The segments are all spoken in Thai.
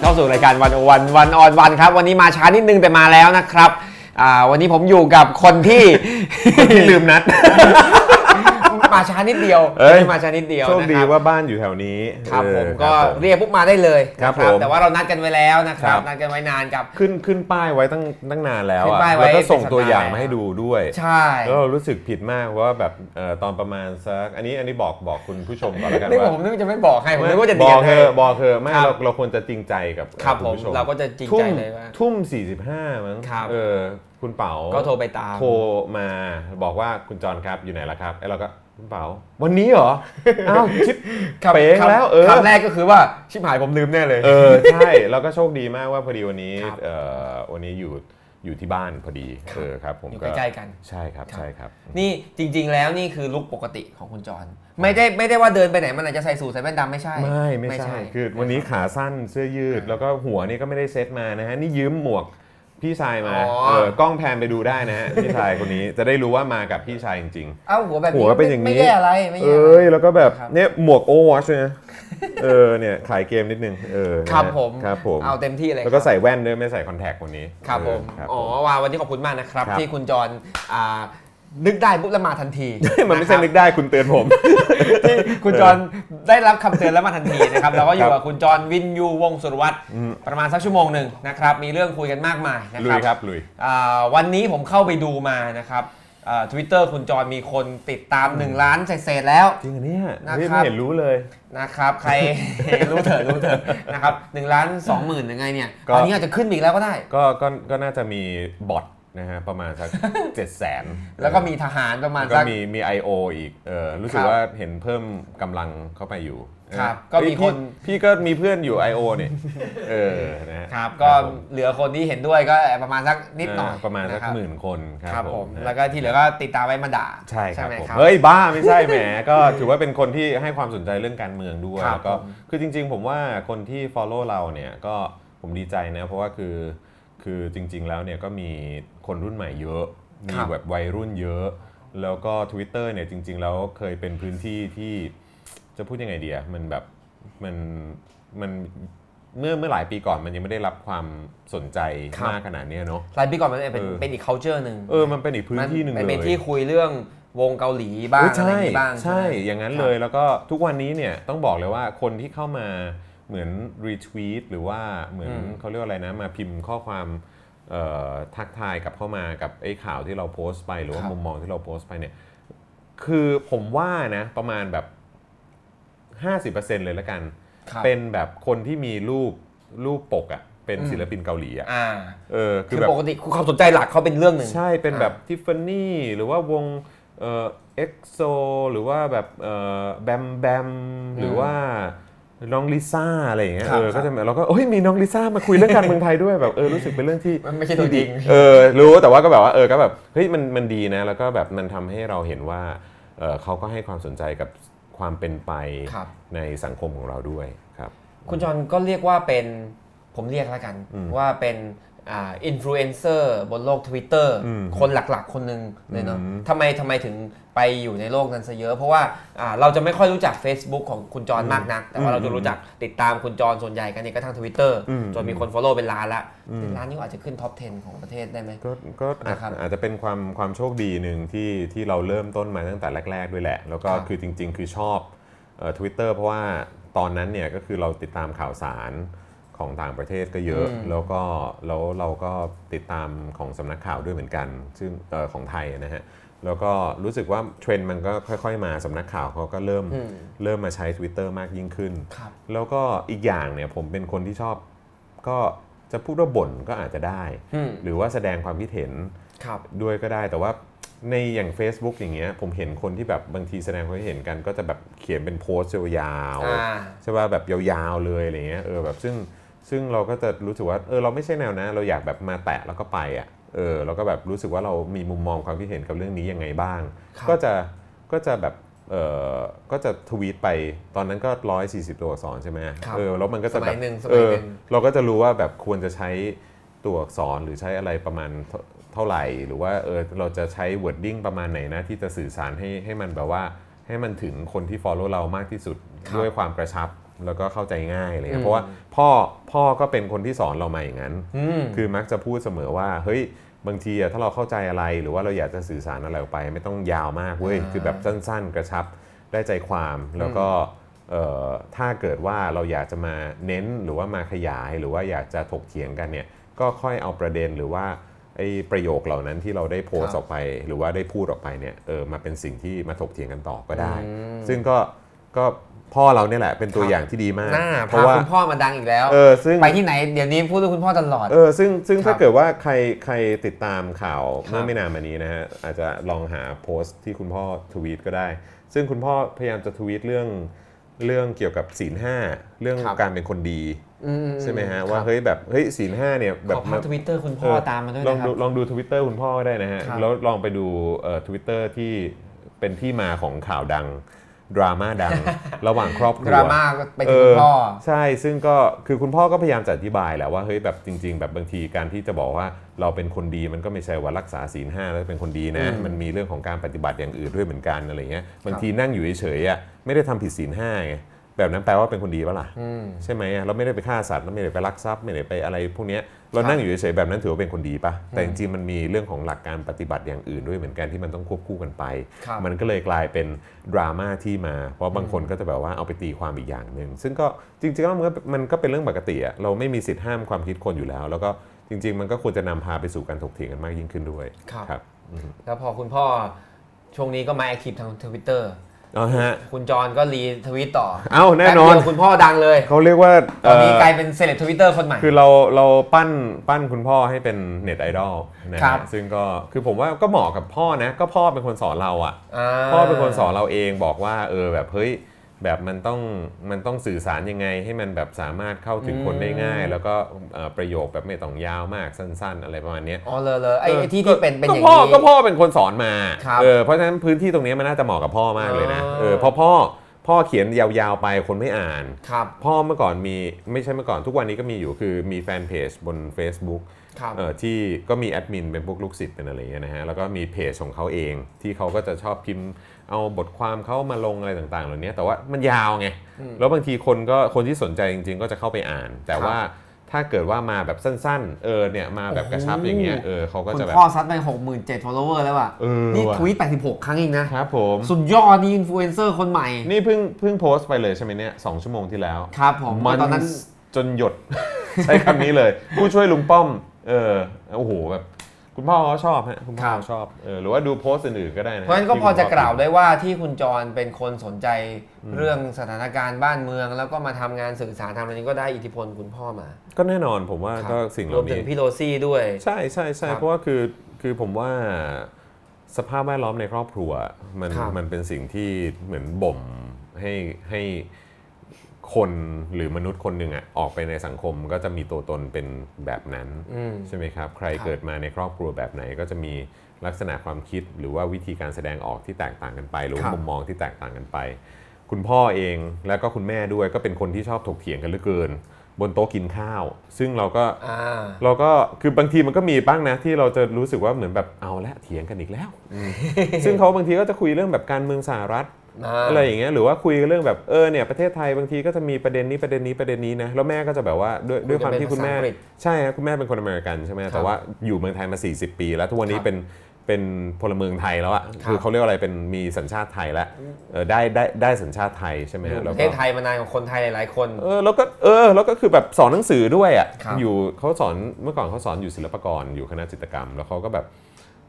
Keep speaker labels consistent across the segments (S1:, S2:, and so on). S1: เข้าสู่รายการวันวันวันออนวันครับวันนี้มาช้านิดนึงแต่มาแล้วนะครับอ่าวันนี้ผมอยู่กับคนที่
S2: คนที่ลืมนัด
S1: มาช้านิดเดียว
S2: เอ้ย
S1: มาช้านิดเดียว
S2: โชคดี
S1: นะรับ
S2: ว่าบ้านอยู่แถวนี้
S1: ครับ
S2: เออ
S1: ผมก็
S2: ครับผม
S1: เรียกปุ๊บมาได้เลยนะครับ
S2: ผม
S1: แต่ว่าเรานัดกันไว้แล้วนะครั
S2: ครับ บ
S1: นัดกันไว้นานกับ
S2: ขึ้นขึ้นป้ายไว้ตั้งตั้งนานแล้ว
S1: ขึ้
S2: อะ
S1: นป้ายไว้
S2: แล้วก็ส่ง
S1: เป็นสัปดาห์
S2: ตัวอย่างมาให้ดูด้วย
S1: ใช่
S2: แล้วเรารู้สึกผิดมากว่าแบบเอ่อตอนประมาณสักอันนี้อันนี้บอกบอกคุณผู้ชมก่อนแล้วกัน
S1: นี่
S2: ว่า
S1: ผมนึกจะไม่บอกใครผมนึกว่าจะ
S2: บ
S1: เดีย
S2: อน กเธ
S1: ให้
S2: อะบอกเธอะไม่
S1: ครับ
S2: เราเราควรจะจริงใจกับเอ่อ
S1: ครับผ
S2: ณ
S1: ม
S2: ผู้ชม
S1: เราก็จะจริง
S2: ทุ่
S1: ใจ
S2: ม
S1: เลยว่า
S2: ทุ่ม 45 มั้ง
S1: ครับ
S2: เออคุณเป๋า
S1: ก็โทรไปตาม
S2: โทรมาบอกว่าคุณจอนครับอยู่ไหนล่ะครับไอ้เราก็คุณเป๋าวันนี้เหรออ้าวชิป
S1: ครับ
S2: เป๋ง
S1: ครับ
S2: แล้วเออ
S1: คำแรกก็คือว่าชิบหายผมลืมแน่เลย
S2: เออ ใช่ แล้วก็โชคดีมากว่าพอดีวันนี้
S1: ครับ
S2: เอ่อวันนี้อยู่อยู่ที่บ้านพอดี
S1: ครับ
S2: เออครับผม
S1: อยู่
S2: ก็
S1: ใกล้ๆกัน
S2: ใช่ครับ
S1: ครับ
S2: ใช่ครับ
S1: นี่จริง ๆ แล้วนี่คือลุคปกติของคุณจร ไม่ได้ไม่ได้ว่าเดินไปไหนมันอาจจะใส่สูทใส่แว่นดำไม่ใช่
S2: ไม่ไม่ใช่ คือวันนี้ขาสั้นเสื้อยืด แล้วก็หัวนี่ก็ไม่ได้เซ็ตมานะฮะ นี่ยืมหมวกพี่ชายมา
S1: อ๋อ
S2: เออกล้องแพนไปดูได้ นะฮะ พี่ชายคนนี้จะได้รู้ว่ามากับพี่ชายจริง
S1: เอ้าหัวแบบ
S2: หั
S1: นี้
S2: วเป็นอย่างนี้
S1: ไม่แย่อะไรไม่
S2: ๆ เอ
S1: แย่อะไร
S2: ้ยแล้วก็แบบ
S1: ครับ
S2: เนี่ยหมวกโอวอชเลยนะเอ อเนี่ยขายเกมนิดนึงเออนะฮะ
S1: ครับผม
S2: ครับผม
S1: เอาเต็มที่เลย
S2: แล้วก็ใส่แว่นด้วยไม่ใส่คอนแทคคนนี้
S1: ครับผม
S2: เออครับ
S1: อ๋อ
S2: ผม
S1: ว่าวันนี้ขอบคุณมากนะครับ
S2: ครับ
S1: ที่คุณจรอ่านึกได้ปุ๊บแล้วมาทันที
S2: มัน ไม่ใช่นึกได้คุณเตือนผม
S1: ที่คุณจรได้รับคำเตือนแล้วมาทันทีนะครับเราก็อยู่กับคุณจรวินยูวงศ์สุรวัตร
S2: อืม
S1: ประมาณสักชั่วโมงหนึ่งนะครับมีเรื่องคุยกันมากมายนะ
S2: ลุ
S1: ครั
S2: ย
S1: บ
S2: ครับลุย
S1: อ่าวันนี้ผมเข้าไปดูมานะครับทวิตเตอร์คุณจอยมีคนติดตาม 1 ล้านเศษๆแล้ว
S2: จริงเหรอเนี่ย
S1: นะครับ
S2: ไม่เห็นรู้เลย
S1: นะครับใคร รู้เถอะรู้เถอะนะครับหนึ่งล้านสองหมื่นยังไงเนี่ย
S2: ก็
S1: ตอนนี้อาจจะขึ้นอีกแล้วก็ได้
S2: ก็ก็ก็น่าจะมีบอทนะฮะประมาณ สัก 7 0 0 0 0น
S1: แล้วก็มีทหารประมาณ
S2: ก็
S1: สัก
S2: มีมี IO อีกเออรู้สึ
S1: ค
S2: ก
S1: รับ
S2: ว่าเห็นเพิ่มกำลังเข้าไปอยู่
S1: ครับ
S2: เออ
S1: ก็มี
S2: พี่
S1: คน
S2: พี่ก็มีเพื่อนอยู่ IO เนี่ยเออนะฮะ
S1: ครับก็เหลือคนที่เห็นด้วยก็ประมาณสักนิดหน่อย
S2: าประมาณสัก
S1: นคบ
S2: หมื่นคน
S1: ค
S2: ค
S1: รั
S2: รั
S1: บบ ผ
S2: ผม ม
S1: แล้วก็ที่เหลือก็ติดตามไว้มาด่า
S2: ใช่ครับ
S1: ไหม
S2: ผม
S1: ครับ
S2: เฮ้ยบ้าไม่ใช่แหม ก็ถือว่าเป็นคนที่ให้ความสนใจเรื่องการเมืองด้วย
S1: ครับ
S2: แล้วก็
S1: ผม
S2: คือจริง ๆ ผมว่าคนที่ follow เราเนี่ยก็ผมดีใจนะเพราะว่าคือ คือจริงๆ แล้วเนี่ยก็มีคนรุ่นใหม่เยอะ
S1: ค
S2: มี
S1: รับ
S2: แบบวัยรุ่นเยอะ แล้วก็ Twitter เนี่ยจริง ๆ แล้วเคยเป็นพื้นที่ที่จะพูดยังไงเดียมันแบบมันมันเมื่อเมื่อหลายปีก่อนมันยังไม่ได้รับความสนใจ
S1: ครับ
S2: มากขนาดเนี้ยเนาะ
S1: หลายปีก่อนมันเป็น
S2: เออ
S1: เป็นอีก culture หนึ่ง
S2: เออมันเป็นอีกพื้นที่หนึ่งเลย
S1: มัเป็นที่คุยเรื่องวงเกาหลีบ้าง
S2: เออ
S1: อะ
S2: ใช่
S1: ไรนี้บ้าง
S2: ใช่
S1: ไหม
S2: อย่างนั้น
S1: ครับ
S2: เลยแล้วก็ทุกวันนี้เนี่ยต้องบอกเลยว่าคนที่เข้ามาเหมือนรีทวีตหรือว่าเหมือน
S1: อืม
S2: เขาเรียกว่าอะไรนะ มาพิมพ์ข้อความเอ่อทักทายกลับเข้ามากับไอ้ข่าวที่เราโพสต์ไปหรือว่า
S1: ครับ
S2: มุมมองที่เราโพสต์ไปเนี่ยคือผมว่านะประมาณแบบ 50%เลยละกัน
S1: ครับ
S2: เป็นแบบคนที่มีรูปรูปปกอะ่ะเป็นศิลปินเกาหลีอะ่ะ
S1: อ่า
S2: เออ
S1: คื
S2: คือ อแบบ
S1: ปกติความสนใจหลักเขาเป็นเรื่องหนึ่ง
S2: ใช่ เป็น
S1: อ่า
S2: แบบทิฟฟานี่หรือว่าวงเอ่อเอ็กโซหรือว่าแบบเอ่อแบมแบมหรือว่าน้องลิซ่าอะไรอย่างเงี้ย
S1: ครับ
S2: เออ
S1: ครั
S2: ก็
S1: บ
S2: จะแบบเราก็เอ้ยมีน้องลิซ่ามาคุยเรื่องการเมืองไทยด้วย แบบเออรู้สึกเป็นเรื่องที่
S1: มันไม่ใช่
S2: ที่
S1: ตัวจริง
S2: เออรู้แต่ว่าก็แบบว่าเออก็แบบเฮ้ยมันมันดีนะ แล้วก็แบบมันทำให้เราเห็นว่าเออเขาก็ให้ความสนใจกับความเป็นไป
S1: ครับ
S2: ในสังคมของเราด้วยครับ
S1: คุณจอนก็เรียกว่าเป็นผมเรียกแล้วกัน
S2: อืม
S1: ว่าเป็นอินฟลูเอนเซอร์บนโลก Twitter
S2: อืม
S1: คนหลักๆ คนหนึ่งเลยเนาะ
S2: อืม
S1: ทำไมทำไมถึงไปอยู่ในโลกนั้นซะเยอะ เพราะว่าอ่าเราจะไม่ค่อยรู้จัก Facebook ของคุณจอนมากนัก แต่ว่า
S2: อืม
S1: เราจะรู้จักติดตามคุณจอนส่วนใหญ่กันเนี่ยก็ทาง Twitter
S2: อืม
S1: จนมีคน Follow เป็นล้านละ
S2: อืม
S1: เป็นล้านนี่ก็อาจจะขึ้นท็อป 10 ของประเทศได้ไหม
S2: ก็ก็อาจ
S1: นะครับ
S2: อาจจะเป็นความความโชคดีหนึ่งที่ที่เราเริ่มต้นมาตั้งแต่แรก ๆ ด้วยแหละ แล้วก็
S1: ครับ
S2: คือจริง ๆ คือชอบทวิตเตอร์เพราะว่าตอนนั้นเนี่ยก็คือเราติดตามข่าวสารของต่างประเทศก็เยอะ
S1: อืม
S2: แล้วก็แล้วเราก็ติดตามของสำนักข่าวด้วยเหมือนกัน ซึ่งเอ่อของไทยนะฮะแล้วก็รู้สึกว่าเทรนด์มันก็ค่อย ๆ มาสำนักข่าวเขาก็เริ่ม
S1: อืม
S2: เริ่มมาใช้ Twitter มากยิ่งขึ้น
S1: ครับ
S2: แล้วก็อีกอย่างเนี่ยผมเป็นคนที่ชอบก็จะพูดว่าบ่นก็อาจจะได้
S1: อืม
S2: หรือว่าแสดงความคิดเห็น
S1: ครับ
S2: ด้วยก็ได้แต่ว่าในอย่าง Facebook อย่างเงี้ยผมเห็นคนที่แบบบางทีแสดงความคิดเห็นกัน ก็จะแบบเขียนเป็นโพสต์ยาวๆ
S1: อ่า
S2: ใช่ป่ะแบบยาวๆเลยอะไรเงี้ยเออแบบซึ่งซึ่งเราก็จะรู้สึกว่าเออเราไม่ใช่แนวนะ เราอยากแบบมาแตะแล้วก็ไปอ่ะเออเราก็แบบรู้สึกว่าเรามีมุมมองความคิดเห็นกับเรื่องนี้ยังไงบ้าง
S1: ครับ
S2: ก็จะก็จะแบบเออก็จะทวีตไปตอนนั้นก็ 140 ตัวอักษรใช่ไหม
S1: ครับ
S2: เออแล้วมันก็
S1: ส
S2: จะ
S1: มั
S2: แบ
S1: ย
S2: บ
S1: หนึ่งสมัย
S2: เออ
S1: หนึ่ง
S2: เราก็จะรู้ว่าแบบควรจะใช้ตัวอักษรหรือใช้อะไรประมาณเท่าเท่าไหร่ หรือว่าเออเราจะใช้ wording ประมาณไหนนะที่จะสื่อสารให้ให้มันแบบว่าให้มันถึงคนที่ follow เรามากที่สุด
S1: ครับ
S2: ด้วยความกระชับ แล้วก็เข้าใจง่ายอะไรเล
S1: อื
S2: ย
S1: ม
S2: เพราะว่าพ่อพ่อก็เป็นคนที่สอนเรามาอย่างนั้น
S1: อืม
S2: คือมักจะพูดเสมอว่าเฮ้ยบางทีอะถ้าเราเข้าใจอะไรหรือว่าเราอยากจะสื่อสารอะไรออกไป ไม่ต้องยาวมากเว้ย
S1: อ่า
S2: คือแบบสั้นๆ กระชับได้ใจความแล้วก็เอ่อถ้าเกิดว่าเราอยากจะมาเน้นหรือว่ามาขยายหรือว่าอยากจะถกเถียงกันเนี่ยก็ค่อยเอาประเด็นหรือว่าไอ้ประโยคเหล่านั้นที่เราได้โพส
S1: ครั
S2: ต์
S1: บ
S2: ออกไป หรือว่าได้พูดออกไปเนี่ยเออมาเป็นสิ่งที่มาถกเถียงกันต่อก็ได้
S1: อืม
S2: ซึ่งก็ก็พ่อเราเนี่ยแหละเป็นตัวอย่างที่ดีมาก
S1: หน้า
S2: เพ
S1: พา
S2: ราะว่า
S1: คุณพ่อมาดังอีกแล้ว
S2: เออซึ่ง
S1: ไปที่ไหนเดี๋ยวนี้พูดถึงคุณพ่อตลอด
S2: เออซึ่งซึ่ง
S1: ครั
S2: ถ้า
S1: บ
S2: เกิดว่าใครใครติดตามข่าว
S1: ครับ
S2: เมื่อไม่นานมานี้นะฮะอาจจะลองหาโพสต์ที่คุณพ่อทวีตก็ได้ ซึ่งคุณพ่อพยายามจะทวีตเรื่องเรื่องเกี่ยวกับศีลห้าเรื่องการเป็นคนดี
S1: ม
S2: ใช่ไหมฮะ
S1: ครับ
S2: ว่าเฮ้ยแบบเฮ้ยศีลห้าเนี่ยแบ
S1: ข
S2: บ
S1: อพักทวิตเตอร์คุณพ่อตามมาด้วย
S2: ลอง
S1: นะครับ
S2: ดูลองดูทวิตเตอร์คุณพ่อก็ได้นะฮะ
S1: ครับ
S2: แล้วลองไปดูเอ่อทวิตเตอร์ที่เป็นที่มาของข่าวดังดราม่า ดัง ระหว่างครอบครัว
S1: ดราม่าก็ไปถึงคุณพ่อ
S2: เใช่ ซึ่งก็คือคุณพ่อก็พยายามจะอธิบายแหละว่าเฮ้ยแบบจริง ๆ แบบบางทีการที่จะบอกว่าเราเป็นคนดีมันก็ไม่ใช่ว่ารักษาศีลห้าแล้วเป็นคนดีนะ
S1: อืม
S2: มันมีเรื่องของการปฏิบัติอย่างอื่นด้วยเหมือนกันอะไรเงี้ยบางทีนั่งอยู่เฉยๆอ่ะไม่ได้ทำผิดศีลห้าไงแบบนั้นแปลว่าเป็นคนดีปะล่ะ
S1: อืม
S2: ใช่ไหมอะเราไม่ได้ไปฆ่าสัตว์เราไม่ได้ไปลักทรัพย์ไม่ได้ไปอะไรพวกเนี้ยเรานั่งอยู่เฉยๆแบบนั้นถือว่าเป็นคนดีปะแต่จริงๆมันมีเรื่องของหลักการปฏิบัติอย่างอื่นด้วยเหมือนกันที่มันต้องควบคู่กันไป
S1: ครับ
S2: มันก็เลยกลายเป็นดราม่าที่มา เพราะบางคนก็จะแบบว่าเอาไปตีความอีกอย่างหนึ่ง ซึ่งก็จริงๆแล้วมันก็มันก็เป็นเรื่องปกติอะเราไม่มีสิทธิ์ห้ามความคิดคนอยู่แล้ว แล้วก็จริง ๆ มันก็ควรจะนำพาไปสู่การถกเถียงกันมากยิ่งขึ้นด้วย
S1: ครับ
S2: ครับอืม
S1: แล้วพอคุณพ่อช่วงนี้ก็มาแอคทีฟทางทวิตเตอร์
S2: เอาฮะ
S1: คุณจรก็รีทวิตต่อ
S2: เอาแน่นอน
S1: ป๊บเดียวคุณพ่อดังเลย
S2: เขาเรียกว่า
S1: ตอนนี้
S2: เอ่อ
S1: กลายเป็นเซเลบทวิตเตอร์คนใหม่
S2: คือเราเราปั้นปั้นคุณพ่อให้เป็นเน็ตไอดอลนะ
S1: ครั
S2: ฮะ
S1: บ
S2: ซึ่งก็คือผมว่าก็เหมาะกับพ่อนะก็พ่อเป็นคนสอนเราอะ พ่อเป็นคนสอนเราเองบอกว่าเออแบบเฮ้ยแบบมันต้องมันต้องสื่อสารยังไง ให้มันแบบสามารถเข้าถึงคนได้ง่าย แล้วก็เอ่อประโยคแบบไม่ต้องยาวมากสั้น ๆ อะไรประมาณเนี้ย
S1: อ๋อเลยเลยไอ้
S2: เออ
S1: ไอ้ที่
S2: ก็
S1: ที่เป็นเป็นอย่าง
S2: ก็พ่อ
S1: นี้
S2: ก็พ่อเป็นคนสอนมา
S1: ครับ
S2: เออเพราะฉะนั้นพื้นที่ตรงเนี้ยมันน่าจะเหมาะกับพ่อมากเลยนะ
S1: อ๋อ
S2: เออเพอพ่อพ่อเขียนยาวๆไปคนไม่อ่าน
S1: ครับ
S2: พ่อเมื่อก่อนมีไม่ใช่เมื่อก่อนทุกวันนี้ก็มีอยู่คือมีแฟนเพจบน Facebook
S1: ครับ
S2: เอ่อที่ก็มีแอดมินเป็นพวกลูกศิษย์เป็นอะไรอย่างเงี้ยนะฮะแล้วก็มีเพจของเขาเองที่เขาก็จะชอบพิมพ์เอาบทความเขามาลงอะไรต่างๆ เหล่านี้แต่ว่ามันยาวไงแล้วบางทีคนก็คนที่สนใจจริง ๆ ก็จะเข้าไปอ่าน แต่ว่าถ้าเกิดว่ามาแบบสั้นๆเออเนี่ยมาแบบกระชับ
S1: โอ้โห
S2: อย่างเงี้ยเออเขาก็
S1: คุณ
S2: จะแบบ
S1: พ่อซัดไป67,000 follower แล้วอ่ะ
S2: เออ
S1: นี่
S2: ว่ะ
S1: ทวิต 86 ครั้งเองนะ
S2: ครับผม
S1: สุดยอดนี่อินฟลูเอนเซอร์คนใหม่
S2: นี่เพิ่งเพิ่งโพสต์ไปเลยใช่ไหมเนี่ยสองชั่วโมงที่แล้ว
S1: ครับผม
S2: มัน
S1: ตอนนั้น
S2: จนหยด ใช้คำนี้เลย ผู้ช่วยลุงป้อม เออโอ้โหแบบคุณพ่อเขาชอบฮะคุณพ่อ
S1: ครับ
S2: เขาชอบเออหรือว่าดูโพสต์อื่นๆก็ได้นะ
S1: เพราะฉะนั้นก็พอจะกล่าว
S2: ได้
S1: ได้ว่าที่คุณจรเป็นคนสนใจเรื่องสถานการณ์บ้านเมือง แล้วก็มาทำงานสื่อสารทำอะไรนี้ก็ได้อิทธิพลคุณพ่อมา
S2: ก็แน่นอนผมว่าก็สิ่งเห
S1: รว
S2: ล่าม
S1: ถึ
S2: นี้
S1: งพี่โรซี่ด้วย
S2: ใช่ใช่ใช่
S1: ครับ
S2: เพราะว่าคือคือผมว่าสภาพแวดล้อมในครอบครัว มัน
S1: ครับ
S2: มันเป็นสิ่งที่เหมือนบ่มให้ให้คนหรือมนุษย์คนหนึ่งอ่ะออกไปในสังคมก็จะมีตัวตนเป็นแบบนั้น
S1: อืม
S2: ใช่ไหมครับ ใครเกิดมาในครอบครัวแบบไหนก็จะมีลักษณะความคิดหรือว่าวิธีการแสดงออกที่แตกต่างกันไป หรือ
S1: ค
S2: ว่า
S1: รับ
S2: มุมมองที่แตกต่างกันไป คุณพ่อเองแล้วก็คุณแม่ด้วยก็เป็นคนที่ชอบถกเถียงกันเหลือเกิน บนโต๊ะกินข้าว ซึ่งเราก็
S1: อ่า
S2: เราก็คือบางทีมันก็มีบ้างนะที่เราจะรู้สึกว่าเหมือนแบบเอาละเถียงกันอีกแล้ว ซึ่งเขาบางทีก็จะคุยเรื่องแบบการเมืองสหรัฐ อะไรอย่างเงี้ยหรือว่าคุยกันเรื่องแบบเออเนี่ยประเทศไทยบางทีก็จะมีประเด็นนี้ประเด็นนี้ประเด็นนี้นะแล้วแม่ก็จะแบบว่าด้วยด้วยความที่คุณแม่
S1: จะเป็นภาษาอังกฤษ
S2: ใช่ครับคุณแม่เป็นคนอเมริกันใช่ไหม
S1: ครับ
S2: แต่ว่าอยู่เมืองไทยมา 40 ปี แล้วทุกวันนี้
S1: ครับ
S2: เป็นเป็นพลเมืองไทยแล้วอะ
S1: ครับ
S2: คือเขาเรียกว่าอะไรเป็นมีสัญชาติไทยแล้วเออได้ได้ได้สัญชาติไทยใช่ไหม
S1: อยู่
S2: ฮะ
S1: ป
S2: แล้ว
S1: ระ
S2: ก็
S1: เทศไทยมานานกว่าคนไทยหลายๆคน
S2: เออแล้วก็เออแล้วก็คือแบบสอนหนังสือด้วยอะ
S1: ครั่
S2: ะ
S1: บ
S2: อยู่เขาสอนเมื่อก่อนเขาสอนอยู่ศิลปากรอยู่คณะจิตรกรรม แล้วเขาก็แบบ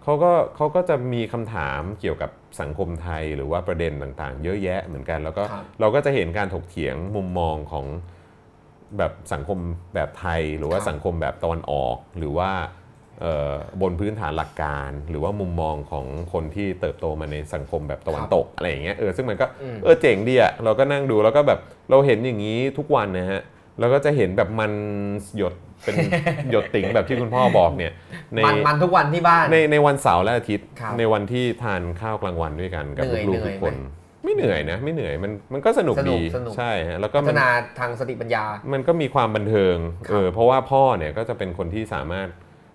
S2: เขาก็เขาก็จะมีคำถามเกี่ยวกับสังคมไทยหรือว่าประเด็นต่างๆ เยอะแยะเหมือนกัน แล้วก็
S1: ครับ
S2: เราก็จะเห็นการถกเถียงมุมมองของแบบสังคมแบบไทย หรือว่าสังคมแบบตะวันออกหรือว่าเอ่อบนพื้นฐานหลักการ หรือว่ามุมมองของคนที่เติบโตมาในสังคมแบบตะวันตกอะไรอย่างเงี้ยเออซึ่งมันก็
S1: อืม
S2: เออเจ๋งดีอะเราก็นั่งดูแล้วก็แบบเราเห็นอย่างนี้ทุกวันนะฮะเราก็จะเห็นแบบมันหยดเป็น หยดติ่งแบบที่คุณพ่อบอกเนี่ยใน
S1: มันมันทุกวันที่บ้าน
S2: ในในวันเสาร์และอาทิตย์
S1: ครับ
S2: ในวันที่ทานข้าวกลางวันด้วยกันกับ
S1: เหนื่อย
S2: ลูกๆทุกคน
S1: เหนื่อยไหม
S2: ไม่เหนื่อยนะ ไม่เหนื่อยมันมันก็สนุก
S1: สนุก
S2: ดี
S1: สนุก
S2: ใช่ฮะแล้วก็
S1: พัฒ
S2: มัน
S1: นาทางสติปัญญา
S2: มันก็มีความบันเทิง
S1: ครับ
S2: เออ เพราะว่าพ่อเนี่ยก็จะเป็นคนที่สามารถ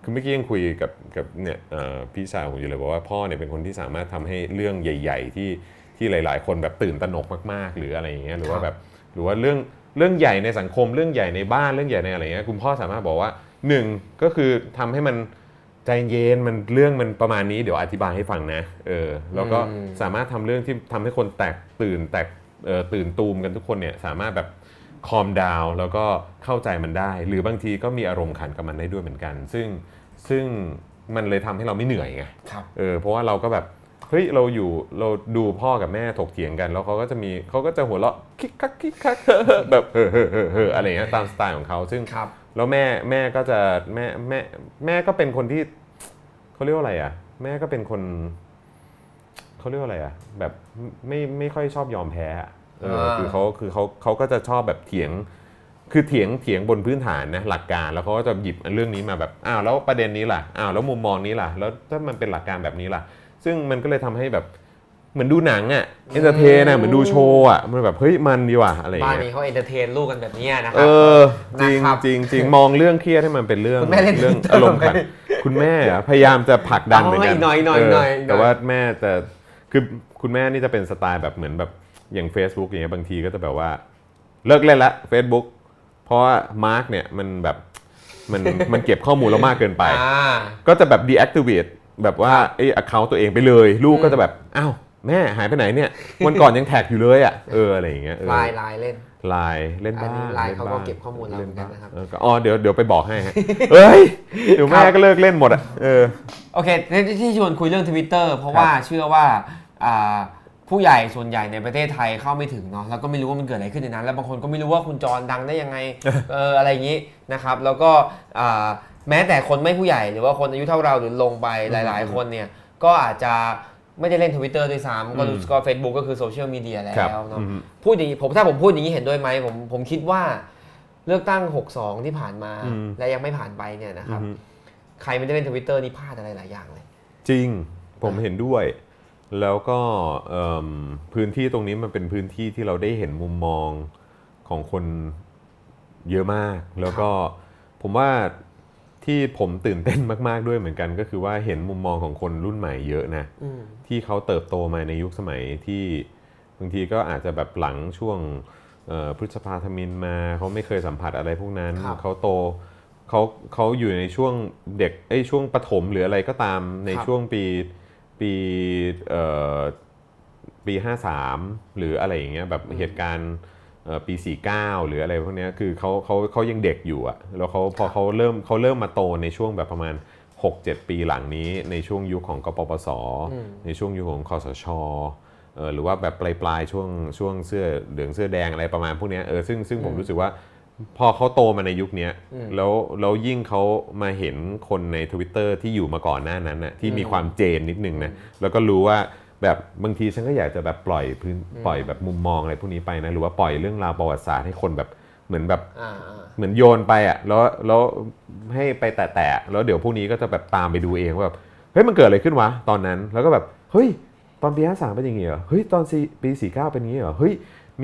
S2: คือเมื่อกี้ยังคุยกับกับเนี่ยเอ่อพี่ชายผมอยู่เลยบอกว่าพ่อเนี่ยเป็นคนที่สามารถทำให้เรื่องใหญ่ ๆ ที่ที่หลาย ๆ คนแบบตื่นตระหนกมากๆ หรืออะไรอย่างเงี้ย หรือว่า
S1: ครับ
S2: แบบ หรือว่าเรื่อง เรื่องใหญ่ในสังคมเรื่องใหญ่ในบ้านเรื่องใหญ่ในอะไรเงี้ยคุณพ่อสามารถบอกว่าหนึ่งก็คือทำให้มันใจเย็นมันเรื่องมันประมาณนี้เดี๋ยวอธิบายให้ฟังนะเออแล้วก็
S1: อืม
S2: สามารถทำเรื่องที่ทำให้คนแตกตื่นแตกเอ่อตื่นตูมกันทุกคนเนี่ยสามารถแบบคอมดาวแล้วก็เข้าใจมันได้ หรือบางทีก็มีอารมณ์ขันกับมันได้ด้วยเหมือนกัน ซึ่งซึ่งมันเลยทำให้เราไม่เหนื่อยไง
S1: ครับ
S2: เออเพราะว่าเราก็แบบเฮ้ยเราอยู่เราดูพ่อกับแม่ถกเถียงกัน แล้วเขาก็จะมีเขาก็จะหัวเราะคิกคักคิกคัก แบบเออเออเออเอออะไรอย่างเงี้ยตามสไตล์ของเขาซึ่ง
S1: ครับ
S2: แล้วแม่แม่ก็จะแม่แม่แม่ก็เป็นคนที่เขาเรียกว่าอะไรอ่ะ แม่ก็เป็นคนเขาเรียกว่าอะไรอ่ะ แบบไม่ไม่ไม่ค่อยชอบยอมแพ้อะเออ
S1: อ่า
S2: คือเขาคือเขาเขาก็จะชอบแบบเถียง คือเถียงเถียงบนพื้นฐานนะหลักการแล้วเขาก็จะหยิบเรื่องนี้มาแบบอ้าวแล้วประเด็นนี้ล่ะอ้าวแล้วมุมมองนี้ล่ะ แล้วถ้ามันเป็นหลักการแบบนี้ล่ะ ซึ่งมันก็เลยทำให้แบบเหมือนดูหนังอะ่ะเอนเตอร์เทนอะเหมือนดูโชว์อะ่ะมันแบบเฮ้ยมันดีว่ะอะไรอย่า
S1: บ้าง น
S2: เงี้
S1: นี้
S2: ย
S1: เขาเอนเตอร์เทนลูกกันแบบเนี้ยนะค
S2: เอ
S1: รั
S2: อจริง
S1: นะครับ
S2: จริงจริงมองเรื่องเครียดให้มันเป็นเรื่อง
S1: คุณแม่เล่น
S2: เรื่องอารมณ์ขันคุณแม่อะพยายามจะผลักดันเหมือนกั
S1: อ๋
S2: น
S1: อหน่อยหน่อยหน่อย
S2: เออแต่ว่าแม่จะคือคุณแม่นี่จะเป็นสไตล์แบบเหมือนแบบอย่าง Facebook อย่างเงี้ยบางทีก็จะแบบว่า เลิกเล่นละ Facebook เพราะว่ามาร์กเนี่ยมันแบบ มัน มันเก็บข้อมูลเรามากเกินไป
S1: า
S2: ก็จะแบบ deactivate แบบว่าไอ้ account ตัวเองไปเลย ลูกก็จะแบบ อ้าว แม่หายไปไหนเนี่ย วันก่อนยังแท็กอยู่เลยอ่ะเอออะไรอย่างเงี้ยเออ
S1: ลายลายเล่น
S2: ไลน์เล่น
S1: อัน
S2: บ้าง
S1: นี้ไลน์
S2: น
S1: เขาก็
S2: บ้ง
S1: เก็บข้อมูลเราเหมือนกันนะครับ
S2: เออก็อ๋อเดี๋ยวเดี๋ยวไปบอก ให้ฮะ เอ้ยเดี๋ยวแม่
S1: ครับ
S2: ก็เลิกเล่นหมดอ่ะเออ
S1: โอเคที่ที่ชวนคุยเรื่องทวิตเตอร์เพราะว่าเชื่อว่าอ่าผู้ใหญ่ส่วนใหญ่ในประเทศไทยเข้าไม่ถึงเนาะแล้วก็ไม่รู้ว่ามันเกิดอะไรขึ้นในนั้น แล้วบางคนก็ไม่รู้ว่าคุณจรดังได้ ยังไง เอออะไรอย่างนี้นะครับ แล้วก็อ่าแม้แต่คนไม่ผู้ใหญ่หรือว่าคนอายุเท่าเราหรือลงไปหลาย ๆ คนเนี่ยก็อาจจะไม่ได้เล่นทวิตเตอร์ด้วยซ้ำก็รู้
S2: อืม
S1: ก็เฟซบุ๊กก็คือโซเชียลมีเดียแล้
S2: ครับ
S1: วเนาะ
S2: อืม
S1: พูดอย่างนี้ผมถ้าผมพูดอย่างนี้เห็นด้วยไหมผมผมคิดว่าเลือกตั้ง 62 ที่ผ่านมา
S2: อืม
S1: และยังไม่ผ่านไปเนี่ยนะครับ
S2: อืม
S1: ใครไม่ได้เล่นทวิตเตอร์นี่พลาดอะไรหลายอย่างเลย
S2: จริง ผมเห็นด้วย แล้วก็เอิ่มพื้นที่ตรงนี้มันเป็นพื้นที่ที่เราได้เห็นมุมมองของคนเยอะมาก แล้วก็ผมว่าที่ผมตื่นเต้นมากๆด้วยเหมือนกัน ก็คือว่าเห็นมุมมองของคนรุ่นใหม่เยอะนะ
S1: อืม
S2: ที่เขาเติบโตมาในยุคสมัยที่บางทีก็อาจจะแบบหลังช่วงเอ่อพฤษภาธมินมาเขาไม่เคยสัมผัสอะไรพวกนั้น
S1: ครับ
S2: เขาโตเขาเขาอยู่ในช่วงเด็กเอ้ยช่วงประถมหรืออะไรก็ตามใน
S1: ครับ
S2: ช่วงปีปีเอ่อปี 53 หรืออะไรอย่างเงี้ยแบบเหตุการณ์เอ่อปี 49 หรืออะไรพวกเนี้ยคือเขาเขาเขายังเด็กอยู่อะแล้วเขาพอ
S1: ครับ
S2: เขาเริ่มเขาเริ่มมาโตในช่วงแบบประมาณ 6-7 ปีหลังนี้ในช่วงยุคของกปปส
S1: อืม
S2: ในช่วงยุคของคอสชเออหรือว่าแบบปลายปลายๆช่วงช่วงเสื้อเหลืองเสื้อแดงอะไรประมาณพวกเนี้ยเออซึ่งซึ่งผมรู้สึกว่าพอเขาโตมาในยุคเนี้ย
S1: อืม
S2: แล้วแล้วยิ่งเขามาเห็นคนใน Twitter ที่อยู่มาก่อนหน้านั้นน่ะที่มีความเจนนิดนึงนะแล้วก็รู้ว่าแบบบางทีฉันก็อยากจะแบบปล่อยพื้นปล่อยแบบมุมมองอะไรพวกนี้ไปนะหรือว่าปล่อยเรื่องราวประวัติศาสตร์ให้คนแบบเหมือนแบบ
S1: อ่าอ่า
S2: เหมือนโยนไปอ่ะแล้วแล้วให้ไปแตะๆแล้วเดี๋ยวพวกนี้ก็จะแบบตามไปดูเองว่าแบบเฮ้ยมันเกิดอะไรขึ้นวะตอนนั้นแล้วก็แบบเฮ้ยตอนปีห้าสามเป็นอย่างงี้เหรอเฮ้ยตอนสี่ปีสี่เก้าเป็นอย่างงี้เหรอเฮ้ย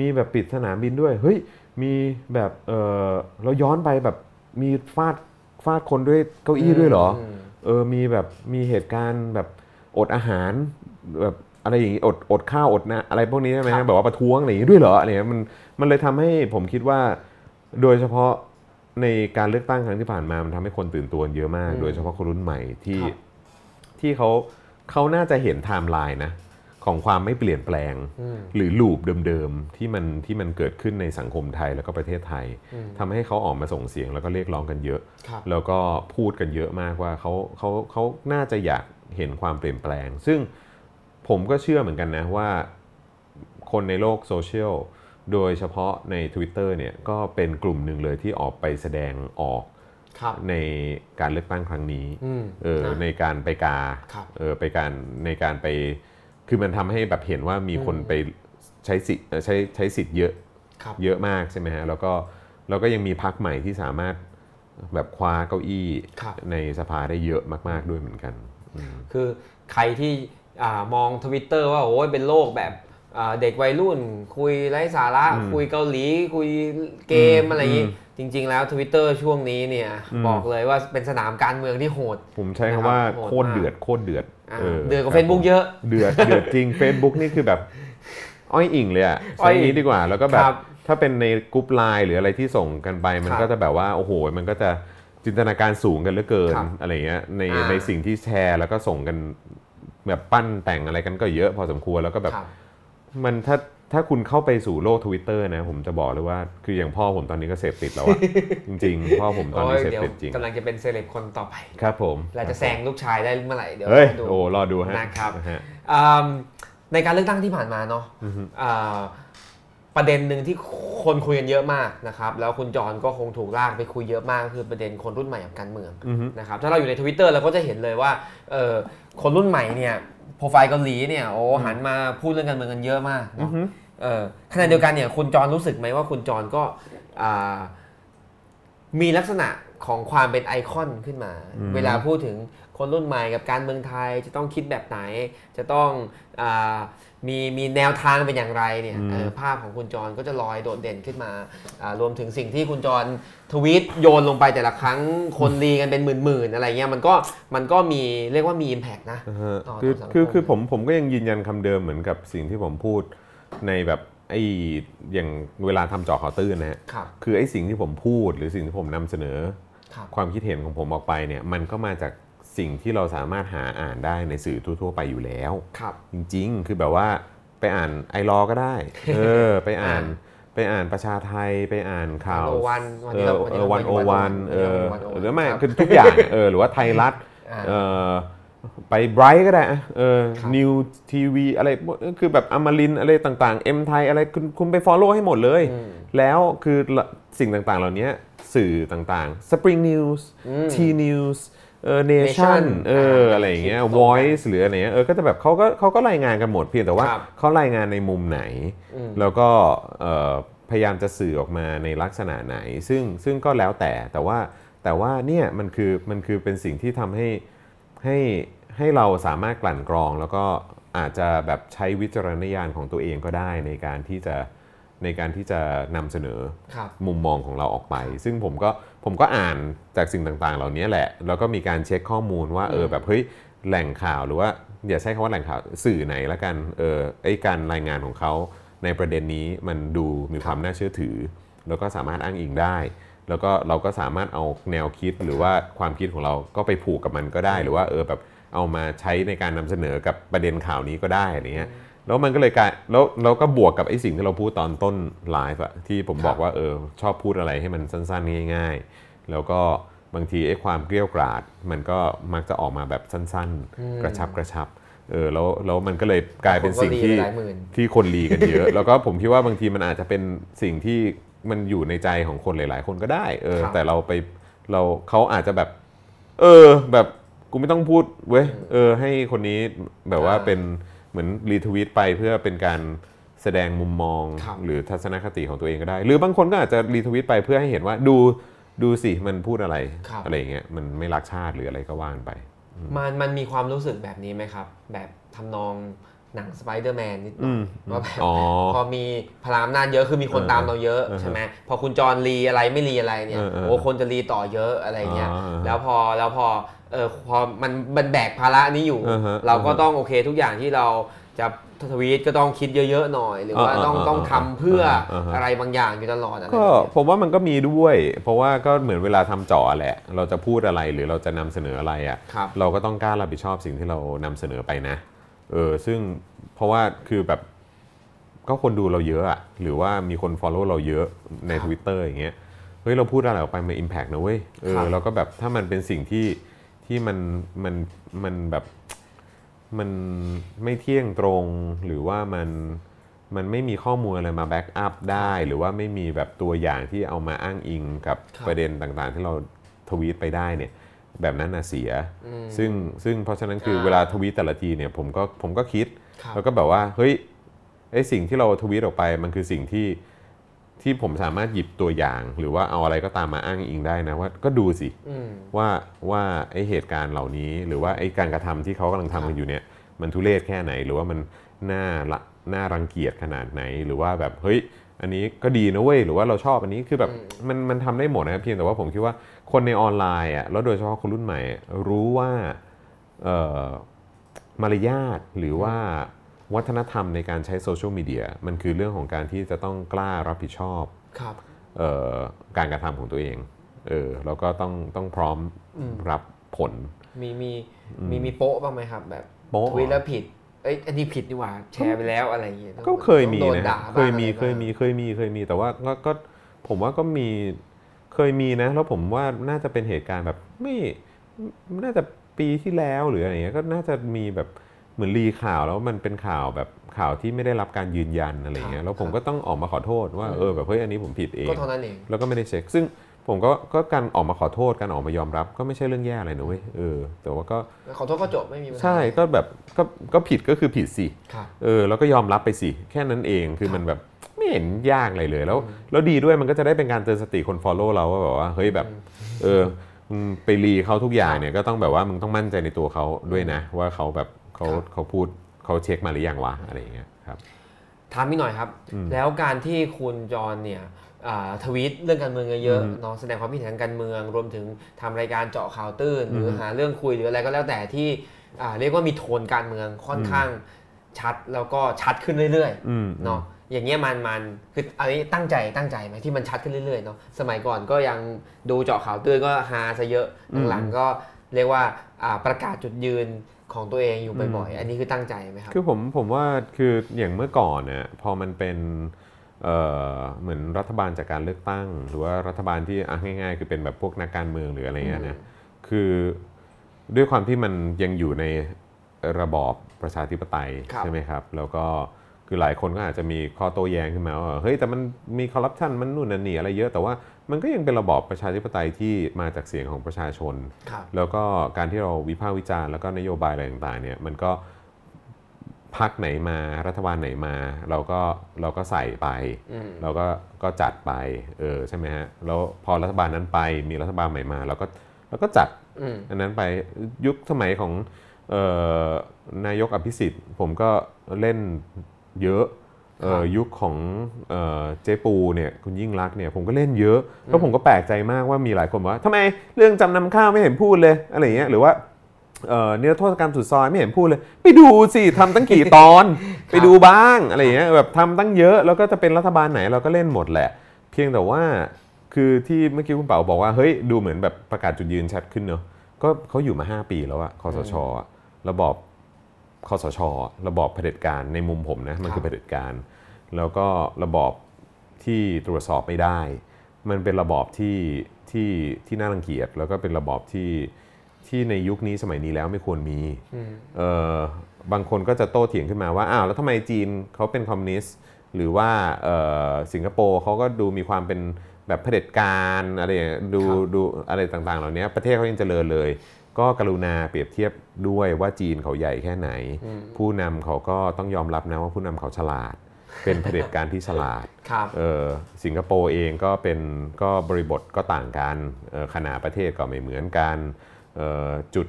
S2: มีแบบปิดสนามบินด้วยเฮ้ยมีแบบเออเราย้อนไปแบบมีฟาดฟาดคนด้วยเก้าอี้ด้วยเหรอ เออ มีแบบ มีเหตุการณ์แบบอดอาหารแบบอะไรอย่างงี้ อด อดข้าวอดนะ อะไรพวกนี้ใช่ไหม
S1: ครับ
S2: แบบว่าประท้วงอะไรอย่างงี้ด้วยเหรออะไรเงี้ยมัน มันเลยทำให้ผมคิดว่า โดยเฉพาะในการเลือกตั้งครั้งที่ผ่านมา มันทำให้คนตื่นตัวเยอะมาก โดยเฉพาะคนรุ่นใหม่ที่ ที่เขาเขาน่าจะเห็นไทม์ไลน์นะ ของความไม่เปลี่ยนแปลง
S1: อืม
S2: หรือลูปเดิมๆที่มันที่มันเกิดขึ้นในสังคมไทยแล้วก็ประเทศไทย
S1: อืม
S2: ทำให้เขาออกมาส่งเสียงแล้วก็เรียกร้องกันเยอะ
S1: ครับ
S2: แล้วก็พูดกันเยอะมากว่าเขาเขาเขาน่าจะอยากเห็นความเปลี่ยนแปลง ซึ่งผมก็เชื่อเหมือนกันนะว่าคนในโลกโซเชียลโดยเฉพาะใน Twitter เนี่ยก็เป็นกลุ่มหนึ่งเลยที่ออกไปแสดงออก
S1: ครับ
S2: ในการเลือกตั้งครั้งนี้
S1: อืม
S2: เออ
S1: นะ
S2: ในการไปกา
S1: ครับ
S2: เออไปการในการไป คือมันทำให้แบบเห็นว่ามีคน
S1: อืม
S2: ไปใช้สิทธิ์เอ่อใช้ใช้สิทธิ์เยอะ
S1: ครับ
S2: เยอะมากใช่ไหมฮะแล้วก็แล้วก็ยังมีพักใหม่ที่สามารถแบบคว้าเก้าอี้
S1: ครับ
S2: ในสภาได้เยอะมาก ๆด้วยเหมือนกันอืม
S1: คือใครที่อ่ามองทวิตเตอร์ว่าโอ้ยเป็นโลกแบบอ่าเด็กวัยรุ่น คุยไร้สาระ
S2: อืม
S1: คุยเกาหลี คุยเกม
S2: อืม
S1: อะไรอย่างนี้
S2: อื
S1: จริง ๆ แล้วทวิตเตอร์ช่วงนี้เนี่ย
S2: อืม
S1: บอกเลยว่าเป็นสนามการเมืองที่โหด
S2: ผมใช้คำว่า
S1: นะครับโหดมาก
S2: โคตรเดือดโคตรเดือด
S1: อ่าเดือดกว่าเฟซบุ๊กเยอะ
S2: เดือดเดือดจริง Facebook นี่คือแบบ อ้อยอิงเลยอะ
S1: อ้
S2: ใช้
S1: อยอิง
S2: นี้ดีกว่า แล้วก็แบ
S1: ครับ บ
S2: ถ้าเป็นในกรุ๊ปไลน์หรืออะไรที่ส่งกันไป มั
S1: ค
S2: น
S1: รับ
S2: ก็จะแบบว่าโอ้โห มันก็จะจินตนาการสูงกันเหลือเกิน
S1: ครับ
S2: อะไรเงี้ยใน
S1: อ่า
S2: ในสิ่งที่แชร์ แล้วก็ส่งกันแบบปั้นแต่งอะไรกันก็เยอะพอสมควรแล้วก็แบบ
S1: ครับ
S2: มันถ้าถ้าคุณเข้าไปสู่โลกทวิตเตอร์นะ ผมจะบอกเลยว่า คืออย่างพ่อผมตอนนี้ก็เสพติด แล้วอะ จริงๆ พ่อผมตอน
S1: โอ้ย
S2: นี้เสพ
S1: เดี๋ยว
S2: ติดจริง
S1: กำลังจะเป็นเซเลบคนต่อไป
S2: ครับผม
S1: เราจะแซงลูกชายได้เมื่อไหร่เดี๋ยว
S2: เฮ้ย
S1: รอดู
S2: โอ้รอดูฮะ
S1: นะครับ
S2: ฮะ
S1: อืมในการเลือกตั้งที่ผ่านมาเนาะ
S2: อือฮึ
S1: อ่าประเด็นหนึ่งที่คนคุยกันเยอะมากนะครับ แล้วคุณจรก็คงถูกลากไปคุยเยอะมากคือประเด็นคนรุ่นใหม่กับการเมือง
S2: อือฮึ
S1: นะครับถ้าเราอยู่ใน Twitter เราก็จะเห็นเลยว่าเอ่อคนรุ่นใหม่เนี่ยโปรไฟล์เกาหลีเนี่ยโอ้หันมาพูดเรื่องการเมืองกันเยอะมาก
S2: อื
S1: เนาะ
S2: อฮึ
S1: เออขณะเดียวกันเนี่ยคุณจรรู้สึกไหมว่าคุณจรก็อ่ามีลักษณะของความเป็นไอคอนขึ้นมา
S2: อืม
S1: เวลาพูดถึงคนรุ่นใหม่กับการเมืองไทยจะต้องคิดแบบไหน จะต้องอามีมีแนวทางเป็นอย่างไรเนี่ยเออภาพของคุณจรก็จะลอยโดดเด่นขึ้นมาอ่ารวมถึงสิ่งที่คุณจรทวีตโยนลงไปแต่ละครั้งคนรีกันเป็นหมื่นๆอะไรเงี้ยมันก็มันก็มีเรียกว่ามี Impact นะ
S2: อ่าฮะ
S1: ต่อ
S2: คือ
S1: ต่อสังคม
S2: คือคือผมผมก็ยังยืนยันคำเดิมเหมือนกับสิ่งที่ผมพูดในแบบไอ้อย่างเวลาทำเจอข่าวตื้นนะฮะ
S1: ครับ
S2: คือไอ้สิ่งที่ผมพูดหรือสิ่งที่ผมนำเสนอ
S1: ครับ
S2: ความคิดเห็นของผมออกไปเนี่ยมันก็มาจากสิ่งที่เราสามารถหาอ่านได้ในสื่อทั่วๆไปอยู่แล้ว
S1: ครับ
S2: จริงๆ คือแบบว่าไปอ่านไอรอก็ ได้ เออ ไปอ่านไปอ่านประชาไทยไปอ่านข่าว
S1: 101วัน
S2: เอ
S1: นี้
S2: อ
S1: เรา
S2: เออวันโอวันเออ
S1: วันโอวัน
S2: หรือไม่
S1: ครับ
S2: คือทุกอย่าง เออหรือว่าไทยรัฐ
S1: อ่า
S2: เออไปไบรท์ก็ได้อะเออ
S1: ครับ
S2: นิวทีวีอะไรพวกคือแบบอมรินทร์อะไรต่างๆเอ็มไทยอะไรคุณคุณไปฟอลโล่ให้หมดเลย
S1: อืม
S2: แล้วคือละสิ่งต่างๆ เหล่านี้สื่อต่างๆ Spring News
S1: อืม
S2: T News เออ Nation
S1: Nation
S2: เออ
S1: อ่า
S2: อะไรอย่างเงี้ย
S1: ตรงกัน
S2: Voice หรืออะไรเงี้ยเออก็จะแบบเขาก็เขาก็รายงานกันหมดเพียงแต่ว่า
S1: ครับ
S2: เขารายงานในมุมไหน
S1: อืม
S2: แล้วก็เอ่อพยายามจะสื่อออกมาในลักษณะไหน ซึ่งซึ่งก็แล้วแต่แต่ว่าแต่ว่าเนี่ยมันคือมันคือเป็นสิ่งที่ทำให้ให้ให้เราสามารถกลั่นกรอง แล้วก็อาจจะแบบใช้วิจารณญาณของตัวเองก็ได้ในการที่จะในการที่จะนำเสนอ
S1: ครับ
S2: มุมมองของเราออกไป ซึ่งผมก็ผมก็อ่านจากสิ่งต่างๆ เหล่านี้แหละ แล้วก็มีการเช็คข้อมูลว่าเออแบบเฮ้ยแหล่งข่าวหรือว่าอย่าใช้คำว่าแหล่งข่าวสื่อไหนละกันเออไอการรายงานของเขาในประเด็นนี้มันดูมีความน่าเชื่อถือ แล้วก็สามารถอ้างอิงได้ แล้วก็เราก็สามารถเอาแนวคิดหรือว่าความคิดของเราก็ไปผูกกับมันก็ได้ หรือว่าเออแบบเอามาใช้ในการนำเสนอกับประเด็นข่าวนี้ก็ได้อะไรเงี้ย แล้วมันก็เลยกลายแล้วเราก็บวกกับไอ้สิ่งที่เราพูดตอนต้นไลฟ์อะที่ผมบอกว่าเออชอบพูดอะไรให้มันสั้นๆ ง่าย ๆ แล้วก็บางทีไอ้ความเกลี้ยวกราด มันก็มักจะออกมาแบบสั้นๆ กระชับกระชับเออแล้วแล้วมันก็เลยกลายเป็นสิ่ง
S1: คนก็รี
S2: ที่
S1: หลายหมื่น
S2: ที่คนรีกันเยอะ แล้วก็ผมคิดว่าบางทีมันอาจจะเป็นสิ่งที่มันอยู่ในใจของคนหลาย ๆ คนก็ได้เออ
S1: ครับ
S2: แต่เราไปเราเขาอาจจะแบบ เออแบบกูไม่ต้องพูดเว้ยเออ ให้คนนี้แบบว่า
S1: อ่า
S2: เป็นเหมือนรีทวีตไปเพื่อเป็นการแสดงมุมมอง
S1: ครับ
S2: หรือทัศนคติของตัวเองก็ได้ หรือบางคนก็อาจจะรีทวีตไปเพื่อให้เห็นว่าดูดูสิมันพูดอะไร
S1: ครับ
S2: อะไรอย่างเงี้ยมันไม่รักชาติหรืออะไรก็ว่านไป
S1: มันมันมีความรู้สึกแบบนี้ไหมครับ แบบทำนองหนังสไปเดอร์แมนนิดหน่อยว่าแบบ
S2: อ๋อ
S1: พอมีพลังอำนาจเยอะคือมีคน
S2: เออ
S1: ตามเราเยอะ
S2: เออ
S1: ใช่ไหมพอคุณจรรีอะไรไม่รีอะไรเนี่ย
S2: เออเออ
S1: โอ้คนจะรีต่อเยอะอะไรเงี้ย
S2: อ๋อเออ
S1: แล้วพอแล้วพอเออพอมันมันแบกภาระนี้อยู่
S2: เออฮะ
S1: เราก็ต้องโอเคทุกอย่างที่เราจะทวีตก็ต้องคิดเยอะ ๆ หน่อย หรือว่า
S2: เออเออ
S1: ต้อง
S2: เออ
S1: ต้องทำเพื่อ
S2: เออเออ
S1: อะไรบางอย่างอยู่ตลอดอะไรแบบ
S2: ก็
S1: เนี้ย
S2: ผมว่ามันก็มีด้วย เพราะว่าก็เหมือนเวลาทำจ่อแหละ เราจะพูดอะไรหรือเราจะนำเสนออะไรอะ่ะ
S1: ครับ
S2: เราก็ต้องกล้ารับผิดชอบสิ่งที่เรานำเสนอไปนะเออซึ่งเพราะว่าคือแบบก็คนดูเราเยอะอะหรือว่ามีคน Follow เราเยอะใน
S1: ครับ
S2: Twitter อย่างเงี้ยเฮ้ยเราพูดอะไรออกไปมัน Impact นะเว้ยเอ
S1: ครั
S2: อบ เราก็แบบถ้ามันเป็นสิ่งที่ที่มันมันมันแบบ มันไม่เที่ยงตรงหรือว่ามันมันไม่มีข้อมูลอะไรมาแบ็กอัพได้ หรือว่าไม่มีแบบตัวอย่างที่เอามาอ้างอิงกับ
S1: ครับ
S2: ประเด็นต่างๆ ที่เราทวีตไปได้เนี่ยแบบนั้นน่ะเสีย ซึ่งซึ่งเพราะฉะนั้นคือ
S1: ครับ
S2: เวลาทวีตแต่ละทีเนี่ยผมก็ผมก็คิด
S1: ครับ
S2: แล้วก็แบบว่าเฮ้ยไอสิ่งที่เราทวีตออกไปมันคือสิ่งที่ที่ผมสามารถหยิบตัวอย่าง หรือว่าเอาอะไรก็ตามมาอ้างอิงได้นะว่าก็ดูสิ
S1: อืม
S2: ว่าว่าไอเหตุการณ์เหล่านี้ หรือว่าไอการกระทำที่เขากำลังทำกันอยู่เนี่ยมันทุเรศแค่ไหน หรือว่ามันน่าละน่ารังเกียจขนาดไหน หรือว่าแบบเฮ้ยอันนี้ก็ดีนะเว้ยหรือว่าเราชอบอันนี้คือแบบมันมันทำได้หมดนะเพียงแต่ว่าผมคิดว่าคนในออนไลน์อ่ะแล้วโดยเฉพาะคนรุ่นใหม่อะรู้ว่าเอ่อมารยาทหรือว่า วัฒนธรรมในการใช้โซเชียลมีเดียมันคือเรื่องของการที่จะต้องกล้ารับผิดชอบ
S1: ครับ
S2: เอ่อการกระทำของตัวเอง เออแล้วก็ต้องต้องพร้อม
S1: อืม
S2: รับผล
S1: มีมีมีมีโป๊ะบ้างไหมครับ แบบ
S2: โป๊ะ
S1: ทวิตแล้วผิด เอ้ยอันนี้ผิดนี่หว่าแชร์ไปแล้วอะไรอย่างเงี้ย
S2: ก็เคยมี
S1: ต้องโด
S2: นะ
S1: นด่า
S2: เค
S1: บ้าง
S2: ยมี
S1: อะไร
S2: เคยมีเคยมีเคยมีแต่ว่าก็ก็ผมว่าก็มีเคยมีนะ แล้วผมว่าน่าจะเป็นเหตุการณ์แบบไม่น่าจะปีที่แล้วหรืออะไรเงี้ยก็น่าจะมีแบบเหมือนรีข่าวแล้วมันเป็นข่าวแบบข่าวที่ไม่ได้รับการยืนยันอะไรเงี้ยแล้วผมก็ต้องออกมาขอโทษว่าเออแบบเฮ้ยอันนี้ผมผิดเอง
S1: ก็เท่านั้นเอง
S2: แล้วก็ไม่ได้เช็ค ซึ่งผมก็ก็การออกมาขอโทษการออกมายอมรับ ก็ไม่ใช่เรื่องแย่อะไรนะเว้ยเออแต่ว่าก็
S1: ขอโทษก็จบไม่มีปัญหา
S2: ใช่ก็แบบก็ก็ผิดก็คือผิดสิ
S1: ครับ
S2: เออแล้วก็ยอมรับไปสิ แค่นั้นเองคือมันแบบไม่เห็นยากอะไรเลยแล้วแล้วดีด้วยมันก็จะได้เป็นการเตือนสติคน follow เราว่าแบบว่าเฮ้ยแบบเออมึงไปรีเขาทุกอย่างเนี่ยก็ต้องแบบว่ามึงต้องมั่นใจในตัวเขาด้วยนะ ว่าเขาแบบเขา
S1: ครับ
S2: เขาพูดเขาเช็คมาหรือยังวะอะไรอย่างเงี้ยครับ
S1: ถามอีกหน่อยครับ แล้วการที่คุณจรเนี่ยอ่าทวีตเรื่องการเมืองเยอะๆเนาะแสดงความคิดเห็นทางการเมือง รวมถึงทำรายการเจาะข่าวตื้น หรือหาเรื่องคุยหรืออะไรก็แล้วแต่ที่อ่าเรียกว่ามีโทนการเมืองค่อนข้างชัดแล้วก็ชัดขึ้นเรื่อย
S2: อืม
S1: ๆเนาะอย่างเงี้ยมันมันคืออันนี้ตั้งใจตั้งใจไหมที่มันชัดขึ้นเรื่อยๆเนาะสมัยก่อนก็ยังดูเจาะข่าวตื้นก็ฮาซะเยอะหลังๆก็เรียกว่าอ่าประกาศจุดยืนของตัวเองอยู่บ่อยๆอันนี้คือตั้งใจไหมครับ
S2: คือผมผมว่าคืออย่างเมื่อก่อนเนี่ยพอมันเป็นเอ่อเหมือนรัฐบาลจากการเลือกตั้ง หรือว่ารัฐบาลที่อ่ะง่ายๆ คือเป็นแบบพวกนักการเมืองหรืออะไรเงี้ยนะคือด้วยความที่มันยังอยู่ในระบอบประชาธิปไตยใช่ไหมครับ แล้วก็คือหลายคนก็อาจจะมีข้อโต้แย้งขึ้นมาว่าเฮ้ยแต่มันมีคอร์รัปชันมันนู่นนั่นนี่อะไรเยอะแต่ว่ามันก็ยังเป็นระบอบประชาธิปไตยที่มาจากเสียงของประชาชน
S1: ครับ
S2: แล้วก็การที่เราวิพากษ์วิจารณ์แล้วก็นโยบายอะไรต่างๆเนี่ยมันก็พักไหนมารัฐบาลไหนมา เราก็เราก็ใส่ไป
S1: อืม
S2: เราก็ก็จัดไปเออใช่ไหมฮะแล้วพอรัฐบาลนั้นไปมีรัฐบาลใหม่มาเราก็เราก็จัด
S1: อืม
S2: อันนั้นไปยุคสมัยของเออนายกอภิสิทธิ์ ผมก็เล่นเยอะเออยุคของเออเจ๊ปูเนี่ยคุณยิ่งรักษณ์เนี่ยผมก็เล่นเยอะแล้วผมก็แปลกใจมากว่ามีหลายคนบอกว่าทำไมเรื่องจำนำข้าวไม่เห็นพูดเลยอะไรอย่างเงี้ยหรือว่า เอ่อนิรโทษกรรมสุดซอยไม่เห็นพูดเลย ไปดูสิทำตั้งกี่ตอน ไปดูบ้างอะไรอย่างเงี้ยแบบทำตั้งเยอะแล้วก็จะเป็นรัฐบาลไหนเราก็เล่นหมดแหละ เพียงแต่ว่าคือที่เมื่อกี้คุณเป๋าบอกว่าเฮ้ยดูเหมือนแบบประกาศจุดยืนชัดขึ้นเนอะก็เขาอยู่มา 5 ปีแล้วอะคอสชอะระบอบคอสชอะระบอบเผด็จการในมุมผมนะมัน
S1: ค
S2: คือ
S1: รั
S2: เผ
S1: บ
S2: ด็จการ แล้วก็ระบอบที่ตรวจสอบไม่ได้ มันเป็นระบอบที่ที่ที่น่ารังเกียจแล้วก็เป็นระบอบที่ที่ในยุคนี้สมัยนี้แล้วไม่ควรมีเอ่อบางคนก็จะโต้เถียงขึ้นมาว่าอ้าวแล้วทำไมจีนเขาเป็นคอมมิวนิสต์หรือว่าเอ่อสิงคโปร์เขาก็ดูมีความเป็นแบบเผด็จการอะไรอย่างเงี้ยดู
S1: ครับ
S2: ดูอะไรต่างๆ เหล่านี้ประเทศเขายังเจริญเลย ก็กรุณาเปรียบเทียบด้วยว่าจีนเขาใหญ่แค่ไหน ผู้นำเขาก็ต้องยอมรับนะว่าผู้นำเขาฉลาด เป็นเผด็จการที่ฉลาด
S1: ครับ
S2: เออสิงคโปร์เองก็เป็นก็บริบทก็ต่างกันเอ่อขนาดประเทศก็ไม่เหมือนกันเอ่อจุด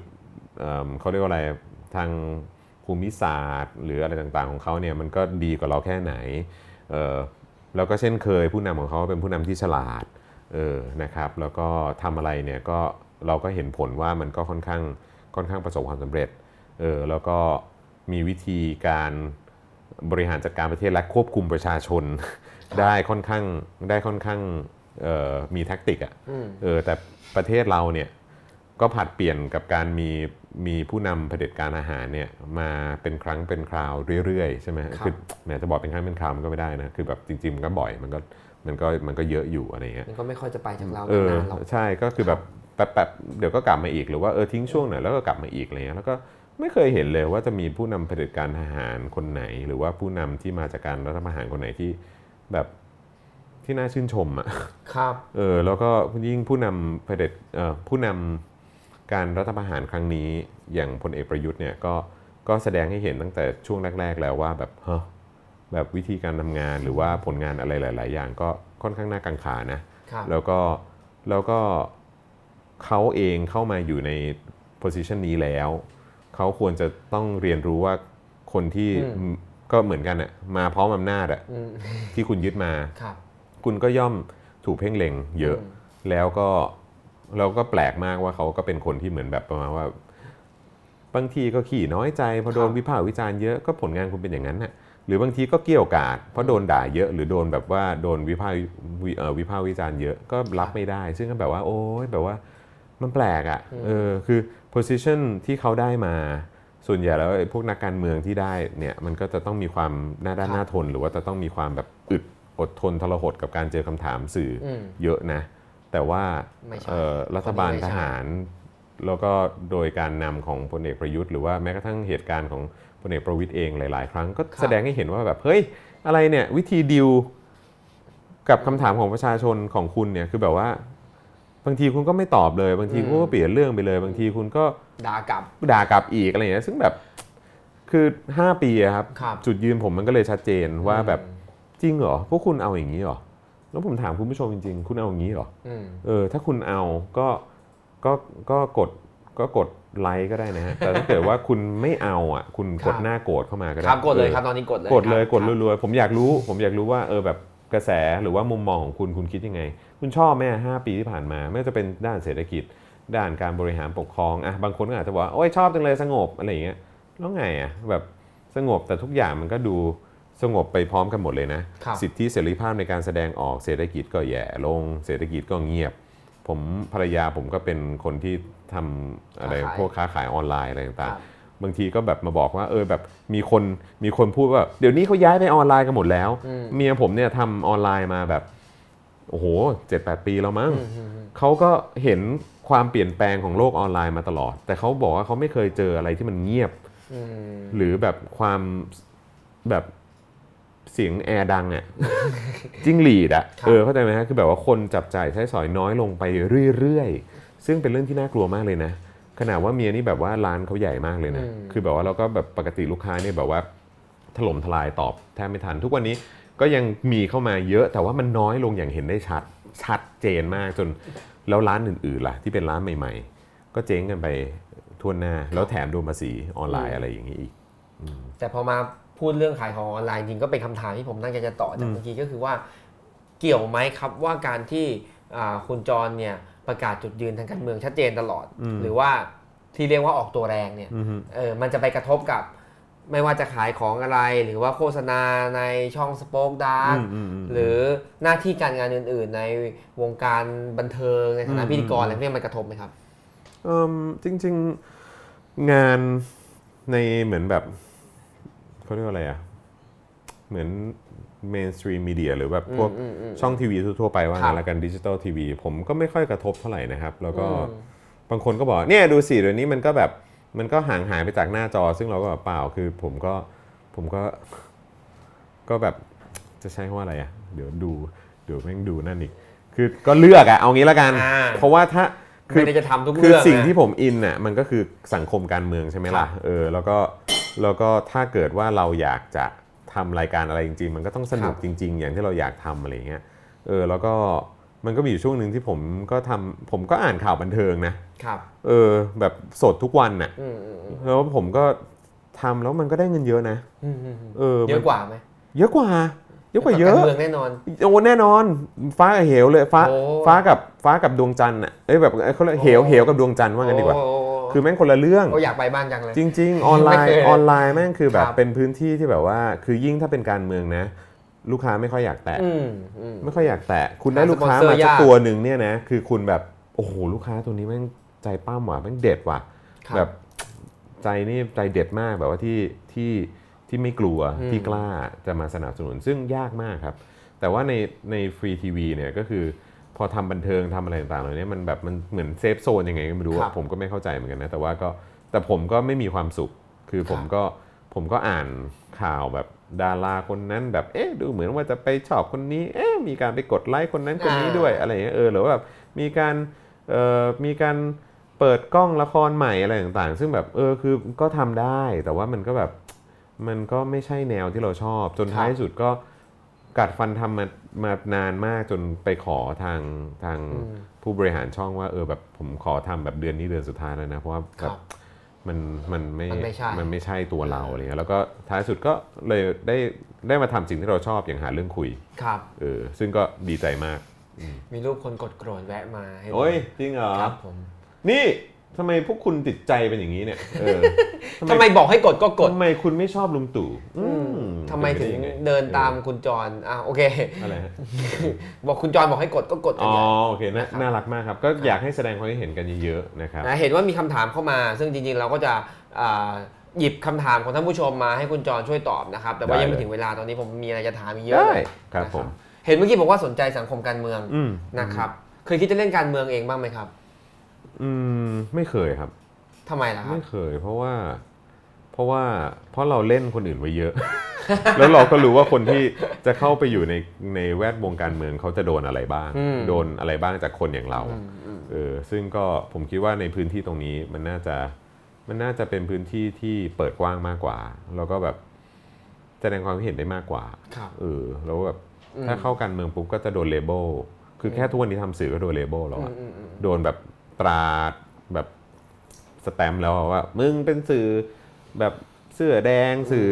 S2: เอิ่มเขาเรียกว่าอะไรทางภูมิศาสตร์ หรืออะไรต่างๆของเขาเนี่ยมันก็ดีกว่าเราแค่ไหนเออแล้วก็เช่นเคยผู้นำของเขาเป็นผู้นำที่ฉลาดเออนะครับแล้วก็ทำอะไรเนี่ยก็เราก็เห็นผลว่ามันก็ค่อนข้างค่อนข้างประสบความสำเร็จเออแล้วก็มีวิธีการ บริหารจัดการประเทศและควบคุมประชาชน ได้ค่อนข้างได้ค่อนข้างเอ่อมีแท็กติกอะ
S1: อืม
S2: เออแต่ประเทศเราเนี่ยก็ผลัดเปลี่ยนกับการมีมีผู้นำเผด็จการอาหารเนี่ยมาเป็นครั้งเป็นคราวเรื่อยๆใช่ไหม
S1: ครับ
S2: คือแหมจะบอกเป็นครั้งเป็นคราวมันก็ไม่ได้นะคือแบบจริงๆมันก็บ่อยมันก็มันก็มันก็เยอะอยู่อะไรอย่างเงี้ย
S1: มันก็ไม่ค่อยจะไปจากเรา
S2: เออ
S1: นาหรอก
S2: ใช่ก็คือแบบแป๊บๆเดี๋ยวก็กลับมาอีกหรือว่าเออทิ้งช่วงหน่อยแล้วก็กลับมาอีกอะไรเงี้ยแล้วก็ไม่เคยเห็นเลยว่าจะมีผู้นำเผด็จการทหารคนไหน หรือว่าผู้นำที่มาจากการรัฐประหารคนไหนที่แบบที่น่าชื่นชมอ่ะ
S1: ครับ
S2: เออแล้วก็ยิ่งผู้นำเผด็จเอ่อผู้นำการรัฐประหารครั้งนี้อย่างพลเอกประยุทธ์เนี่ยก็ก็แสดงให้เห็นตั้งแต่ช่วงแรก ๆ แล้วว่าแบบฮะแบบวิธีการทำงานหรือว่าผลงานอะไรหลาย ๆ อย่างก็ค่อนข้างน่ากังขานะ
S1: ครับ
S2: แล้วก็แล้วก็เขาเองเข้ามาอยู่ใน position นี้แล้ว เขาควรจะต้องเรียนรู้ว่าคนที่
S1: อืม
S2: ก็เหมือนกันอะมาพร้อมอำนาจอะ
S1: อืม
S2: ที่คุณยึดมา
S1: ครับ
S2: คุณก็ย่อมถูกเพ่งเล็งเยอะ
S1: อืม
S2: แล้วก็เราก็แปลกมากว่าเขาก็เป็นคนที่เหมือนแบบประมาณว่า ไป บางทีก็ขี้น้อยใจพอโด
S1: ค
S2: น
S1: รับ
S2: วิพากษ์วิจารณ์เยอะก็ผลงานคุณเป็นอย่างนั้นน่ะหรือบางทีก็เกี่ยวกาดเพราะโดนด่าเยอะ หรือโดนแบบว่าโดนวิพากษ์วิเอ่อวิพากษ์วิจารณ์เยอะก็รับไม่ได้ ซึ่งก็แบบว่า โอ๊ยแบบว่า มันแปลกอ่ะ
S1: อืม
S2: เออคือ position ที่เขาได้มา ส่วนใหญ่แล้วไอ้พวกนักการเมืองที่ได้เนี่ยมันก็จะต้องมีความหน้าด้า
S1: ค
S2: น
S1: รับ
S2: หน้าทน หรือว่าจะต้องมีความแบบอึดอดทนทรหดกับการเจอคำถามสื่ออ
S1: ม
S2: เยอะนะ แต่ว่า
S1: ไม่ใช่
S2: เอ่อรัฐบาล
S1: คนนี้ไม่
S2: ท
S1: ใช่
S2: หาร แล้วก็โดยการนำของพลเอกประยุทธ์หรือว่าแม้กระทั่งเหตุการณ์ของพลเอกประวิทย์เองหลาย ๆ ครั้งก็
S1: ครับ
S2: แสดงให้เห็นว่าแบบเฮ้ยอะไรเนี่ยวิธีดิวกับคำถามของประชาชนของคุณเนี่ยคือแบบว่า บางทีคุณก็ไม่ตอบเลย บางที
S1: อืม
S2: คุณก็เปลี่ยนเรื่องไปเลย บางทีคุณก็
S1: ด่ากลับ
S2: ด่ากลับอีกอะไรอย่างเงี้ยซึ่งแบบคือ 5 ปีอะครับ
S1: ครับ
S2: จุดยืนผมมันก็เลยชัดเจนว่าแบบ
S1: อืม
S2: จริงเหรอ พวกคุณเอาอย่างนี้เหรอ แล้วผมถามคุณผู้ชมจริงๆ คุณเอาอย่างนี้เหรอ
S1: อืม
S2: เออ ถ้าคุณเอาก็ก็ก็กดก็กดไลค์ก็ได้นะฮะ แต่ถ้าเกิดว่าคุณไม่เอาอ่ะ คุณ
S1: ค
S2: ก
S1: รั
S2: ด
S1: บ
S2: หน้าโกรธเข้ามาก็ได้
S1: ครับกดเลย
S2: ออ
S1: ครับตอนนี้กดเลย
S2: กดเลย
S1: ครับ
S2: กดรัวๆผมอยากรู้ ผมอยากรู้ว่าเออแบบกระแสหรือว่ามุมมองของคุณคุณคิดยังไง คุณชอบไหมห้าปีที่ผ่านมาไม่ว่าจะเป็นด้านเศรษฐกิจ ด้านการบริหารปกครองอ่ะบางคนก็อาจจะบอกว่าโอ้ยชอบจังเลยสงบอะไรอย่างเงี้ยแล้วไงอ่ะแบบสงบแต่ทุกอย่างมันก็ดูสงบไปพร้อมกันหมดเลยนะ
S1: ครับ
S2: สิทธิเสรีภาพในการแสดงออกเศรษฐกิจก็แย่ลง เศรษฐกิจก็เงียบ ผมภรรยาผมก็เป็นคนที่ทำอะไร
S1: ค้าขาย
S2: พวกค้าขายออนไลน์อะไรต่าง
S1: ครับ
S2: ๆ บางทีก็แบบมาบอกว่าเออแบบมีคนมีคนพูดว่า เดี๋ยวนี้เขาย้ายไปออนไลน์กันหมดแล้ว เมียผมเนี่ยทำออนไลน์มาแบบโอ้โหเจ็ดแปดปีแล้วมั้ง
S1: อืมอืมอืม
S2: เขาก็เห็นความเปลี่ยนแปลงของโลกออนไลน์มาตลอด แต่เขาบอกว่าเขาไม่เคยเจออะไรที่มันเงียบ
S1: อืม
S2: หรือแบบความแบบเสียง แอร์ดังอะ่ะ จิ้งหรีดอะ่ะ
S1: ครับ
S2: เออเข้าใจไหมฮะคือแบบว่าคนจับจ่ายใช้สอยน้อยลงไปเรื่อยๆ ซึ่งเป็นเรื่องที่น่ากลัวมากเลยนะขนาดว่าเมียนี่แบบว่าร้านเขาใหญ่มากเลยนะ
S1: อืม
S2: คือแบบว่าเราก็แบบปกติลูกค้าเนี่ยแบบว่าถล่มทลายตอบแทบไม่ทัน ทุกวันนี้ก็ยังมีเข้ามาเยอะแต่ว่ามันน้อยลงอย่างเห็นได้ชัดชัดเจนมากจนแล้วร้านอื่นๆล่ะที่เป็นร้านใหม่ ๆ ก็เจ๊งกันไปทั่วหน้า แล้วแถมโดนภาษีออนไลน์อะไรอย่างนี้อีก
S1: แต่พอมาพูดเรื่องขายของออนไลน์จริงก็เป็นคำถามที่ผมตั้งใจจะต่อจาก
S2: อืม
S1: เมื่อกี้ก็คือว่าเกี่ยวไหมครับว่าการที่อ่าคุณจรเนี่ยประกาศจุดยืนทางการเมืองชัดเจนตลอด
S2: อืม
S1: หรือว่าที่เรียกว่าออกตัวแรงเนี่ย
S2: อือฮึ
S1: เออมันจะไปกระทบกับ ไม่ว่าจะขายของอะไร หรือว่าโฆษณาในช่องสป็อคดาร์ก
S2: อืมอืมอืม
S1: หรือหน้าที่การงานอื่น ๆ ในวงการบันเทิงในฐานะ
S2: อืม
S1: พิธีกร
S2: อื
S1: อะ
S2: ม
S1: ไรพวกนี้มันกระทบไหมครับ
S2: เอิ่มจริงๆงานในเหมือนแบบเขาเรียกว่าอะไรอะเหมือน mainstream media หรือแบบพวก
S1: อืมอืมอืม
S2: ช่องทีวีทั่วๆไปว่า
S1: ครั
S2: งั้
S1: บ
S2: นละกันดิจิตอลทีวีผมก็ไม่ค่อยกระทบเท่าไหร่นะครับ แล้วก็
S1: อืม
S2: บางคนก็บอกเนี่ยดูสิเดี๋ยวนี้มันก็แบบมันก็ห่างหายไปจากหน้าจอ ซึ่งเราก็แบบเปล่าคือผมก็ผมก็ ก็แบบจะใช้คำว่าอะไรอะเดี๋ยวดูเดี๋ยวแม่งดูนั่นอีก คือก็เลือกอะเอางี้ละกัน
S1: อ่า
S2: เพราะว่าถ้าคือ
S1: ไม่ได้จะทำทุก
S2: คือ
S1: เรื่อง
S2: สิ่ง
S1: นะ
S2: ที่ผมอินน่ะมันก็คือสังคมการเมืองใช่ไหม
S1: ค
S2: ล่ะ
S1: รับ
S2: เออแล้วก็แล้วก็ถ้าเกิดว่าเราอยากจะทำรายการอะไรจริง ๆ มันก็ต้องสนุก
S1: ครับ
S2: จริง ๆ อย่างที่เราอยากทำอะไรอย่างเงี้ยเออแล้วก็มันก็มีอยู่ช่วงหนึ่งที่ผมก็ทำผมก็อ่านข่าวบันเทิงนะครับ เออแบบสดทุกวันน่ะ
S1: อืมอืมอืม
S2: แล้วผมก็ทำแล้วมันก็ได้เงินเยอะนะ
S1: อืมอืมอืม
S2: เออ
S1: เย
S2: มั
S1: อะ
S2: น
S1: กว่าไหม
S2: เยอะกว่า เยอะกว่าเยอะ
S1: การเมืองแน่นอน
S2: โอ้แน่นอน ฟ้ากับเหวเลยฟ้า
S1: โอ้
S2: ฟ้ากับฟ้ากับดวงจันทร์อ่ะเอ้ยแบบเขาเรียกเหว
S1: โอ้
S2: เหวกับดวงจันทร์ว่างั้นดีกว่า
S1: โอ้โห
S2: คือแม่งคนละเรื่อง
S1: ก็อยากไปบ้างจังเลย
S2: จริง ๆ ออนไล
S1: ไม่
S2: น์
S1: เคย
S2: ออนไลน์แม่งคือแบบ
S1: ครับ
S2: เป็นพื้นที่ที่แบบว่า คือยิ่งถ้าเป็นการเมืองนะ ลูกค้าไม่ค่อยอยากแตะ
S1: อืมอืม
S2: ไม่ค่อยอยากแตะคุณได้
S1: หา
S2: ลูกค้า
S1: สปอนเซอร์
S2: มาสัก
S1: ยาก
S2: ตัวหนึ่งเนี่ยนะคือคุณแบบโอ้โหลูกค้าตัวนี้แม่งใจป้ามว่ะแม่งเด็ดว่ะ
S1: ครับ
S2: แบบใจนี่ใจเด็ดมากแบบว่าที่ที่ที่ไม่กลัว
S1: อืม
S2: ที่กล้าจะมาสนับสนุนซึ่งยากมากครับ แต่ว่าในในฟรีทีวีเนี่ยก็คือพอทำบันเทิงทำอะไรต่างๆเหล่านี้มันแบบมันเหมือนเซฟโซนยังไงก็ไม่รู้อะ
S1: ครับ
S2: ผมก็ไม่เข้าใจเหมือนกันนะแต่ว่าก็แต่ผมก็ไม่มีความสุข คือผมก็ผมก็อ่านข่าวแบบดาราคนนั้นแบบเอ๊ะดูเหมือนว่าจะไปชอบคนนี้เอ๊ะมีการไปกดไลค์คนนั้นคนนี้
S1: อ่า
S2: ด้วยอะไรอย่างเงี้ยเออหรือว่าแบบมีการเอ่อมีการเปิดกล้องละครใหม่อะไรต่างๆ ซึ่งแบบเออคือก็ทำได้แต่ว่ามันก็แบบมันก็ไม่ใช่แนวที่เราชอบ จนท้ายสุดก็ กัดฟันทำมามานานมากจนไปขอทางทาง
S1: อืม
S2: ผู้บริหารช่องว่าเออแบบผมขอทำแบบเดือนนี้เดือนสุดท้ายแล้วนะ เพราะว่า
S1: ค
S2: แบ
S1: รับ
S2: บมันมันไม่
S1: มันไม่ใช่
S2: นไม่ใช่ตัวเราอะไรเงี้ยแล้วก็ท้ายสุดก็เลยได้ได้มาทำสิ่งที่เราชอบอย่างหาเรื่องคุย
S1: ครับ
S2: เออซึ่งก็ดีใจมาก
S1: มีรูปคนกดโกรธแวะมาให้ดู
S2: โอ้ยจริงเหรอ
S1: ครับผม
S2: นี่ ทำไมพวกคุณติดใจเป็นอย่างนี้เนี่ยเออ
S1: ทำไมบอกให้กดก็กด
S2: ทำไมคุณไม่ชอบลุงตู่อืม
S1: ทำไมถึง
S2: ป็นปยั
S1: เดินตามคุณจรอ่ะโอเค
S2: เอออะไรฮะ
S1: บอกคุณจรบอกให้กดก็กดกั
S2: อ๋
S1: น
S2: อ
S1: ใหญ่
S2: โอเคนา
S1: นะครับ
S2: น่ารักมากครับ ก็อยากให้แสดงความคิดเห็นกันเยอะๆนะครับ
S1: นะเห็นว่ามีคำถามเข้ามา ซึ่งจริงๆ เราก็จะอ่าหยิบคำถามของท่านผู้ชมมาให้คุณจรช่วยตอบนะครับ แต่ว่า
S2: ได้
S1: ยังไม่
S2: เลย
S1: ถึงเวลาตอนนี้ผมมีอะไรจะถามอีกเยอะ
S2: ได้
S1: เลย
S2: ครับ
S1: นะ
S2: ผม
S1: เห็นเมื่อกี้บอกว่าสนใจสังคมการเมือง
S2: อืม
S1: นะครับ เคยคิดจะเล่นการเมืองเองบ้างไหมครับ
S2: อืมไม่เคยครับ
S1: ทำไมล่ะครับ
S2: ไม่เคย เพราะว่า เพราะว่าเพราะเราเล่นคนอื่นไว้เยอะ แล้วเราก็รู้ว่าคนที่จะเข้าไปอยู่ในในแวดวงการเมืองเขาจะโดนอะไรบ้าง โดนอะไรบ้างจากคนอย่างเรา
S1: อืมอืม
S2: เออซึ่งก็ผมคิดว่าในพื้นที่ตรงนี้มันน่าจะมันน่าจะเป็นพื้นที่ที่เปิดกว้างมากกว่า แล้วก็แบบแสดงความคิดเห็นได้มากกว่า
S1: ครับ
S2: เออแล้วแบบ
S1: อืม
S2: ถ้าเข้าการเมืองปุ๊บก็จะโดนเลเบลคือแค่ทุกวันนี้ทำสื่อก็โดนเลเบลแล้ว
S1: อื
S2: อะ
S1: มอืมอืม
S2: โดนแบบตราแบบสแตมป์แล้วอะว่า มึงเป็นสื่อแบบเสื้อแดงสื่อ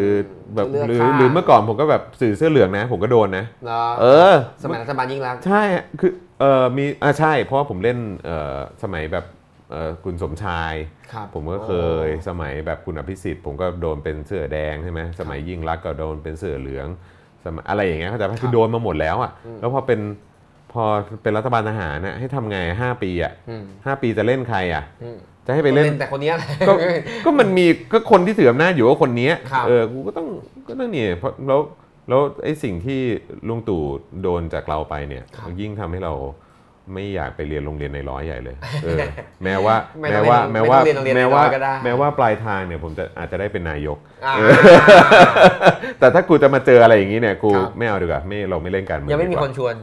S2: แบบ
S1: เลือก
S2: หรือ
S1: ข้าง
S2: หรือเมื่อก่อนผมก็แบบสื่อเสื้อเหลืองนะ ผมก็โดนนะ
S1: เหรอ
S2: เออ
S1: สมัยรัฐบาลยิ่งรักษณ์
S2: ใช่อะคือเออมีอ่าใช่ เพราะว่าผมเล่นเออสมัยแบบเออคุณสมชาย
S1: ครับ
S2: ผมก็เคยสมัยแบบคุณอภิสิทธิ์ผมก็โดนเป็นเสื้อแดงใช่ไหมสมัยยิ่งรักษณ์ก็โดนเป็นเสื้อเหลืองสมัยอะไรอย่างเงี้ยเข้าใจป่ะคือโดนมาหมดแล้วอ่ะแล้วพอเป็นพอเป็นรัฐบาลทหารน่ะให้ทำไงห้าปีอ่ะ
S1: อืม
S2: ห้าปีจะเล่นใครอ่ะ
S1: อืม
S2: จะให้ไปเล่น
S1: แต่คนเนี้ยแหละ
S2: ก็ก็มันมีก็คนที่ถืออำนาจอยู่ก็คนเนี้ย
S1: ครับ
S2: เออกูก็ต้องก็ต้องเนี่ยเพราะแล้วแล้วไอ้สิ่งที่ลุงตู่โดนจากเราไปเนี่ย
S1: ครับ
S2: ยิ่งทำให้เราไม่อยากไปเรียนโรงเรียนในร้อยใหญ่เลยเอ อ แม้ว่า
S1: ไม่ต้
S2: แม้
S1: อง
S2: ว่า
S1: เรียน
S2: แม้ว่า
S1: ไม่ต้องเรียนโรงเรียนในร้
S2: แม้ว่า
S1: อยก็ได้
S2: แม้ว่าปลายทางเนี่ยผมจะอาจจะได้เป็นนายก
S1: อ่า
S2: แต่ถ้ากูจะมาเจออะไรอย่างนี้เนี่ยกู
S1: ครับ
S2: ไม่เอาดีกว่าไม่เราไม่เล่นการเมือง
S1: ยังไม่มี
S2: ดีก
S1: ค
S2: ว่าน
S1: ชวน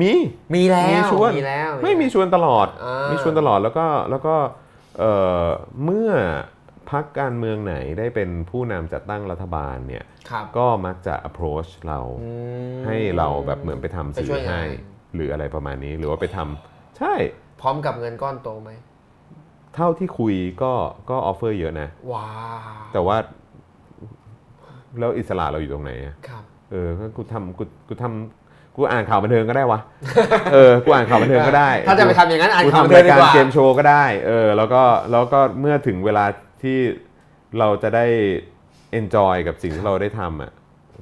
S2: มี
S1: มีแล้ว
S2: มีชวน
S1: มีแล้ว
S2: ไม่มีชวนตลอด
S1: อ่ามี
S2: มีชวนตลอดแล้วก็แล้วก็เอ่อเมื่อพักการเมืองไหนได้เป็นผู้นำจัดตั้งรัฐบาลเนี่ย
S1: ครับ
S2: ก็มักจะ approach เรา
S1: อืม
S2: ให้เราแบบเหมือนไปทำสื่
S1: ไปช่ว
S2: อย
S1: งาน
S2: ให้ หรืออะไรประมาณนี้หรือว่าไปทำใช่
S1: พร้อมกับเงินก้อนโตไหม
S2: เท่าที่คุยก็ก็ offer เยอะนะ
S1: ว้าว
S2: แต่ว่า แล้วอิสระเราอยู่ตรงไหนอะ
S1: ครับ
S2: เออก็กูทำกูกูทำกูอ่านข่าวบันเทิงก็ได้วะ เออ กูอ่านข่าวบันเทิงก็ได้
S1: ถ้าจะไปทำอย่างนั้นอ่าน
S2: กู
S1: ข่าวบัน
S2: ทำ
S1: เทิ
S2: ราง
S1: ดี
S2: ยการ
S1: กว่า
S2: เกมโชว์ก็ได้ เออ แล้วก็แล้วก็เมื่อถึงเวลาที่เราจะได้ enjoy กับสิ่งที่เราได้ทำอ่ะ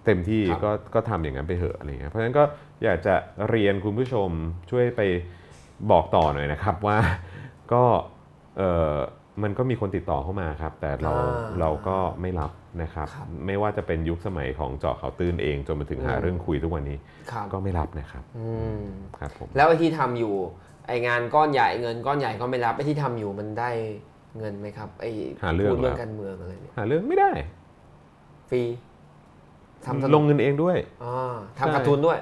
S2: เต็มที่
S1: ครับ
S2: ก็ก็ทำอย่างนั้นไปเถอะอะไรเงี้ยเพราะฉะนั้นก็อยากจะเรียนคุณผู้ชมช่วยไปบอกต่อหน่อยนะครับว่า ก็เออมันก็มีคนติดต่อเข้ามาครับ แต่เรา
S1: อ่า
S2: เราก็ไม่รับนะครับ
S1: ครับ
S2: ไม่ว่าจะเป็นยุคสมัยของเจาะเขาวตื้นเองจนมาถึง
S1: อืม
S2: หาเรื่องคุยทุกวันนี้
S1: ครับ
S2: ก็ไม่รับนะครับ
S1: อืม
S2: ครับผม
S1: แล้วไอ้ที่ทำอยู่ ไอ้งานก้อนใหญ่เงินก้อนใหญ่ก็ไม่รับไอ้ที่ทำอยู่มันได้เงินไหมครับ ไอ้
S2: หาเรื่อง
S1: พูด
S2: แล้
S1: เรื่อ
S2: ว
S1: งการเมืองอะไรเนี่ย
S2: หาเรื่องไม่ได้
S1: ฟรีทำถน
S2: ลง
S1: น
S2: เงินเองด้วย
S1: อ๋อ
S2: ใช่
S1: ทำการ์ตูนด้วย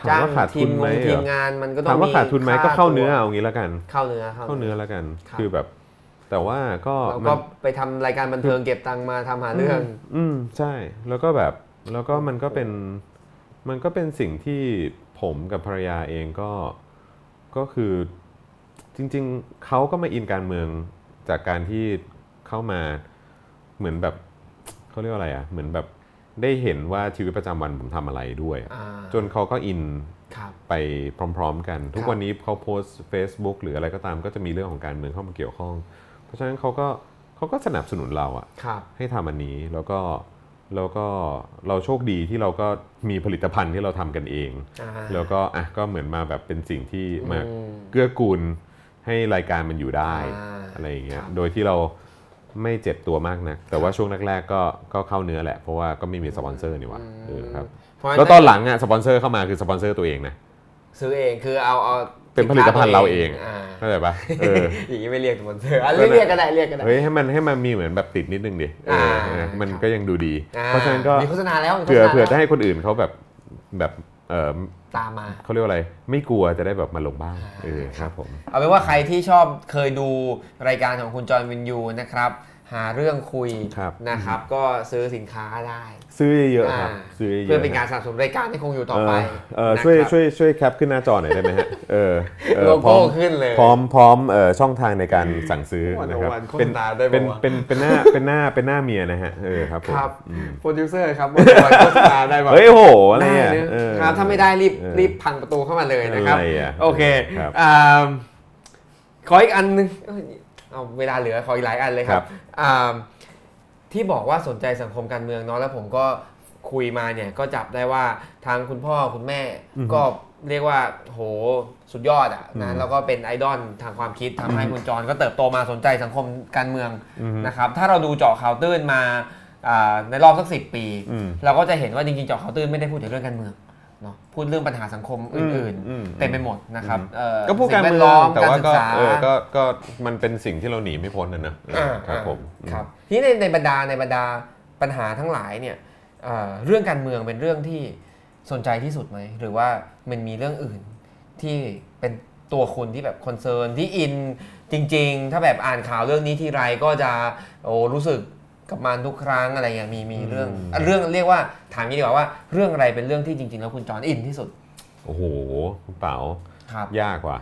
S2: ถามว่าขาดทุนไหม
S1: ง
S2: เหร
S1: ทีม
S2: อง
S1: านมันก็ต้อง
S2: ถามว่าขาดทุนไหม
S1: ค่
S2: ก็เข้า
S1: ตัว
S2: เนื้อเอางี้ละกัน
S1: เข้าเนื้อ
S2: เข้าเนื้อละกัน
S1: ครับ
S2: คือแบบ แต่ว่าก็
S1: เรา
S2: มั
S1: ก็
S2: น
S1: ไปทำรายการบันเทิงเก็บตังค์มาทำหาเรื่อง
S2: อืมใช่ แล้วก็แบบแล้วก็มันก็เป็นมันก็เป็นสิ่งที่ผมกับภรรยาเองก็ก็คือจริง ๆเขาก็มาอินการเมืองจากการที่เข้ามาเหมือนแบบเขาเรียกว่าอะไรอ่ะเหมือนแบบได้เห็นว่าชีวิตประจำวันผมทำอะไรด้วยอะ
S1: อ่า
S2: จนเขาก็อิน
S1: ครับ
S2: ไปพร้อมๆกัน ทุ
S1: ค
S2: ก
S1: รับ
S2: วันนี้เขาโพสต์ Facebook หรืออะไรก็ตามก็จะมีเรื่องของการเมืองเข้ามาเกี่ยวข้อง เพราะฉะนั้นเขาก็เขาก็สนับสนุนเราอะ
S1: ครับ
S2: ให้ทำอันนี้แล้วก็แล้วก็เราโชคดีที่เราก็มีผลิตภัณฑ์ที่เราทำกันเอง
S1: อ่า
S2: แล้วก็อ่ะก็เหมือนมาแบบเป็นสิ่งที่มา
S1: อืม
S2: เกื้อกูลให้รายการมันอยู่ได้
S1: อ่า
S2: อะไรอย่าง
S1: ค
S2: เงี้ย
S1: รับ
S2: โดยที่เราไม่เจ็บตัวมากนะแต่ว่าช่วงแรกๆก็ก็เข้าเนื้อแหละเพราะว่าก็ไม่มีสปอนเซอร์นี่หว่าเออครับ
S1: เพราะฉะ
S2: แล้วตอนหลังอะสปอนเซอร์เข้ามาคือสปอนเซอร์ตัวเองนะ
S1: ซื้อเองคือเอาเอา
S2: เป็นผลิตภัณฑ์เราเอง
S1: อ่า
S2: เข้าใจปะเออ
S1: อย่างนี้ไม่เรียกสปอนเซอร์อ่ะเรียกเรียกก็ได้เรียกก็ได้
S2: เฮ้ยให้มันให้มันมีเหมือนแบบติดนิดนึงดิเออ
S1: อ่า
S2: มันก็ยังดูดี
S1: อ่
S2: เพราะฉะนั้นก็
S1: มีโฆษณาแล้วมีโฆษ
S2: เผื่อ
S1: ณา
S2: เผื่อจะ
S1: แล้ว
S2: ให้คนอื่นเขาแบบแบบเออ
S1: ตามมา
S2: เขาเรียกว่าอะไร ไม่กลัวจะได้แบบมาลงบ้างเออครับผม
S1: เอาเป็นว่าใครที่ชอบเคยดูรายการของคุณจอห์นวินยูนะครับ หาเรื่องคุย
S2: ครับ
S1: นะครับ ก็ซื้อสินค้าได้
S2: ซื้อเยอะๆครับ
S1: า
S2: ซื้อเยอะๆ
S1: เพื่อเป็นการสนับสนุนรายการที่คงอยู่ต่อไป
S2: เออเออช่วย
S1: นะครับ
S2: ช่วยช่วยแคปขึ้นหน้าจอหน่อยได้ไหมฮะเออเออ
S1: โล
S2: พร้
S1: โก้
S2: อม
S1: ขึ้นเลย
S2: พร้อมพร้อมเอ่อช่องทางในการสั่งซื้อ
S1: วันต่อ
S2: นะครับ
S1: วันโฆษณาได้ปะ
S2: เป็นเป็น
S1: วะ
S2: เป็นเป็นหน้าเป็นหน้าเป็นหน้าเมียนะฮะเออครับผม
S1: ครับ
S2: อืม
S1: โปรดิวเซอร์ครับว่าจะโฆษณาได้ป่ะ
S2: เฮ้ยโหอะไรอ่ะ
S1: ด้น
S2: เออ
S1: ครับถ้าไม่ได้รีบ
S2: เออ
S1: รีบพังประตูเข้ามาเลยนะครับ
S2: อะไรอ่ะ
S1: โอเค
S2: ครับ
S1: อ่าขออีกอันหนึงเอ้ย เอาเวลาเหลือขออีกหลายอันเลยครับ
S2: ครับ
S1: อ่าที่บอกว่าสนใจสังคมการเมืองเนาะแล้วผมก็คุยมาเนี่ยก็จับได้ว่าทางคุณพ่อคุณแม่ ก็เรียกว่าโหสุดยอดอะนะแล้วก็เป็นไอดอลทางความคิดทำให้คุณจรก็เติบโตมาสนใจสังคมการเมืองนะครับถ้าเราดูเจาะข่าวตื้นมาอ่าในรอบสักสิปี
S2: อืม
S1: เราก็จะเห็นว่าจริงๆเจาะข่าวตื้นไม่ได้พูดถึงเรื่องการเมืองเนาะพูดเรื่องปัญหาสังคมอื่น
S2: อืมอืม
S1: ๆเต็มไปหมดนะครับเอ่อ
S2: ก็พูดการ
S1: สิ่แว
S2: เมือ
S1: ดล้อง
S2: แต่
S1: การ
S2: ว่า
S1: ศึ
S2: ก็
S1: กษา
S2: เออก็ก็มันเป็นสิ่งที่เราหนีไม่พ้นนะเนอะ
S1: อ่า
S2: ครับ
S1: อ่า
S2: ผม
S1: ครับทีนี้ในในบรรดาในบรรดาปัญหาทั้งหลายเนี่ยเอ่อเรื่องการเมืองเป็นเรื่องที่สนใจที่สุดไหม หรือว่ามันมีเรื่องอื่นที่เป็นตัวคุณที่แบบคอนเซิร์นที่อินจริง ๆ ถ้าแบบอ่านข่าวเรื่องนี้ทีไรก็จะโอ้รู้สึกกับมันทุกครั้งอะไรอย่างเงี้ยมีมีเรื่องอ่ะเรื่องเรียกว่าถามนี้ดีกว่าว่าเรื่องอะไรเป็นเรื่องที่จริง ๆ แล้วคุณจอนอินที่สุด
S2: โอ้โหคุณเป๋า
S1: ครับ
S2: ยากว่ะ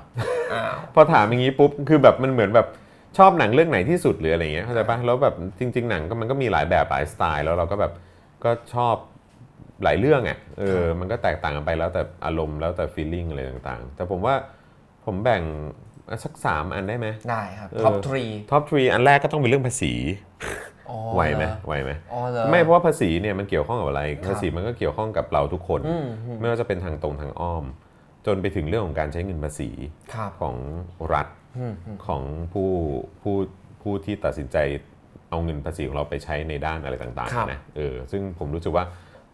S1: อ้าว
S2: พอถามอย่างนี้ปุ๊บคือแบบมันเหมือนแบบชอบหนังเรื่องไหนที่สุดหรืออะไรเงี้ยเข้าใจปะแล้วแบบจริง ๆ หนังก็มันก็มีหลายแบบหลายสไตล์ แล้วเราก็แบบก็ชอบหลายเรื่องอ่ะเออมันก็แตกต่างกันไปแล้วแต่อารมณ์แล้วแต่ฟีลลิ่งอะไรต่างๆ แต่ผมว่าผมแบ่งสักสามอันได้ไหม
S1: ได้ครับ
S2: เออ
S1: ท็อปทรี
S2: ท็อปทรีอันแรกก็ต้องเป็นเรื่องภาษี
S1: อ๋อ
S2: ไหวไหม
S1: เรอ
S2: ไหวไหม
S1: อ๋อเหรอ
S2: ไม่เพราะว่าภาษีเนี่ยมันเกี่ยวข้องกับอะไร
S1: ครับ
S2: ภาษีมันก็เกี่ยวข้องกับเราทุกคน
S1: อืมอืม
S2: ไม่ว่าจะเป็นทางตรงทางอ้อม จนไปถึงเรื่องของการใช้เงินภาษี
S1: ครับ
S2: ของรัฐ
S1: อืมอืม
S2: ของผู้ผู้ผู้ที่ตัดสินใจเอาเงินภาษีของเราไปใช้ในด้านอะไรต่าง
S1: ครับ
S2: ๆนะเออซึ่งผมรู้สึกว่า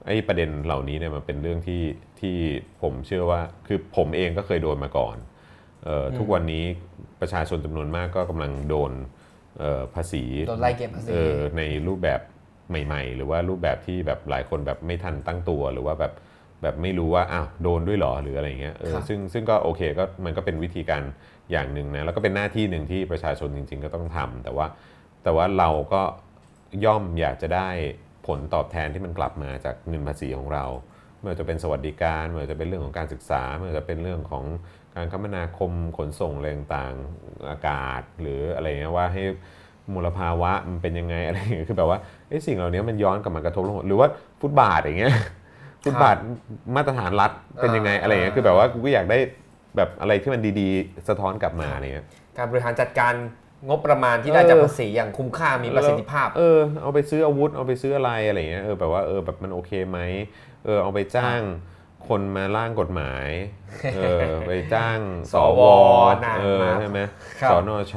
S2: ไอ้ประเด็นเหล่านี้เนี่ยมันเป็นเรื่องที่ที่ผมเชื่อว่าคือผมเองก็เคยโดนมาก่อนเออทุกวันนี้ประชาชนจำนวนมากก็กำลังโดนเอ่อภาษี
S1: โดนไล่เก็บภาษี
S2: เออในรูปแบบใหม่ ๆ หรือว่ารูปแบบที่แบบหลายคนแบบไม่ทันตั้งตัวหรือว่าแบบแบบไม่รู้ว่าอ้าวโดนด้วยเหรอหรืออะไรอย่างเงี้ยเออ
S1: ครับ
S2: ซึ่งซึ่งก็โอเคก็มันก็เป็นวิธีการอย่างหนึ่งนะแล้วก็เป็นหน้าที่หนึ่งที่ประชาชนจริง ๆ ก็ต้องทำแต่ว่าแต่ว่าเราก็ย่อมอยากจะได้ผลตอบแทนที่มันกลับมาจากเงินภาษีของเราไม่ว่าจะเป็นสวัสดิการไม่ว่าจะเป็นเรื่องของการศึกษาไม่ว่าจะเป็นเรื่องของการคมนาคมขนส่งอะไรต่างๆอากาศ หรืออะไรเงี้ยว่าให้ มลภาวะมันเป็นยังไง อะไรอย่างเงี้ยคือแบบว่าไอ้ยสิ่งเหล่านี้มันย้อนกลับมากระทบลงหรือว่าฟุตบาทอย่างเงี้ ยฟุตบาทมาตรฐานรัฐเป็นยังไง
S1: อ่า
S2: อะไรอย่างเงี้ยคือแบบว่ากูก็อยากได้แบบอะไรที่มันดีๆ สะท้อนกลับมาอะไรเงี้ย
S1: การบริหารจัดการงบประมาณที่ได้
S2: เออ
S1: จากภาษีอย่างคุ้มค่ามีประสิทธิภาพ
S2: เออเอาไปซื้ออาวุธเอาไปซื้ออะไรอะไรเงี้ยเออแบบว่าเออแบบมันโอเคไหมเออเอาไปจ้างคนมาร่างกฎหมายเออ ไปจ้างส
S1: ส
S2: ว
S1: วหนัก
S2: เออ
S1: มาก
S2: ใช่ไหม
S1: ครับ
S2: สนช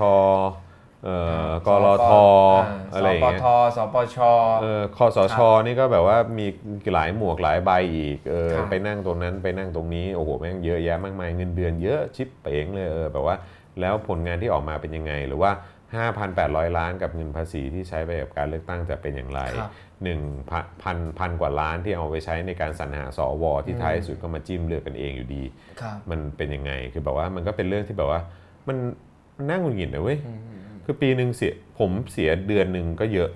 S2: เอ่อกรทอะไรอ
S1: สป
S2: ย่างเงี้ย
S1: ทสปช
S2: เออคอสชนี่ก็แบบว่ามีหลายหมวกหลายใบอีกเออ
S1: ครับ
S2: ไปนั่งตรงนั้นไปนั่งตรงนี้โอ้โหแม่งเยอะแยะมากมายเงินเดือนเยอะชิปเป๋งเลยเออแบบว่าแล้วผลงานที่ออกมาเป็นยังไง หรือว่า 5,800 ล้านกับเงินภาษีที่ใช้ไปกับการเลือกตั้งจะเป็นอย่างไร
S1: ครับ
S2: หนึ่งพันพันพันกว่าล้านที่เอาไปใช้ในการสรรหาสวที่ท้ายสุดก็มาจิ้มเลือกกันเองอยู่ดี
S1: ครับ
S2: มันเป็นยังไง คือแบบว่ามันก็เป็นเรื่องที่แบบว่ามันน่าหงุดหงิดนะเว้ยคือปีหนึ่งเสียผมเสียเดือนหนึ่งก็เยอะ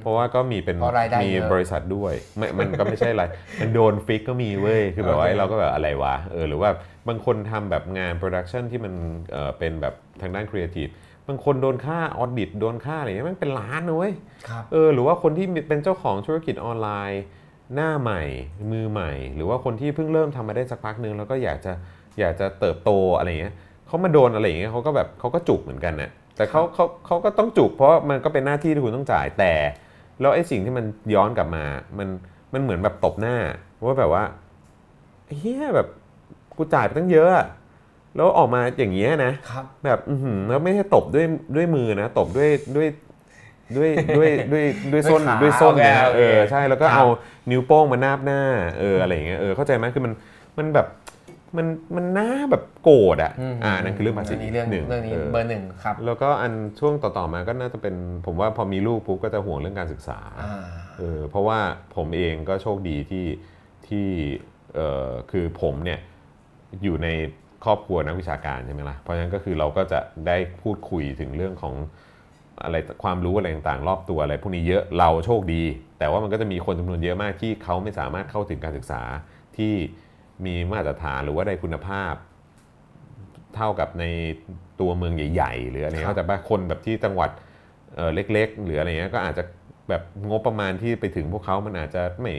S2: เพราะว่าก็มีเป็น
S1: เพราะรายได้
S2: มี
S1: เยอะ
S2: บริษัทด้วยไม่มันก็ไม่ใช่อะไร มันโดนฟิกก็มีเว้ย คือแบบว่า
S1: โอเค
S2: เราก็แบบอะไรวะเออหรือว่าบางคนทำแบบงานโปรดักชันที่มันเอ่อเป็นแบบทางด้านครีเอทีฟบางคนโดนค่าออดิตโดนค่าอะไรเงี้ยมันเป็นล้านนะเว้ย
S1: ครับ
S2: เออหรือว่าคนที่มีเป็นเจ้าของธุรกิจออนไลน์ หน้าใหม่ มือใหม่ หรือว่าคนที่เพิ่งเริ่มทำมาได้สักพักนึงแล้วก็อยากจะอยากจะเติบโตอะไรเงี้ยเขามาโดนอะไรอย่างเงี้ยเขาก็แบบเขาก็จุกเหมือนกันน่ะแต่เขาเขาเขาก็ต้องจุกเพราะมันก็เป็นหน้าที่ที่คุณต้องจ่ายแต่ แล้วไอ้สิ่งที่มันย้อนกลับมา มัน มันเหมือนแบบตบหน้า ว่าแบบว่าเฮียแบบกูจ่ายไปตั้งเยอะอะแล้วออกมาอย่างเงี้ยนะ
S1: ครับ
S2: แบบอือหือแล้วไม่ใช่ตบด้วยด้วยมือนะ ตบด้วยด้วยด้วยด้วยด้วยด้วยส้น
S1: ขา
S2: ด้วยส้น
S1: โอเค
S2: นะ
S1: โอเค
S2: เออใช่แล้วก็
S1: ครับ
S2: เอานิ้วโป้งมานาบหน้าเอออะไรอย่างเงี้ยเออเข้าใจไหมคือมันมันแบบมันมันหน้าแบบโกรธอ่ะ
S1: อืม
S2: อ่านั่นคือเรื่องภาษี
S1: อันนี้เรื่องเรื่องนี้
S2: เออ
S1: เบอร์หนึ่งครับ
S2: แล้วก็อันช่วงต่อๆมาก็น่าจะเป็นผมว่าพอมีลูกปุ๊บก็จะห่วงเรื่องการศึกษา
S1: อ่า
S2: เออเพราะว่าผมเองก็โชคดีที่ที่เออคือผมเนี่ยอยู่ในครอบครัวนักวิชาการใช่ไหมล่ะเพราะฉะนั้นก็คือเราก็จะได้พูดคุยถึงเรื่องของอะไรความรู้อะไรต่างๆ รอบตัวอะไรพวกนี้เยอะเราโชคดี แต่ว่ามันก็จะมีคนจำนวนเยอะมากที่เขาไม่สามารถเข้าถึงการศึกษาที่มีมาตรฐานหรือว่าได้คุณภาพ เท่ากับในตัวเมืองใหญ่ ๆ หรืออะไร
S1: ครั
S2: เงี้
S1: บ
S2: ยแต่ว่าคนแบบที่จังหวัดเอ่อเล็ก ๆ หรืออะไรเงี้ยก็อาจจะแบบงบประมาณที่ไปถึงพวกเขามันอาจจะไม่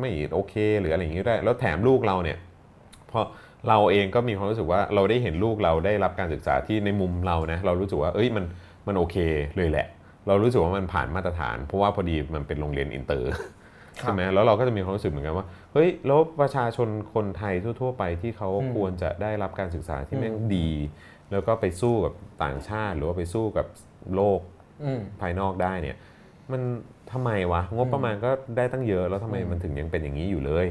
S2: ไม่โอเค หรืออะไรอย่างงี้ก็ได้แล้วแถมลูกเราเนี่ยเพราะเราเองก็มีความรู้สึกว่าเราได้เห็นลูกเราได้รับการศึกษาที่ในมุมเรานะเรารู้สึกว่าเอ้ยมัน มันโอเคเลยแหละ เรารู้สึกว่ามันผ่านมาตรฐาน เพราะว่าพอดีมันเป็นโรงเรียนอินเตอร์
S1: ครับ
S2: ใช่ไหมแล้วเราก็จะมีความรู้สึกเหมือนกันว่า เฮ้ย แล้วประชาชนคนไทยทั่ว ๆ ไปที่เขา
S1: อืม
S2: ควรจะได้รับการศึกษาที่
S1: อืม
S2: แม่งดี แล้วก็ไปสู้กับต่างชาติ หรือว่าไปสู้กับโลก
S1: อืม
S2: ภายนอกได้เนี่ย มันทำไมวะ งบประมาณก็ได้ตั้งเยอะ แล้วทำไมมันถึงยังเป็นอย่างนี้อยู่เลย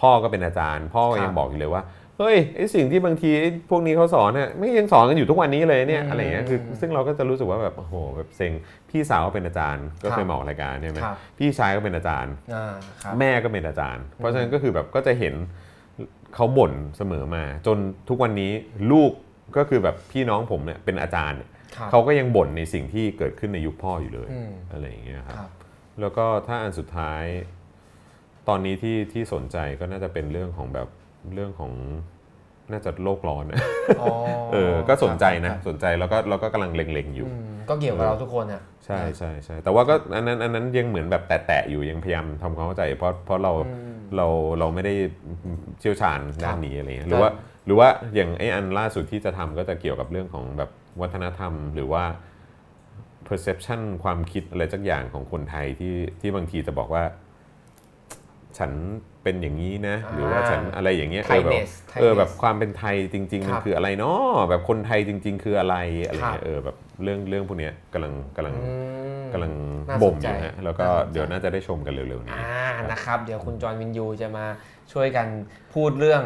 S2: พ่อก็เป็นอาจารย์ พ่อ
S1: ค
S2: ก็
S1: รับ
S2: ยังบอกอยู่เลยว่า เฮ้ย ไอสิ่งที่บางทีไอ้พวกนี้เขาสอนเนี่ยไม่ยังสอนกันอยู่ทุกวันนี้เลยเนี่ย
S1: อืม
S2: อะไรอย่างเงี้ย คือ
S1: อืม
S2: ซึ่งเราก็จะรู้สึกว่าแบบ โอ้โห แบบเซ็ง พี่สาวก็เป็นอาจารย์ ก็
S1: ครับ
S2: เคยมาออกรายการใช่ไหม
S1: ครับ
S2: พี่ชายก็เป็นอาจารย์
S1: อ่าครับ
S2: แม่ก็เป็นอาจารย์ เพราะฉะนั้นก็คือแบบก็จะเห็นเขาบ่นเสมอมา จนทุกวันนี้ลูกก็คือแบบพี่น้องผมเนี่ยเป็นอาจารย์เนี่ย
S1: ครับ
S2: เขาก็ยังบ่นในสิ่งที่เกิดขึ้นในยุคพ่ออยู่เลย
S1: อืม
S2: อะไรอย่างเงี้ยค
S1: ครับ รับ
S2: แล้วก็ถ้าอันสุดท้าย ตอนนี้ที่ที่สนใจก็น่าจะเป็นเรื่องของแบบเรื่องของน่าจะโลกร้อนนะ
S1: อ๋อ
S2: เออก็สนใจนะครับ สนใจแล้วก็เราก็กำลังเล็งๆอยู่
S1: อืมก็เกี่ยวกับเราทุกคนอ่ะ
S2: ใช่ใช่ใช่แต่ว่าก็อันนั้นอันนั้นยังเหมือนแบบแตะๆอยู่ยังพยายามทำความเข้าใจ เพราะเพราะเราเราเราไม่ได้เชี่ยวชาญด้านนี้อะไรเงี้ยหรือว่า
S1: ครับ
S2: หรือว่าอย่างไออันล่าสุดที่จะทำก็จะเกี่ยวกับเรื่องของแบบวัฒนธรรม หรือว่า perception ความคิดอะไรสักอย่างของคนไทยที่ที่บางทีจะบอกว่า ฉันเป็นอย่างนี้นะ หรือว่าฉันอะไรอย่างเงี้ยเออแบบ
S1: Kindness
S2: เออแบบ
S1: Kindness
S2: ความเป็นไทยจริง
S1: ค
S2: ๆ
S1: รั
S2: มั
S1: บ
S2: นคืออะไรเนาะแบบคนไทยจริง ๆ คืออะไรอะไร
S1: ครับ
S2: เงี้ยเออแบบเรื่องเรื่องพวกเนี้ยกำลังกำลัง
S1: อืม
S2: กำลัง
S1: น่าสนใจ
S2: บ่มอยู่ฮะแล้วก็
S1: น่าสนใจ
S2: เดี๋ยวน่าจะได้ชมกันเร็วๆนี้
S1: อ่านะครับ เดี๋ยวคุณจอห์นวินยูจะมาช่วยกันพูดเรื่อง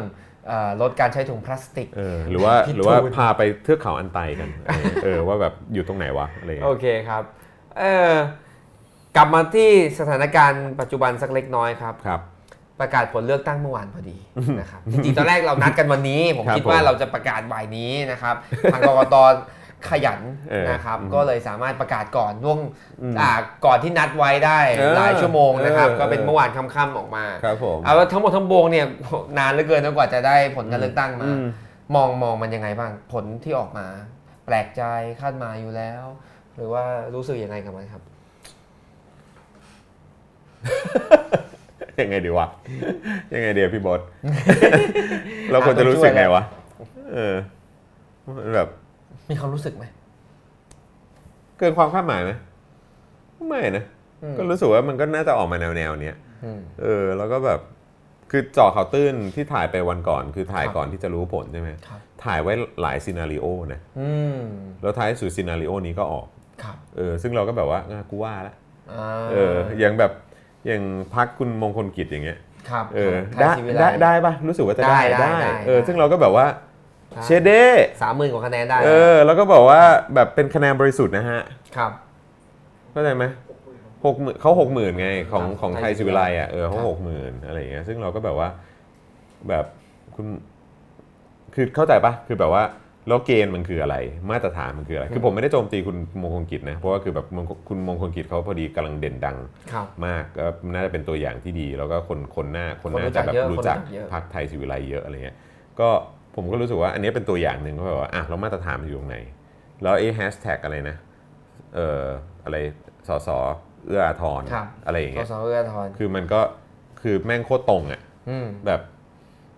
S1: เอ่อลดการใช้ถุงพลาสติก
S2: เออ หรือว่า
S1: พี่ตูน
S2: หรือว่าพาไปเทือกเขาอันไตกัน เออ เออว่าแบบอยู่ตรงไหนวะอะไรอย่าง
S1: โอ
S2: เงี้ย
S1: เคครับเออกลับมาที่สถานการณ์ปัจจุบันสักเล็กน้อยครับ
S2: ครับ
S1: ประกาศผลเลือกตั้งเมื่อวานพอดี นะครับจริงๆตอนแรกเรานัดกันวันนี้ ผม
S2: ครับ
S1: คิดว่า
S2: ผม
S1: เราจะประกาศบ่ายนี้ นะครับ ทางกกตขยัน
S2: เออ
S1: นะครับ
S2: อืม
S1: ก็เลยสามารถประกาศก่อนล่วง
S2: อืม
S1: อ่าก่อนที่นัดไว้ได้
S2: เออ
S1: หลายชั่วโมงนะครับ
S2: เออ
S1: ก็เป็นเมื่อวานค่ำๆออกมา
S2: ครับผม
S1: เอาว่าทั้งหมดทั้งปวงเนี่ย นานเหลือเกินนะกว่าจะได้ผลการเลือกตั้งมา
S2: อืม
S1: มองมองมันยังไงบ้างผลที่ออกมา แปลกใจคาดหมายอยู่แล้ว หรือว่ารู้สึกยังไงกับมันครับ
S2: ยังไงดีวะ ยังไงเดียวพี่บอส เราควรจะรู้สึกไงวะ เออมันแบบ
S1: มีความรู้สึกไหม
S2: เกินความคาดหมายไหมไม่นะ
S1: อืม
S2: ก็รู้สึกว่ามันก็น่าจะออกมาแนวๆเนี้ย
S1: อืม
S2: เออแล้วก็แบบคือเจ่อข่าวตื้นที่ถ่ายไปวันก่อน คือถ่าย
S1: ครับ
S2: ก่อนที่จะรู้ผลใช่ไหม
S1: ครับ
S2: ถ่ายไว้หลายซีนารีโอนะ
S1: อืม
S2: แล้วท้ายสุดซีนารีโอนี้ก็ออก
S1: ครับ
S2: เออซึ่งเราก็แบบว่าอ่ะกูว่าละ
S1: อ่า
S2: เอออย่างแบบอย่างพักคุณมงคลกิจอย่างเงี้ย
S1: ครับ
S2: เออ
S1: ค
S2: ได้
S1: รับ
S2: ได้
S1: ได้
S2: ได้ปะรู้สึกว่าจะได้
S1: ได้ได้
S2: เออ
S1: ได้
S2: ซึ่งเราก็แบบว่า
S1: ได้
S2: เชเด้
S1: สามหมื่นกว่าคะแนนได้
S2: เออแล้วก็บอกว่าแบบเป็นคะแนนบริสุทธิ์นะฮะ
S1: ครับ
S2: เข้าใจไหมหกหมื่นเขาหกหมื่นไงของ
S1: ครับ
S2: ของ
S1: ไทย
S2: ไทย
S1: ศิ
S2: ศิ
S1: วิ
S2: วิ
S1: ไล
S2: ไล
S1: ย์
S2: อ่ะเออเขา
S1: ครับ
S2: หกหมื่นอะไรอย่างเงี้ยซึ่งเราก็แบบว่า แบบคุณคือเข้าใจปะคือแบบว่าแล้วเกณฑ์มันคืออะไร มาตรฐานมันคืออะไร คือผมไม่ได้โจมตีคุณมงคลกิจนะ เพราะว่าคือแบบมงคลคุณมงคลกิจเขาพอดีกำลังเด่นดัง
S1: ครับ
S2: มากก็น่าจะเป็นตัวอย่างที่ดี แล้วก็คนคนหน้าคนห
S1: คนรู้
S2: น้า
S1: จั
S2: จะ
S1: ก
S2: แบบ
S1: เยอะ
S2: รู้จัก
S1: คนรู้จักเยอะ
S2: พรรคไทยศิวิไลเยอะอะไรเงี้ยก็ผมก็รู้สึกว่าอันนี้เป็นตัวอย่างหนึ่งก็แบบว่าอ่ะแล้วมาตรฐานมันอยู่ตรงไหน แล้วไอ้แฮชแท็กอะไรนะเอ่ออะไรสสเอื้ออาทร
S1: ครับ
S2: อะไรอย่าง
S1: ส
S2: เงี้ย
S1: สเอื้อทอน
S2: คือมันก็คือแม่งโคตรตรงอ่ะ
S1: อืม
S2: แบบ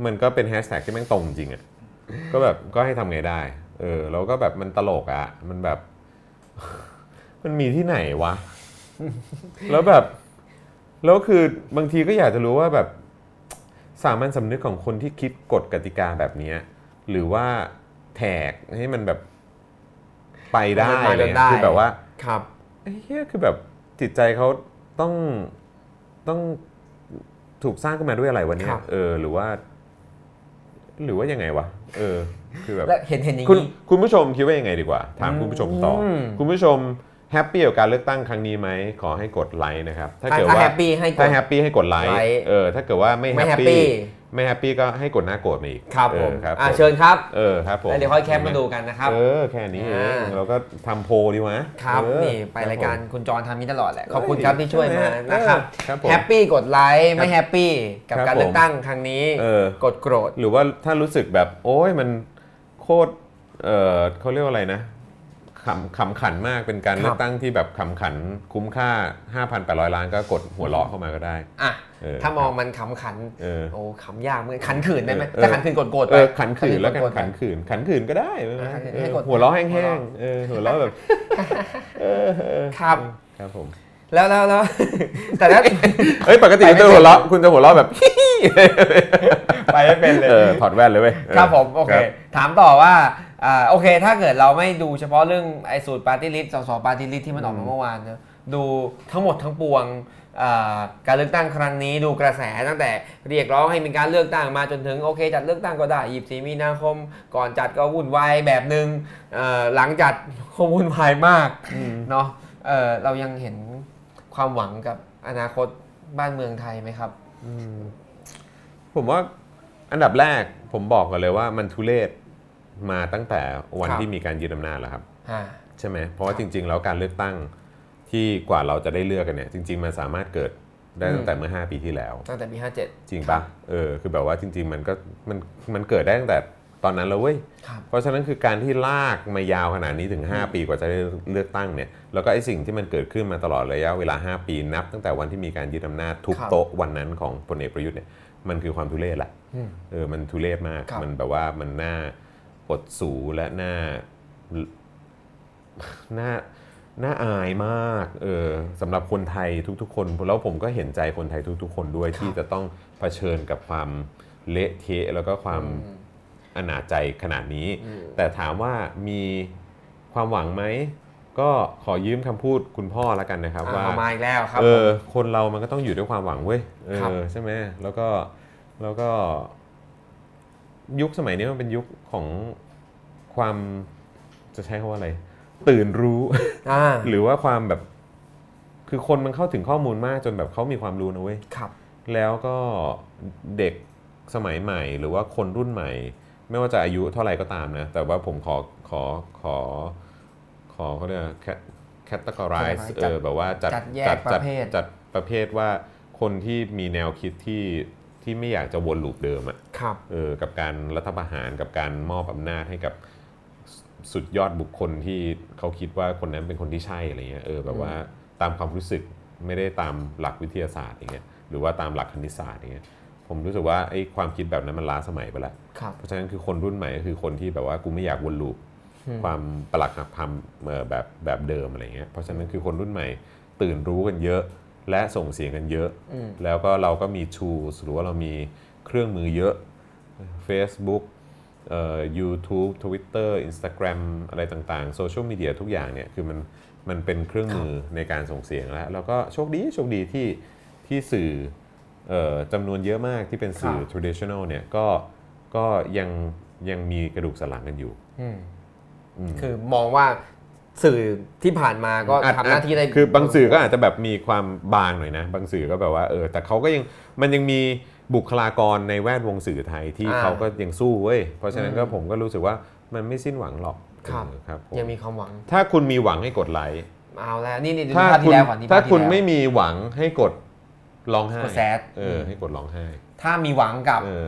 S2: มันก็เป็นแฮชแท็กที่แม่งตรงจริงอะ่ะ ก็แบบก็ให้ทำไงได้ เออแล้วก็แบบมันตลกอะ่ะ มันแบบ มันมีที่ไหนวะ แล้วแบบ แล้วคือบางทีก็อยากจะรู้ว่าแบบสามัญสำนึกของคนที่คิดกฎกติกาแบบเนี้ยหรือว่าแท็กให้มันแบบไปได้
S1: มันไป
S2: อะไรเลย
S1: ได้
S2: คือแบบว่า
S1: ครับ
S2: ไอ้เฮียคือแบบจิตใจเขาต้องต้องถูกสร้างขึ้นมาด้วยอะไรวะเนี่ย
S1: ครับ
S2: เออ หรือว่า หรือว่ายังไงวะเออ คือแบบ
S1: และเห็นเห็นอย่าง
S2: คุณ
S1: นี้
S2: คุณผู้ชมคิดว่ายังไงดีกว่า ถามคุณผู้ชมต่ออ
S1: ม
S2: คุณผู้ชมแฮปปี้กับการเลือกตั้งครั้งนี้ไหมขอให้กดไลค์นะครับ ถ้า
S1: ถ้า
S2: เกิด
S1: ถ้า
S2: ว่า
S1: แฮปปี้ให้กด
S2: ถ้าแฮปปี้ให้กดไลค์
S1: ไลค์
S2: เออถ้าเกิดว่าไม่
S1: ไม่
S2: แฮ
S1: แฮ
S2: ป
S1: ปปี้
S2: ปี้ไม่แฮปปี้ก็ให้กดหน้าโกรธมาอีก
S1: ครับ
S2: เอ
S1: ผ
S2: อ
S1: ม
S2: ครับ
S1: อ่า
S2: ผม
S1: เชิญครับ
S2: เออครับผม
S1: แล้วเดี๋ยวค่อยแคปมาดูกันนะครับ
S2: เออแค่นี้เอ
S1: อ่า
S2: งเราก็ทำโพลดีวะ
S1: ครับ
S2: เออ
S1: นี่ไป
S2: คบ
S1: รายการ
S2: ผม
S1: คุณจรทำนี้ตลอดแหละขอบคุณครับที่ช่วยมา
S2: เออ
S1: นะครับ
S2: ครับผม
S1: แฮปปี้กดไลค์ไม่แฮปปี้กับ
S2: ครับ
S1: การเลือ
S2: ผ
S1: ก
S2: ม
S1: ตั้งครั้งนี้
S2: เออ
S1: กดโกรธ
S2: หรือว่าถ้ารู้สึกแบบ โอ้ยมันโคตรเออเขาเรียกว่าอะไรนะ ขำขำขันมากเป็นการเลือกตั้งที่แบบขำขันคุ้มค่า 5,800 ล้านก็กดหัวเราะเข้ามาก็ได้
S1: อ่ะ
S2: เออ
S1: ถ้ามองมันขำขัน
S2: เออ
S1: โอ้ขำยากเหมือนขันขืนได้ไหม
S2: เออ
S1: ถ้าขันขืนกดโกรธ
S2: เอ
S1: ไป
S2: อขันขืนแล้วกัน
S1: ดๆไป
S2: ขันขืนขันขืนก็ได้ไม่เป็นไร
S1: ขันขืน
S2: เอ
S1: ให้
S2: อก
S1: ด
S2: หัวเราะแห้
S1: หัวเราะ
S2: งๆเออหัวเราะแบบเออเออ
S1: ครับ
S2: ครับผม
S1: แล้วแล้วแล้ว แต่ถ้า
S2: เอ้ยปกติ
S1: ไปไม่
S2: คุ
S1: เป็น
S2: ณจะหัวเราะคุณจะหัวเราะแบบ
S1: ไปไม่เป็นเล
S2: เอย อถอดแว่นเลยเว้ย
S1: ครับผม โอเค
S2: รับ
S1: ถามต่อว่าอ่าโอเค ถ้าเกิดเราไม่ดูเฉพาะเรื่องไอ้สูตรปาร์ตี้ลิสต์สสปาร์ตี้ลิสต์ที่มันออกมาเมื่อวานนะดูทั้งหมดทั้งปวงอ่าการเลือกตั้งครั้งนี้ดูกระแสตั้งแต่เรียกร้องให้มีการเลือกตั้งมาจนถึงโอเค จัดเลือกตั้งก็ได้24มีนาคม ก่อนจัดก็วุ่นวายแบบหนึ่งเอ่อหลังจัดก็วุ่นวายมากเนาะเอ่อเรายังเห็นความหวังกับอนาคตบ้านเมืองไทยไหมครับ
S2: ผมว่าอันดับแรกผมบอกก่อนเลยว่ามันทุเลศมาตั้งแต่วัน
S1: ครับ
S2: ที่มีการยึดอำนาจแล้วครับ
S1: อ่า
S2: ใช่ไหมเพราะว่าจริง ๆ แล้วการเลือกตั้งที่กว่าเราจะได้เลือกกันเนี่ยจริง ๆ มันสามารถเกิดได้ตั้งแต่เมื่อ 5 ปีที่แล้ว
S1: ตั้งแต่ปี57
S2: จริงปะเออคือแบบว่าจริง ๆ มันก็มันมันเกิดได้ตั้งแต่ตอนนั้นแล้วเว้ย
S1: ครับ
S2: เพราะฉะนั้นคือการที่ลากมายาวขนาดนี้ถึง 5 ปีกว่าจะได้เลือกตั้งเนี่ยแล้วก็ไอ้สิ่งที่มันเกิดขึ้นมาตลอดระยะเวลา 5 ปีนับ ตั้งแต่วันที่มีการยึดอำนาจทุบ
S1: ครับ
S2: โต๊ะวันนั้นของพลเอกประยุทธ์เนี่ยมันคือความทุเรศแหละ
S1: อืม
S2: เออมันทุเรศมาก
S1: ครับ
S2: มันแบบว่ามันน่าปดสูและน่า น่าน่าอายมากเออสำหรับคนไทยทุกๆ คนแล้วผมก็เห็นใจคนไทยทุก ๆ คนด้วย
S1: ครับ
S2: ที่จะต้องเผชิญกับความเละเทะแล้วก็ความ
S1: อืม
S2: อนาจใจขนาดนี้
S1: อืม
S2: แต่ถามว่ามีความหวังไหม ก็ขอยืมคำพูดคุณพ่อแล้วกันนะครับ
S1: อ่
S2: ว่า
S1: เอมาอีกแล้วครับ
S2: เอ
S1: ผม
S2: อคนเรามันก็ต้องอยู่ด้วยความหวังเว้ยเอ
S1: ครับ
S2: อใช่ไหมแล้วก็แล้วก็ ยุคสมัยนี้มันเป็นยุคของความจะใช้คำว่าอะไร ตื่นรู้
S1: อ่า
S2: หรือว่าความแบบ คือคนมันเข้าถึงข้อมูลมากจนแบบเขามีความรู้นะเว้ย
S1: ครับ
S2: แล้วก็เด็กสมัยใหม่หรือว่าคนรุ่นใหม่ ไม่ว่าจะอายุเท่าไหร่ก็ตามนะ แต่ว่าผมขอขอขอขอเขาเรียกแคตตากราย
S1: categorize
S2: เออแบบว่าจัด
S1: จัดแยกประเภท
S2: จัดประเภทว่าคนที่มีแนวคิดที่ที่ไม่อยากจะวนลูปเดิมอะ
S1: ครับ
S2: เออกับการรัฐประหารกับการมอบอำนาจให้กับสสุดยอดบุคคลที่เขาคิดว่าคนนั้นเป็นคนที่ใช่อะไรเงี้ยเออแบบว่าตามความรู้สึกไม่ได้ตามหลักวิทยาศาสตร์อย่างเงี้ยหรือว่าตามหลักคณิตศาสตร์อย่างเงี้ยผมรู้สึกว่าไอ้ความคิดแบบนั้นมันล้าสมัยไปแล้ว
S1: ครับ
S2: เพราะฉะนั้นคือคนรุ่นใหม่ก็คือคนที่แบบว่ากูไม่อยากวนลูป
S1: อืม
S2: ความประหลักหักพัมเอ่อแบบแบบเดิมอะไรเงี้ยเพราะฉะนั้นคือคนรุ่นใหม่ตื่นรู้กันเยอะ และส่งเสียงกันเยอะ
S1: อืม
S2: แล้วก็เราก็มี tools หรือว่าเรามีเครื่องมือเยอะ Facebook เอ่อ YouTube Twitter Instagram อะไรต่างๆโซเชียลมีเดียทุกอย่างเนี่ยคือมันมันเป็นเครื่องมือในการส่งเสียงแล้ว แล้วก็โชคดีโชคดีที่ที่สื่อเอ่อจำนวนเยอะมากที่เป็นสื่อ
S1: ครับ
S2: traditional เนี่ยก็ก็ยังยังมีกระดูกสันหลังกันอยู่
S1: อืม
S2: อืม
S1: คือมองว่าสื่อที่ผ่านมาก็
S2: อ่ะ
S1: ทำหน้าที่ได้
S2: อ่ะคือบางสื่อก็อาจจะแบบมีความบางหน่อยนะ บางสื่อก็แบบว่าเออแต่เขาก็ยังมันยังมีบุคลากรในแวดวงสื่อไทยที่
S1: อ่า
S2: เขาก็ยังสู้เว้ยเพราะฉะนั้นก็ผมก็รู้สึกว่ามันไม่สิ้นหวังหรอก
S1: ครับ
S2: เออครับผม
S1: ยังมีความหวัง
S2: ถ้าคุณมีหวังให้กดไลค์
S1: เอาแล้ว นี่นี่ดู
S2: ถ้า
S1: ภาพ
S2: คุ
S1: ที่
S2: ณ
S1: แล้วก่อนนี่
S2: ถ้า
S1: ภพที่
S2: คุณ
S1: แล้ว
S2: ไม่มีหวังให้กดร้องไห้
S1: กดแซด
S2: เออให้กดร้องไห้
S1: ถ้ามีหวังกับ
S2: เออ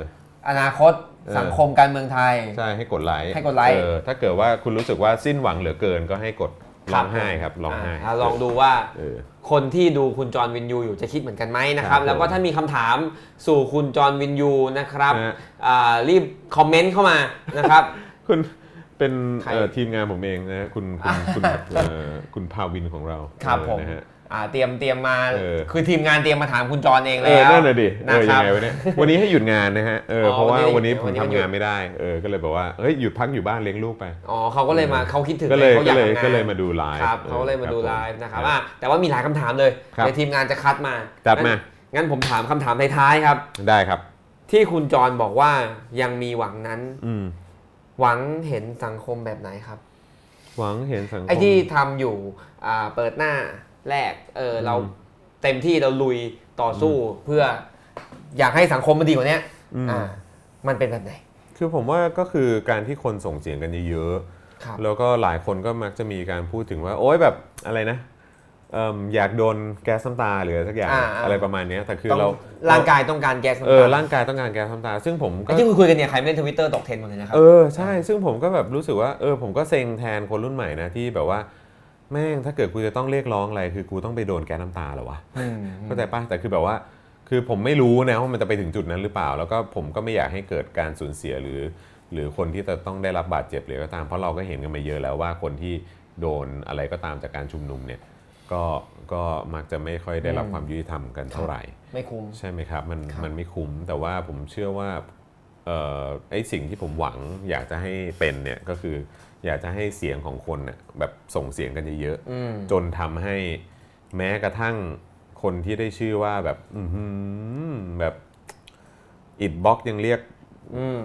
S1: อนาคต
S2: เออ
S1: สังคมการเมืองไทย
S2: ใช่ให้กดไลค์
S1: ให้กดไลค์
S2: เออถ้าเกิดว่าคุณรู้สึกว่าสิ้นหวังเหลือเกินก็ให้กดร้องไห้ครับร้องไห้
S1: ะลองดูว่า
S2: เออ
S1: คนที่ดูคุณจอห์นวินยูอยู่จะคิดเหมือนกันไหมนะค
S2: ค
S1: รั
S2: รับบ ผม
S1: แล้วก็ถ้ามีคำถามสู่คุณจอห์นวินยูนะครับ
S2: ฮะ
S1: อ่ารีบคอมเมนต์เข้ามานะครับ
S2: คุณเป็น
S1: ใคร
S2: เอ่อทีมงานผมเองนะฮะคุณคุณคุณเอ่อคุณภาวินของเรา
S1: ครับผม
S2: เออนะฮะ
S1: อ่าเตรียมเตรียมมา
S2: เออ
S1: คือทีมงานเตรียมมาถามคุณจรเอง
S2: เอ
S1: แล้ว
S2: อนั่นน่ะดิเอ
S1: นะ
S2: อ
S1: ค
S2: ยั
S1: รั
S2: ง
S1: บ
S2: ไงวะเนี่ยวันนี้ให้หยุดงานนะฮะเอออ
S1: อ
S2: เพราะว่า
S1: วั
S2: วัน
S1: นนี้
S2: นี้ผม
S1: วันนี้
S2: ทำ
S1: วันหยุด
S2: งานไม่ได้เออก็เลยบอกว่าเฮ้ยหยุดพักอยู่บ้านเลี้ยงลูกไป
S1: อ๋อเขาก็เลยมาเขาคิดถึง
S2: ก็เลย
S1: เขาอ
S2: ก็
S1: ยาก
S2: เลย
S1: ทำงาน
S2: ก็เลยมาดูไลฟ์
S1: ครับ
S2: ออ
S1: เขาก็เลยมาดู
S2: ผ
S1: ไลฟ์นะครับอ่ะแต่ว่ามีหลายคำถามเลย
S2: ครับ
S1: เดี๋ยวทีมงานจะคัดมา
S2: จัดมา
S1: น
S2: งั้
S1: งั้นผมถามคำถามท้ายๆครับ
S2: ได้ครับ
S1: ที่คุณจรบอกว่ายังมีหวังนั้น
S2: อืม
S1: หวังเห็นสังคมแบบไหนครับ
S2: หวังเห็นสังคม
S1: ไอ้ที่ทำอยู่อ่าเปิดหน้าแรกเอออ
S2: ม
S1: เราเต็มที่เราลุยต่อสู้เพื่ออยากให้สังคมมันดีกว่าเนี้ย
S2: อืม
S1: อ่ามันเป็นแบบไหน
S2: คือผมว่าก็คือการที่คนส่งเสียงกันเยอะๆ
S1: ครับ
S2: แล้วก็หลายคนก็มักจะมีการพูดถึงว่า โอ๊ยแบบอะไรนะ เอิ่มอยากโดนแก๊สน้ำตาหรืออะไรสักอย่าง
S1: อ่าอ่า
S2: อะไรประมาณเนี้ยแต่คือ
S1: ต้อง
S2: เรา
S1: ร่างกายต้องการแก๊สน้ำ
S2: เออ
S1: ตา
S2: ร่างกายต้องการแก๊สน้ำตา ซึ่งผมก็
S1: ไอ้ที่คุณคุยกันเนี่ยใครไม่เล่นทวิตเตอร์ตกเทรนด์หมดเลยนะครับ
S2: เออใช่ซึ่งผมก็แบบรู้สึกว่าเออผมก็เซ็งแทนคนรุ่นใหม่นะที่แบบว่า แม่งถ้าเกิดกูจะต้องเรียกร้องอะไร คือกูต้องไปโดนแก๊สน้ำตาเหรอวะเข้าใจปะแต่คือแบบว่า คือผมไม่รู้นะว่ามันจะไปถึงจุดนั้นหรือเปล่า แล้วก็ผมก็ไม่อยากให้เกิดการสูญเสียหรือ หรือคนที่จะต้องได้รับบาดเจ็บหรือก็ตามเพราะเราก็เห็นกันมาเยอะแล้วว่าคนที่โดนอะไรก็ตามจากการชุมนุมเนี่ยก็ก็มักจะไม่ค่อยได้รับ
S1: อืม
S2: ความยุติธรรมกันเท่าไหร่
S1: ไม่คุ้ม
S2: ใช่ไหมครับมัน
S1: ครับ
S2: มันไม่คุ้มแต่ว่าผมเชื่อว่าเอ่อไอ้สิ่งที่ผมหวังอยากจะให้เป็นเนี่ยก็คืออยากจะให้เสียงของคนน่ะแบบส่งเสียงกันเยอะ
S1: อืม
S2: ๆจนทำให้แม้กระทั่งคนที่ได้ชื่อว่าแบบอื้อหือแบบอิดบ็อกยังเรียก
S1: อืม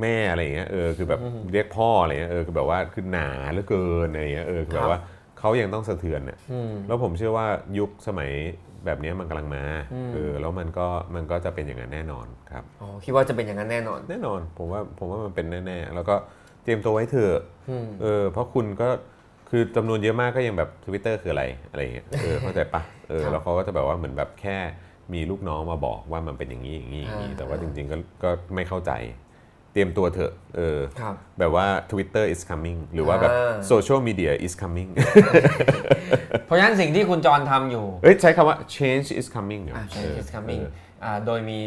S2: แม่อะไรอย่างเงี้ยเออคือแบบเรียกพ่ออะไรอย่างเงี้ยเออคือแบบว่าคือหนาเหลือเกินอะไรอย่างเงี้ยเออคือแบ
S1: ครับบ
S2: ว่าเขายังต้องสะเทือนน่ะ
S1: อืม
S2: แล้วผมเชื่อว่ายุคสมัยแบบเนี้ยมันกำลังมา
S1: อืม
S2: เออแล้วมันก็มันก็จะเป็นอย่างนั้นแน่นอนครับ
S1: อ๋อคิดว่าจะเป็นอย่างนั้นแน่นอน
S2: แน่นอนผมว่าผมว่ามันเป็นแน่ๆแล้วก็เตรียมตัวไว้เถอะ
S1: อืม
S2: เออเพราะคุณก็คือจำนวนเยอะมากก็ยังแบบ Twitter คืออะไรอะไรอย่างเงี้ยเอ อเข้าใจปะเออ
S1: ครับ
S2: แล้วเขาก็จะแบบว่าเหมือนแบบแค่มีลูกน้องมาบอกว่ามันเป็นอย่างนี้อย่างนี้อย่างนี้
S1: อ่า
S2: แต่ว่าจริงๆก็ก็ไม่เข้าใจ เตรียมตัวเถอะเออ
S1: ครับ
S2: แบบว่า Twitter is coming หรือว่าแบบ
S1: อ่า
S2: โซเชียลมีเดีย is coming
S1: เพราะฉะนั้นสิ่งที่คุณจรทำอยู่
S2: เอ้ยใช้คำว่า change is coming เหรอ
S1: อ่ะ
S2: เออ
S1: change is coming
S2: เออ
S1: อ่าโดยมี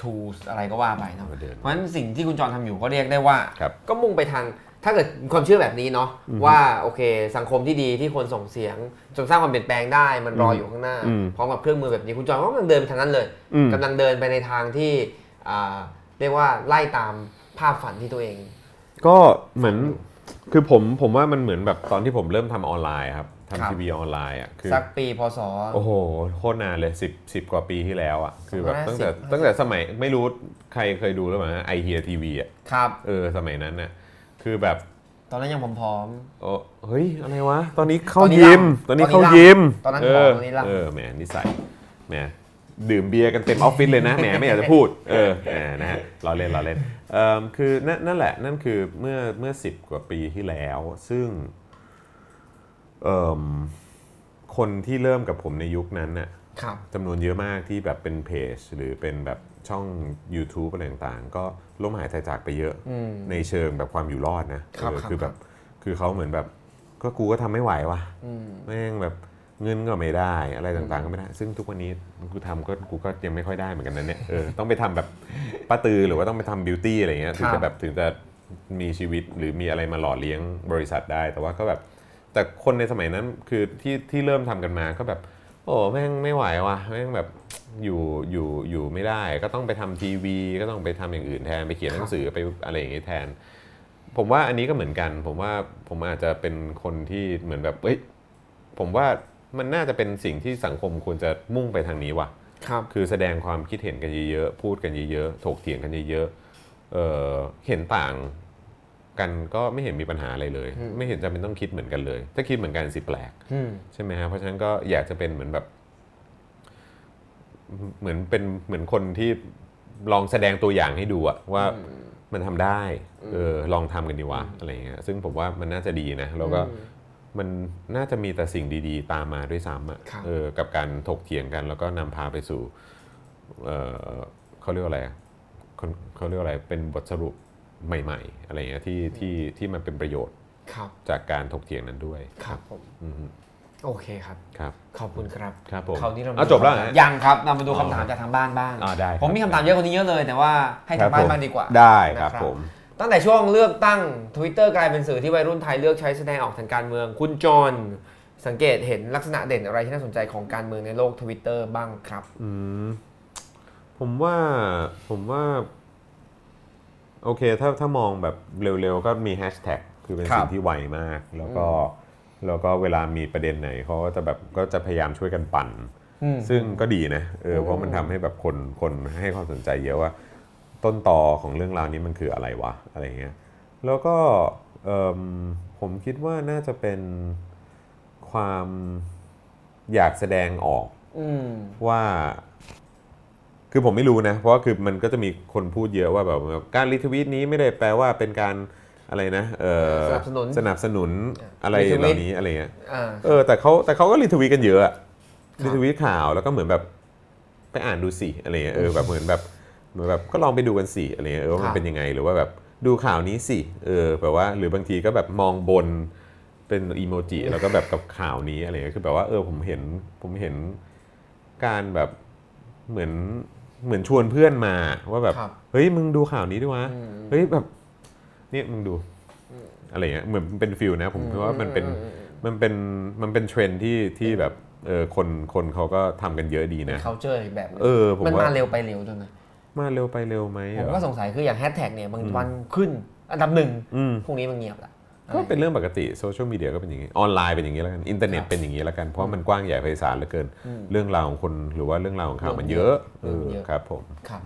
S1: tools อะไรก็ว่าไปเนาะ
S2: ประเด็น
S1: เพราะฉะนั้นสิ่งที่คุณจรทำอยู่ก็เรียกได้ว่า
S2: ครับ
S1: ก็มุ่งไปทางถ้าเกิดมีความเชื่อแบบนี้เนาะว่าโอเค สังคมที่ดีที่คนส่งเสียงจนสร้างความเปลี่ยนแปลงได้มันรออยู่ข้างหน้า
S2: อืม
S1: พร้อมกับเครื่องมือแบบนี้คุณจรก็กำลังเดินไปทางนั้นเลย
S2: อืม
S1: กำลังเดินไปในทางที่อ่าเรียกว่าไล่ตามภาพฝันที่ตัวเอง
S2: ก็เหมือนคือผมผมว่ามันเหมือนแบบตอนที่ผมเริ่มทำออนไลน์ครับ
S1: ครั
S2: ทำ
S1: บ
S2: ทีวีออนไลน์อ่ะคือ
S1: สักปีพศ
S2: โอ้โหโคตรนานเลย 10 10 กว่าปีที่แล้วอ่ะคือแบบ
S1: สอ
S2: ตั้
S1: ง
S2: ง
S1: พันห้า
S2: แต่
S1: สิบ
S2: ตั้งแต่สมัยไม่รู้ใครเคยดูหรือเปล่าไอเฮียทีวีอ่ะ
S1: ครับ
S2: เออสมัยนั้นน่ะคือแบบ
S1: ตอนนั้นยังผอม
S2: โอ้เฮ้ย อะไรวะ ตอนนี้เข้า
S1: ตอนนี้
S2: ยิม
S1: ล่ำ
S2: ตอนนี้
S1: ตอน
S2: เข้า
S1: นี้
S2: ยิม
S1: ล่ำตอนนั้น
S2: เอ
S1: ผอม
S2: อ
S1: ตอนนี้ล่ำ
S2: เออแหมนิสัยแหมดื่มเบียร์กันเต็มออฟฟิศเลยนะแหมไม่อยากจะพูดเออแหมนะฮะเราเล่นเราเล่นเออคือนั่นนั่นแหละนั่นคือเมื่อเมื่อสิบกว่าปีที่แล้ว ซึ่ง เอิ่มคนที่เริ่มกับผมในยุคนั้นน่ะ
S1: ๆครับ
S2: จำนวนเยอะมากที่แบบเป็นเพจ หรือเป็นแบบช่อง YouTube อะไรต่างๆ ก็ล้มหายตายจากไปเยอะในเชิงแบบความอยู่รอดนะครับเออ
S1: ครับ
S2: คือแบบคือเขาเหมือนแบบ ก็กูก็ทำไม่ไหววะแม่งแบบเงินก็ไม่ได้อะไรต่างๆ ก็ไม่ได้ ซึ่งทุกวันนี้กูทำก็กูก็ยังไม่ค่อยได้เหมือนกันนะเนี่ยเออต้องไปทำแบบป้าตือหรือว่าต้องไปทำบิวตี้อะไรเงี้ยถึงจะแบบถึงจะมีชีวิตหรือมีอะไรมาหล่อเลี้ยงบริษัทได้ แต่ว่าก็แบบ แต่คนในสมัยนั้นคือที่ที่เริ่มทำกันมาก็แบบ โอ้แม่งไม่ไหววะ่ะแม่งแบบอยู่อยู่อยู่ไม่ได้ ก็ต้องไปทำทีวี ก็ต้องไปทำอย่างอื่นแทนไปเขียนหนังสือไปอะไรอย่างงี้แทน ผมว่าอันนี้ก็เหมือนกัน ผมว่าผมอาจจะเป็นคนที่เหมือนแบบเอ้ยผมว่ามันน่าจะเป็นสิ่งที่สังคมควรจะมุ่งไปทางนี้ว่ะ
S1: ครับ
S2: คือแสดงความคิดเห็นกันเยอะๆ พูดกันเยอะๆ ถกเถียงกันเยอะๆเอ่อเห็นต่างกันก็ไม่เห็นมีปัญหาอะไรเลย ไม่เห็นจำเป็นต้องคิดเหมือนกันเลย ถ้าคิดเหมือนกันสิแปลก
S1: อืม
S2: ใช่ไหมฮะเพราะฉะนั้นก็อยากจะเป็นเหมือนแบบ เหมือนเป็นเหมือนคนที่ลองแสดงตัวอย่างให้ดูอะว่ามันทำได้ เออลองทำกันดีวะอะไรเงี้ยซึ่งผมว่ามันน่าจะดีนะ แล้วก็มันน่าจะมีแต่สิ่งดีๆ ตามมาด้วยซ้ำอะ
S1: ครับ
S2: เออกับการถกเถียงกัน แล้วก็นำพาไปสู่ เออเขาเรียกว่าอะไรอะคนเขาเรียกว่าอะไรเป็นบทสรุปใหม่ ๆ อะไรเงี้ยที่ที่ที่มันเป็นประโยชน์
S1: ครับ
S2: จากการถกเถียงนั้นด้วย
S1: ครับผม
S2: อืม
S1: โอเคครับ
S2: ครับ
S1: ขอบคุณครับ
S2: ครับผม
S1: คราวนี้เรา
S2: อ่ะจบแล้วเหรอฮะ
S1: ยังครับเรามาดู
S2: อ๋อ
S1: คำถามจากทางบ้านบ้าง
S2: อ่าได้ครับ
S1: ผมมีคำถามเยอะกว่านี้เยอะเลย แต่ว่าให้ทางบ้านบ้างดีกว่า
S2: ได้ครับ
S1: นะครับ
S2: ผม
S1: ตั้งแต่ช่วงเลือกตั้ง Twitter กลายเป็นสื่อที่วัยรุ่นไทยเลือกใช้แสดงออกทางการเมือง คุณจอห์นสังเกตเห็นลักษณะเด่นอะไรที่น่าสนใจของการเมืองในโลก Twitter บ้างครับ
S2: อืมผมว่าผมว่า โอเค ถ้าถ้ามองแบบเร็วๆ ก็มีแฮชแท็กคือเป็น
S1: ครับ
S2: สิ่งที่ไวมาก แล้วก็แล้วก็เวลามีประเด็นไหนเขาก็จะแบบก็จะพยายามช่วยกันปั่น
S1: อืม
S2: ซึ่งก็ดีนะเออเพราะมันทำให้แบบคนคนให้ความสนใจเยอะว่า ต้นตอของเรื่องราวนี้มันคืออะไรวะ อะไรเงี้ย แล้วก็เอิ่มผมคิดว่าน่าจะเป็นความอยากแสดงออก
S1: อืม
S2: ว่า คือผมไม่รู้นะ เพราะว่าคือมันก็จะมีคนพูดเยอะว่าแบบการรีทวีตนี้ไม่ได้แปลว่าเป็นการ อะไรนะเอ่อ
S1: สนับสนุน
S2: สนับสนุนอะไร
S1: รีทวีต
S2: เหล่านี้อะไรเงี้ย
S1: อ่า
S2: เออแต่เขาแต่เขาก็รีทวีตกันเยอะอะ
S1: ครับ
S2: รีทวีตข่าวแล้วก็เหมือนแบบไปอ่านดูสิอะไรเงี้ยเออแบบเหมือนแบบเหมือนแบบก็ลองไปดูกันสิอะไรเงี้ยเออว่ามันเป็นยังไงหรือว่าแบบดูข่าวนี้สิเออแบบว่าหรือบางทีก็แบบมองบนเป็นอีโมจิแล้วก็แบบกับข่าวนี้อะไรเงี้ยคือแบบว่าเออผมเห็นผมเห็นการแบบเหมือนเหมือนชวนเพื่อนมาว่าแบบ
S1: ครับ
S2: เฮ้ยมึงดูข่าวนี้ด้วยวะ
S1: อืม
S2: เฮ้ยแบบเนี่ยมึงดูอะไรเงี้ยเหมือนเป็นฟิลนะผมคิดว่ามันเป็นมันเป็นมันเป็นเทรนด์ที่ที่แบบเออคนคนเขาก็ทำกันเยอะดีนะ
S1: culture อีกแบบหนึ่ง
S2: เออผม
S1: มัน
S2: ว่าม
S1: มาเร็วไปเร็วจังเลย
S2: มาเร็วไปเร็วไหม
S1: ผม
S2: เหรอ
S1: ก็สงสัยคืออย่างแฮชแท็กเนี่ยบางวันขึ้น อันดับหนึ่ง
S2: อืม
S1: พวกนี้มันเงียบละ
S2: ก็เป็นเรื่องปกติโซเชียลมีเดียก็เป็นอย่างนี้ ออนไลน์เป็นอย่างนี้แล้วกัน อินเทอร์เน็
S1: ค
S2: ต
S1: รับ
S2: เป็นอย่างนี้แล้วกัน เพราะว่ามันกว้างใหญ่ไพศาลเหลือเกิน
S1: อืม
S2: เรื่องราวของคนหรือว่าเรื่องราวของข่าวมันเยอะเออ
S1: เยอะ
S2: ครับผม
S1: ครับ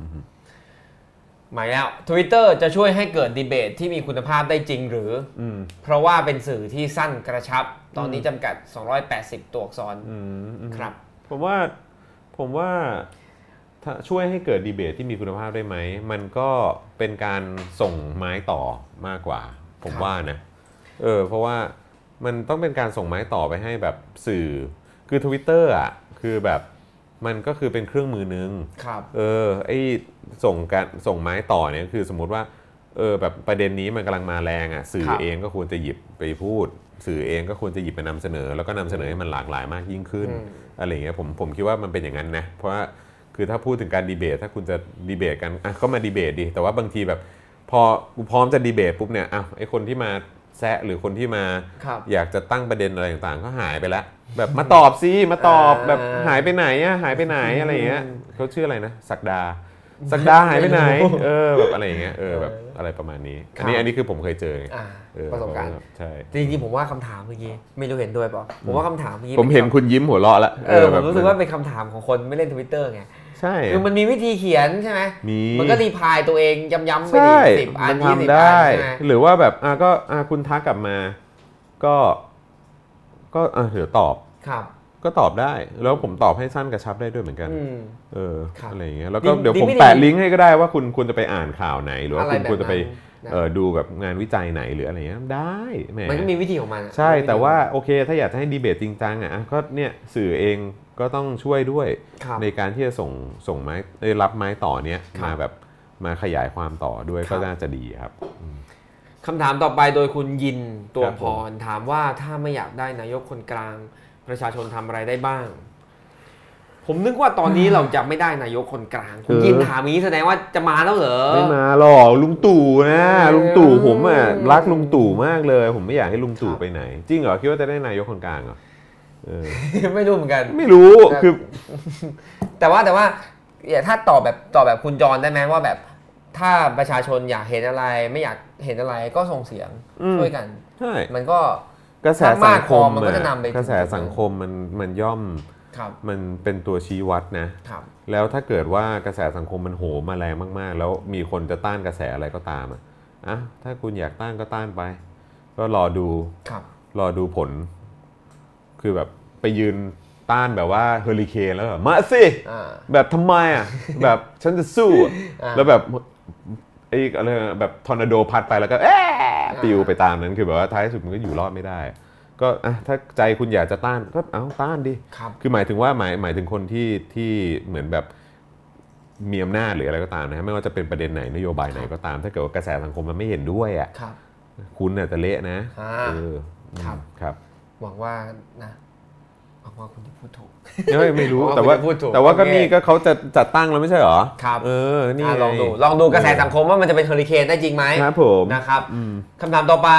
S1: หมายแล้ว Twitter จะช่วยให้เกิดดีเบตที่มีคุณภาพได้จริงหรือ
S2: อืม
S1: เพราะว่าเป็นสื่อที่สั้นกระชับ ตอนนี้จำกัด 280 ตัวอักษร
S2: อืมอืม
S1: ครับ
S2: ผมว่าผมว่าถ้าช่วยให้เกิดดีเบตที่มีคุณภาพได้ไหม มันก็เป็นการส่งไม้ต่อมากกว่า ผม
S1: ครับ
S2: ว่านะเออเพราะว่ามันต้องเป็นการส่งไม้ต่อไปให้แบบสื่อ คือ Twitter อ่ะคือแบบมันก็คือเป็นเครื่องมือนึง
S1: ครับ
S2: เออไอส่งการส่งไม้ต่อเนี่ยคือสมมติว่าเออแบบประเด็นนี้มันกำลังมาแรงอะ่ะสื่อ
S1: ครับ
S2: เองก็ควรจะหยิบไปพูด สื่อเองก็ควรจะหยิบมานำเสนอ แล้วก็นำเสนอให้มันหลากหลายมากยิ่งขึ้น
S1: อืม
S2: อะไรอย่างเงี้ยผมผมคิดว่ามันเป็นอย่างนั้นนะเพราะว่าคือถ้าพูดถึงการดีเบต ถ้าคุณจะดีเบตกันอ่ะก็มาดีเบตดีแต่ว่าบางทีแบบพอกูพร้อมจะดีเบตปุ๊บเนี่ยอ้าวไอคนที่มาแซะหรือคนที่มา
S1: ครับ
S2: อยากจะตั้งประเด็นอะไรต่างๆ ก็หายไปแล้ว แบบ มาตอบสิมาตอบ
S1: อ่า
S2: แบบหายไปไหนอะหายไปไหนอะไรอย่างเงี้ยเขาชื่ออะไรนะสักดา สักดาหายไปไหน เออแบบอะไรอย่างเงี้ยเออแบบอะไรประมาณนี้ อันนี้อันนี้คือผมเคยเจอไง
S1: อ่า
S2: เออ
S1: ประสบการณ์
S2: ใช่
S1: จริงๆผมว่าคำถามเมื่อกี้ไม่รู้เห็นด้วยเปล่ะผมว่าคำถามเมื่อกี้
S2: ผมเห็นคุณยิ้มหัวเราะละ
S1: เออผ
S2: แบ
S1: ม
S2: บ
S1: รู้สึกว่าเป็นคำถามของคนไม่เล่นทวิตเตอร์ไง
S2: ใช่
S1: คือมันมีวิธีเขียนใช่ไหม
S2: มี
S1: มันก็รีพลายตัวเองย้ำๆไปดิ
S2: ใช่
S1: สิบอั
S2: มัน น
S1: ยี่สิบอั
S2: ทำได้
S1: นใช่ไหม
S2: หรือว่าแบบอ่ะก็อ่ะคุณทักกลับมา ก็ก็อ่ะเดี๋ยวตอบ
S1: ครับ
S2: ก็ตอบได้ แล้วผมตอบให้สั้นกระชับได้ด้วยเหมือนกัน
S1: อืม
S2: เออ
S1: ครับ
S2: อะไรอย่างเงี้ยแล้วก็
S1: ดี
S2: เดี๋ยว
S1: ดี
S2: ผม
S1: ไม่ดี
S2: แปะลิงก์ให้ก็ได้ว่าคุณควรจะไปอ่านข่าวไหน หรือว่า
S1: อะไร
S2: คุ
S1: แบบ
S2: ณควรจะไป
S1: นั้น
S2: เอ่อดูแบบงานวิจัยไหนหรืออะไรเงี้ยได้แหม
S1: มันก็มีวิธีของมันอะ
S2: ใช่
S1: มันก็มี
S2: แต่ว่าโอเค ถ้าอยากจะให้ดีเบตจริงจังอ่ะอ่ะก็เนี่ยสื่อเองก็ต้องช่วยด้วย
S1: ครับ
S2: ในการที่จะส่งส่งไม้เอ้ยรับไม้ต่อเนี้ย
S1: ครับ
S2: มาแบบมาขยายความต่อด้วย
S1: ครั
S2: ก็
S1: บ
S2: น่าจะดีครับ
S1: คำถามต่อไปโดยคุณยินตัว
S2: ครับ
S1: พ
S2: ผม
S1: รถามว่าถ้าไม่อยากได้นายกคนกลาง ประชาชนทำอะไรได้บ้าง ผมนึกว่าตอนนี้เราจะไม่ได้นายกคนกลาง คุณยินถามอย่างนี้แสดงว่าจะมาแล้วเหรอ
S2: ไม่มาหรอกลุงตู่นะ
S1: เออ
S2: ลุงตู่ผมอ่ะรักลุงตู่มากเลย ผมไม่อยากให้ลุงตู่ไปไหน จริงเหรอคิดว่าจะได้นายกคนกลางเหรอเออ
S1: ไม่รู้เหมือนกัน
S2: ไม่รู้
S1: ครับ
S2: คือ
S1: แต่ว่าแต่ว่าอย่าถ้าตอบแบบตอบแบบคุณจรได้ไหมว่าแบบ ถ้าประชาชนอยากเห็นอะไร ไม่อยากเห็นอะไรก็ส่งเสียง
S2: อืม
S1: ช่วยกัน
S2: ใช่
S1: มันก็
S2: กระแส
S1: ถ้ามาก
S2: สังค
S1: พ
S2: ม
S1: อมันก็จะนำไป
S2: กระแส
S1: ถึงจุดนั้น
S2: สังคมมันมันย่อม
S1: ครับ
S2: มันเป็นตัวชี้วัดนะครับ แล้วถ้าเกิดว่ากระแสสังคมมันโหมมาแรงมากๆ แล้วมีคนจะต้านกระแสอะไรก็ตามอ่ะอ่ะถ้าคุณอยากต้านก็ต้านไป ก็รอดู
S1: ครับ
S2: รอดูผล คือแบบไปยืนต้านแบบว่าเฮอริเคนแล้วแบบมาสิ
S1: อ่า
S2: แบบทำไมอ่ะ แบบฉันจะสู้อะ
S1: อ่า
S2: แล้วแบบไอ้อะไรนะแบบทอร์นาโดพัดไปแล้วก็แอะปลิวไปตามนั้นคือแบบว่าท้ายสุดมันก็อยู่รอดไม่ได้ ก็อ่ะถ้าใจคุณอยากจะต้านก็เอาต้านดิ
S1: ครับ
S2: อหมายถึงว่าหมายหมายถึงคนที่ที่เหมือนแบบมีอำนาจหรืออะไรก็ตามนะฮะไม่ว่าจะเป็นประเด็นไหนนโยบายไหนก็ตาม ถ้าเกิดว่ากระแสสังคมมันไม่เห็นด้วยอ่ะ
S1: ครับ
S2: คุณน่ะจะเละนะ
S1: อ่า
S2: เออ
S1: ครับ
S2: ครับ
S1: หวังว่านะหวังว่าคุณจะพูดถูก
S2: เอ้ยไม่ รู้
S1: ผมว่า
S2: แต่ว่า
S1: คุณจะพูดถูก
S2: แต่ว่าก็
S1: โอเค
S2: นี่ก็เขาจะจัดตั้งแล้วไม่ใช่เหรอ
S1: ครับ
S2: เออนี่
S1: อ่ะลองดู
S2: ไ
S1: ลองดูกระแสสังคมว่ามันจะเป็นเฮอริเคนได้จริงไหม
S2: ครับผม
S1: นะครับ
S2: อืม
S1: คำถามต่อไป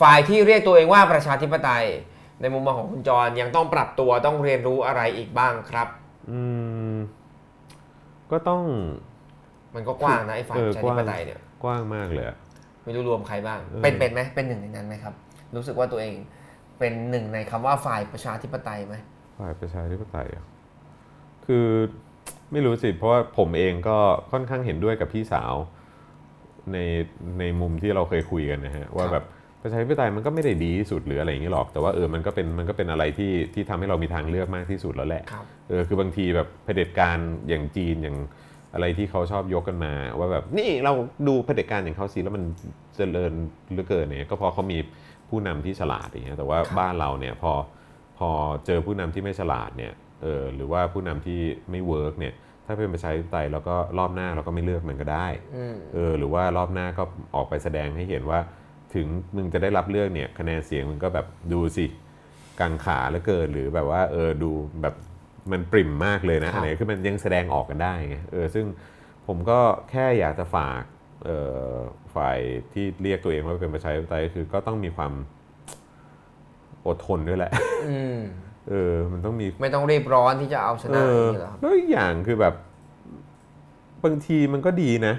S1: ฝ่ายที่เรียกตัวเองว่าประชาธิปไตย ในมุมมองของคุณจรยังต้องปรับตัวต้องเรียนรู้อะไรอีกบ้างครับ
S2: อืมก็ต้อง
S1: มันก็กว้างนะไอ้ฝ่าย
S2: เอ
S1: ป
S2: อ
S1: ระชาธิปไตยเนี่ย
S2: กว้างมากเลยอะ
S1: ไม่รู้รวมใครบ้าง
S2: เออ
S1: เป็นเป็นไหมเป็นหนึ่งในนั้นไหมครับ รู้สึกว่าตัวเองเป็นหนึ่งในคำว่าฝ่ายประชาธิปไตยไหม
S2: ฝ่ายประชาธิปไตยอะคือไม่รู้สิ เพราะว่าผมเองก็ค่อนข้างเห็นด้วยกับพี่สาว ในในมุมที่เราเคยคุยกันนะฮะ ว่าแบบประชาธิปไตยมันก็ไม่ได้ดีที่สุดหรืออะไรอย่างนี้หรอก แต่ว่าเออมันก็เป็นมันก็เป็นอะไรที่ที่ทำให้เรามีทางเลือกมากที่สุดแล้วแหละ
S1: ครับ
S2: เออคือบางทีแบบเผด็จการอย่างจีนอย่าง อะไรที่เขาชอบยกกันมา ว่าแบบนี่เราดูเผด็จการอย่างเขาสิแล้วมันเจริญเหลือเกินเนี่ยก็เพราะเขามีผู้นำที่ฉลาดอย่างเงี้ยแต่ว่าบ้านเราเนี่ยพอพอเจอผู้นำที่ไม่ฉลาดเนี่ยเออหรือว่าผู้นำที่ไม่เวิร์กเนี่ยถ้าเป็นประชาธิปไตยเราก็รอบหน้าเราก็ไม่เลือกมันก็ได้
S1: อืม
S2: เออหรือว่ารอบหน้าก็ออกไปแสดงให้เห็นว่าถึงมึงจะได้รับเลือกเนี่ยคะแนนเสียงมึงก็แบบดูสิกังขาเหลือเกินหรือแบบว่าเออดูแบบมันปริ่มมากเลยนะครับ อันไหนคือมันยังแสดงออกกันได้ไงเออซึ่งผมก็แค่อยากจะฝากเอ่อฝ่ายที่เรียกตัวเองว่าเป็นประชาธิปไตยก็คือก็ต้องมีความอดทนด้วยแหละ
S1: อืม
S2: เออมันต้องมี
S1: ไม่ต้องรีบร้อนที่จะเอาช
S2: เอ
S1: นะ
S2: อ
S1: อย่างนี้เหรอครับ
S2: แล้วอีกอย่างคือแบบบางทีมันก็ดีนะ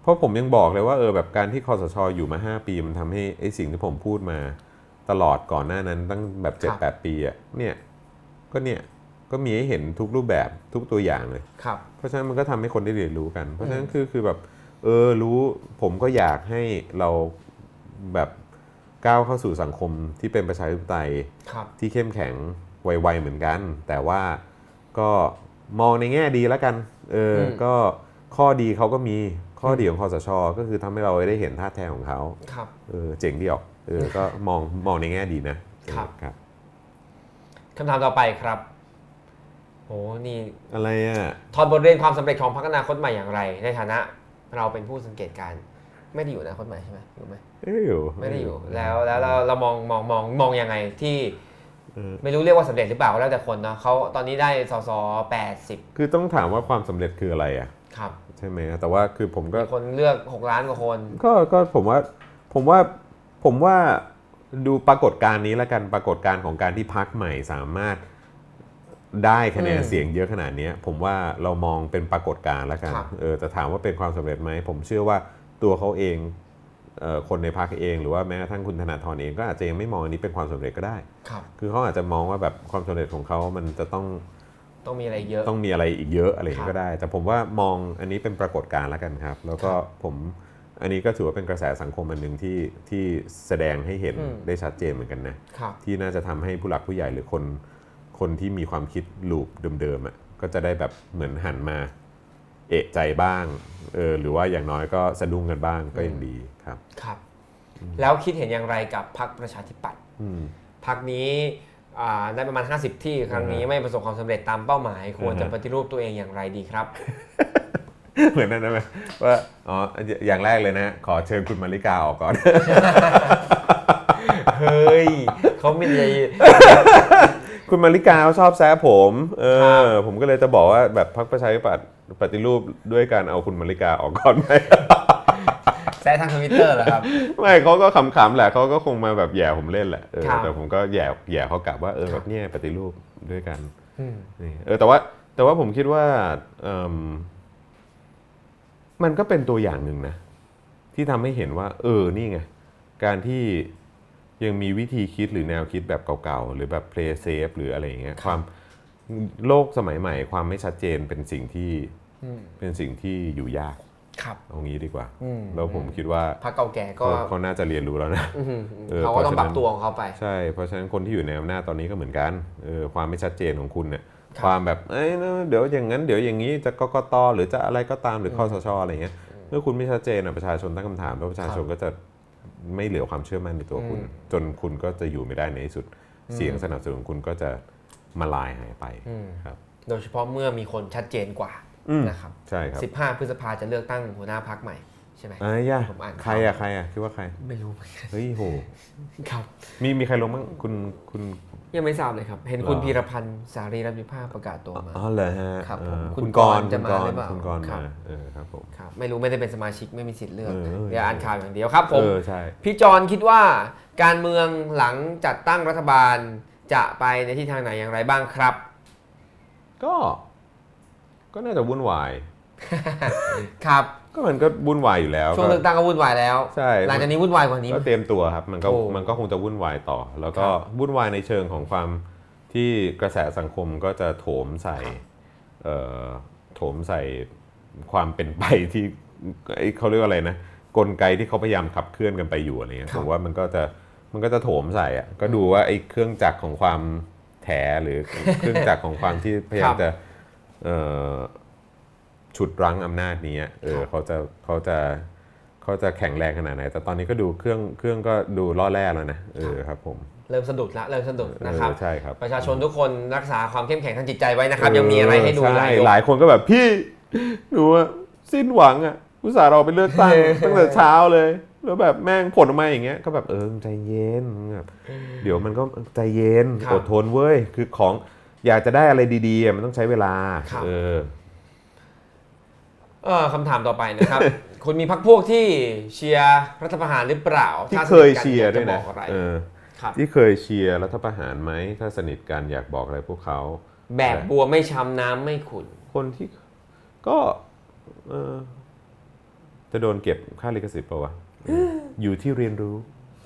S2: เพราะผมยังบอกเลยว่าเออแบบการที่คอสชอยู่มา 5 ปีมันทำให้ไอ้สิ่งที่ผมพูดมาตลอดก่อนหน้านั้นตั้งแบบ7 8 ปีอะเนี่ยก็เนี่ยก็มีให้เห็นทุกรูปแบบทุกตัวอย่างเลย
S1: ครับ
S2: เพราะฉะนั้นมันก็ทำให้คนได้เรียนรู้กัน เพราะฉะนั้นคือคือแบบเออรู้ผมก็อยากให้เราแบบก้าวเข้าสู่สังคมที่เป็นประชาธิปไตย
S1: ครับ
S2: ที่เข้มแข็งไวๆเหมือนกัน แต่ว่าก็มองในแง่ดีแล้วกันเอออ
S1: ม
S2: ก็ข้อดีเขาก็มีข้อดีของคอสช ก็คือทำให้เราได้เห็นท่าแท้ของเขา
S1: ครับ
S2: เออเจ๋งดีออกเออก็มองมองในแง่ดีนะครับ เออครับ
S1: คำถามต่อไปครับโอ้นี่
S2: อะไรอ่ะ
S1: ถอดบทเรียนความสำเร็จของพรรคอนาคตใหม่อย่างไร ในฐานะ เราเป็นผู้สังเกตการณ์ไม่ได้อยู่อนาคตใหม่ใช่ไหมอยู่ไหม
S2: ไม่ได้อยู่
S1: ไม่ได้อยู่แล้วแล้วเราเรามองมองมองมองยังไงที่
S2: เออ
S1: ไม่รู้เรียกว่าสำเร็จหรือเปล่าก็แล้วแต่คนเนาะเขาตอนนี้ได้สสแปดสิบ
S2: คือต้องถามว่าความสำเร็จคืออะไรอ่ะ
S1: ครับ
S2: ใช่ไหมแต่ว่าคือผมก็
S1: มีคนเลือกหกล้านกว่าคน
S2: ก็ก็ผมว่าผมว่าผมว่าดูปรากฏการณ์นี้แล้วกันปรากฏการณ์ของการที่พักใหม่สามารถได้คะแนนเสียงเยอะขนาดเนี้ยผมว่าเรามองเป็นปรากฏการณ์แล้วกันเออแต่ถามว่าเป็นความสำเร็จไหมผมเชื่อว่าตัวเขาเองเอ่อคนในพักเอง หรือว่าแม้กระทั่งคุณธนาธรเองก็อาจจะยังไม่มองอันนี้เป็นความสำเร็จก็ได้
S1: ครับ
S2: คือเขาอาจจะมองว่าแบบความสำเร็จของเขามันจะต้อง
S1: ต้องมีอะไรเยอะ
S2: ต้องมีอะไรอีกเยอะอะไรอย่างนี้
S1: ครับ
S2: ก็ได้ แต่ผมว่ามองอันนี้เป็นปรากฏการณ์แล้วกันครับ แล้วก็ผมอันนี้ก็ถือว่าเป็นกระแสสังคมอันหนึ่งที่ที่แสดงให้เห็นได้ชัดเจนเหมือนกันนะ
S1: ครับ
S2: ที่น่าจะทำให้ผู้หลักผู้ใหญ่หรือคนคนที่มีความคิดลูปเดิมๆอ่ะก็จะได้แบบเหมือนหันมาเอะใจบ้างเออหรือว่าอย่างน้อยก็สะดุ้งกันบ้างก็ยังดีครับ
S1: ครับ แล้วคิดเห็นอย่างไรกับพรรคประชาธิปัตย์
S2: อืม
S1: พรรคนี้อ่าได้ประมาณ 50 ที่ครั้งนี้
S2: อ่าฮะ
S1: ไม่ประสบความสำเร็จตามเป้าหมาย ควรจะ
S2: อ่าฮะ
S1: ปฏิรูปตัวเองอย่างไรดีครับ
S2: เหมือนนั้นนะไหมว่าอ๋ออย่างแรกเลยนะ ขอเชิญคุณมาริกาออกก่อน
S1: เฮ้ยเขามีอะไร
S2: คุณมาริกาเขาชอบแซะผมเอ
S1: ครั
S2: อบ ผมก็เลยจะบอกว่าแบบพรรคประชาธิปัตย์ปฏิรูปด้วยการเอาคุณมาริกาออกก่อนไหม
S1: แซะทางทวิตเตอร์เหรอครับ
S2: ไม่เขาก็ขำๆแหละเขาก็คงมาแบบแหย่ผมเล่นแหละเออ
S1: ครับ
S2: แต่ผมก็แหย่แหย่เขากลับว่าเออ
S1: ค
S2: แบ
S1: รับบ
S2: เนี่ยปฏิรูปด้วยกัน
S1: อืม
S2: นี่เออแต่ว่าแต่ว่าผมคิดว่าเอิ่มมันก็เป็นตัวอย่างหนึ่งนะ ที่ทำให้เห็นว่า เออนี่ไง การที่ยังมีวิธีคิดหรือแนวคิดแบบเก่าๆ หรือแบบ play safe หรืออะไรอย่างเงี้ยความโลกสมัยใหม่ ความไม่ชัดเจนเป็นสิ่งที่
S1: อืม
S2: เป็นสิ่งที่อยู่ยาก
S1: ครับ
S2: เอางี้ดีกว่า
S1: อืม
S2: แล้วผมคิดว่า
S1: พรรคเก่าแก่ก็
S2: เขาเขาน่าจะเรียนรู้แล้วนะ
S1: อื้อหือ
S2: เออ
S1: เขาก็ต้องป
S2: เพราะฉะนั้น
S1: รับตัวของเขาไป
S2: ใช่ เพราะฉะนั้นคนที่อยู่ในอำนาจตอนนี้ก็เหมือนกันเออความไม่ชัดเจนของคุณเนี่ย
S1: ครับ
S2: ความแบบเอ้ยเดี๋ยวอย่างนั้นเดี๋ยวอย่างนี้จะกกตหรือจะอะไรก็ตามหรือคอสชอะไรเงี้ยเมื่อคุณไม่ชัดเจนอะประชาชนตั้งคำถามแล้วประชาชนก็จะไม่เหลือความเชื่อมั่นในตัวคุณ จนคุณก็จะอยู่ไม่ได้ในที่สุดเสียงสนับสนุนคุณก็จะมาลายหายไปครับ
S1: โดยเฉพาะเมื่อมีคนชัดเจนกว่า
S2: อืม
S1: นะครับ
S2: ใช่ครับ
S1: 15 พฤษภาจะเลือกตั้งหัวหน้าพรรคใหม่ใช่ไหม
S2: อ่ะย่า
S1: ผมอ่านข่าว
S2: ใครอะใครอะคิดว่าใคร
S1: ไม่รู้เหมือนกัน
S2: เฮ้ยโห
S1: ครับ
S2: มีมีใครลงบ้างคุณคุณ
S1: ยังไม่ทราบเลยครับ เห็นคุณ
S2: หรอ
S1: พีรพันธ์สารีรัตน์วิภาคประกาศตัวมา
S2: อ๋อเหรอฮะ
S1: ครับ
S2: เอ
S1: ผม
S2: อ
S1: คุณ
S2: คุณกรณ์
S1: กรณ์จะมากห
S2: คุณ
S1: รื
S2: ร
S1: อเปล่า
S2: คุณกรณ์
S1: ครับ
S2: มาเออครับผม
S1: ครับไม่รู้ไม่ได้เป็นสมาชิกไม่มีสิทธิ์เลือก
S2: เออ
S1: เดี๋ยวอ่านข่าวอย่างเดียวครับผม
S2: เออใช่
S1: พี่จอนคิดว่าการเมืองหลังจัดตั้งรัฐบาลจะไปในทิศทางไหนอย่างไรบ้างครับ
S2: ก็ ก็น่าจะวุ่นวาย
S1: ครับ
S2: ก็มันก็วุ่นวายอยู่แล้ว
S1: ช่วงเลือกตั้งก็วุ่นวายแล้ว
S2: ใช่
S1: หลังจากนี้วุ่นวายกว่านี้
S2: ก็เตรียมตัวครับ มันก็
S1: โอ้
S2: มันก็คงจะวุ่นวายต่อ แล้ว
S1: ค
S2: ก็
S1: รับ
S2: วุ่นวายในเชิงของความที่กระแสสังคมก็จะโถมใส่เอ่อโถมใส่ความเป็นไปที่ไอ้เขาเรียกว่าอะไรนะกลไกที่เขาพยายามขับเคลื่อนกันไปอยู่อะไรเงี้ย
S1: ครับ
S2: ผมว่ามันก็จะมันก็จะโถมใส่อะก็ดูว่าไอ้เครื่องจักรของความแถหรือเครื่องจักรของความที่พยายามจะ เอ่อ ฉุดรั้งอำนาจนี้อะเออ
S1: ครับ
S2: เขาจะเขาจะเขาจะแข็งแรงขนาดไหน แต่ตอนนี้ก็ดูเครื่องเครื่องก็ดูล่อแร่แล้วนะเออครับผม
S1: เริ่มสะดุดละเริ่มสะดุดนะครับ
S2: เออใช่ครับ
S1: ประชาชนทุกคนรักษาความเข้มแข็งทางจิตใจไว้นะครับ ยังมีอะไรให้ดู
S2: เออ
S1: หลาย
S2: ใช่
S1: ยก
S2: หลายคนก็แบบพี่หนูอะสิ้นหวังอ่ะอุตส่าห์เราไปเลือกตั้ง ตั้งแต่เช้าเลย แล้วแบบแม่งผลออกมาอย่างเงี้ยก็แบบเออใจเย็นแบบเดี๋ยวมันก็ใจเย็น
S1: ครับ
S2: อดทนเว้ยคือของอยากจะได้อะไรดีๆอะมันต้องใช้เวลา
S1: ครับ
S2: เออ
S1: เออคำถามต่อไป นะครับ คุณมีพักพวกที่เชียร์รัฐประหารหรือเปล่า
S2: ที่
S1: ถ้าส
S2: เค
S1: นิ
S2: ย
S1: ทกัน
S2: เชียร์ด้วย
S1: จะบ
S2: นะ
S1: อกอะไร
S2: เออ
S1: ครับ
S2: ที่เคยเชียร์รัฐประหารไหม ถ้าสนิทกันอยากบอกอะไรพวกเขา
S1: แบบบัวไม่ช้ำน้ำไม่ขุ่น
S2: คนที่ก็เออจะโดนเก็บค่าลิขสิทธิ์ปะวะเอออยู่ที่เรียนรู้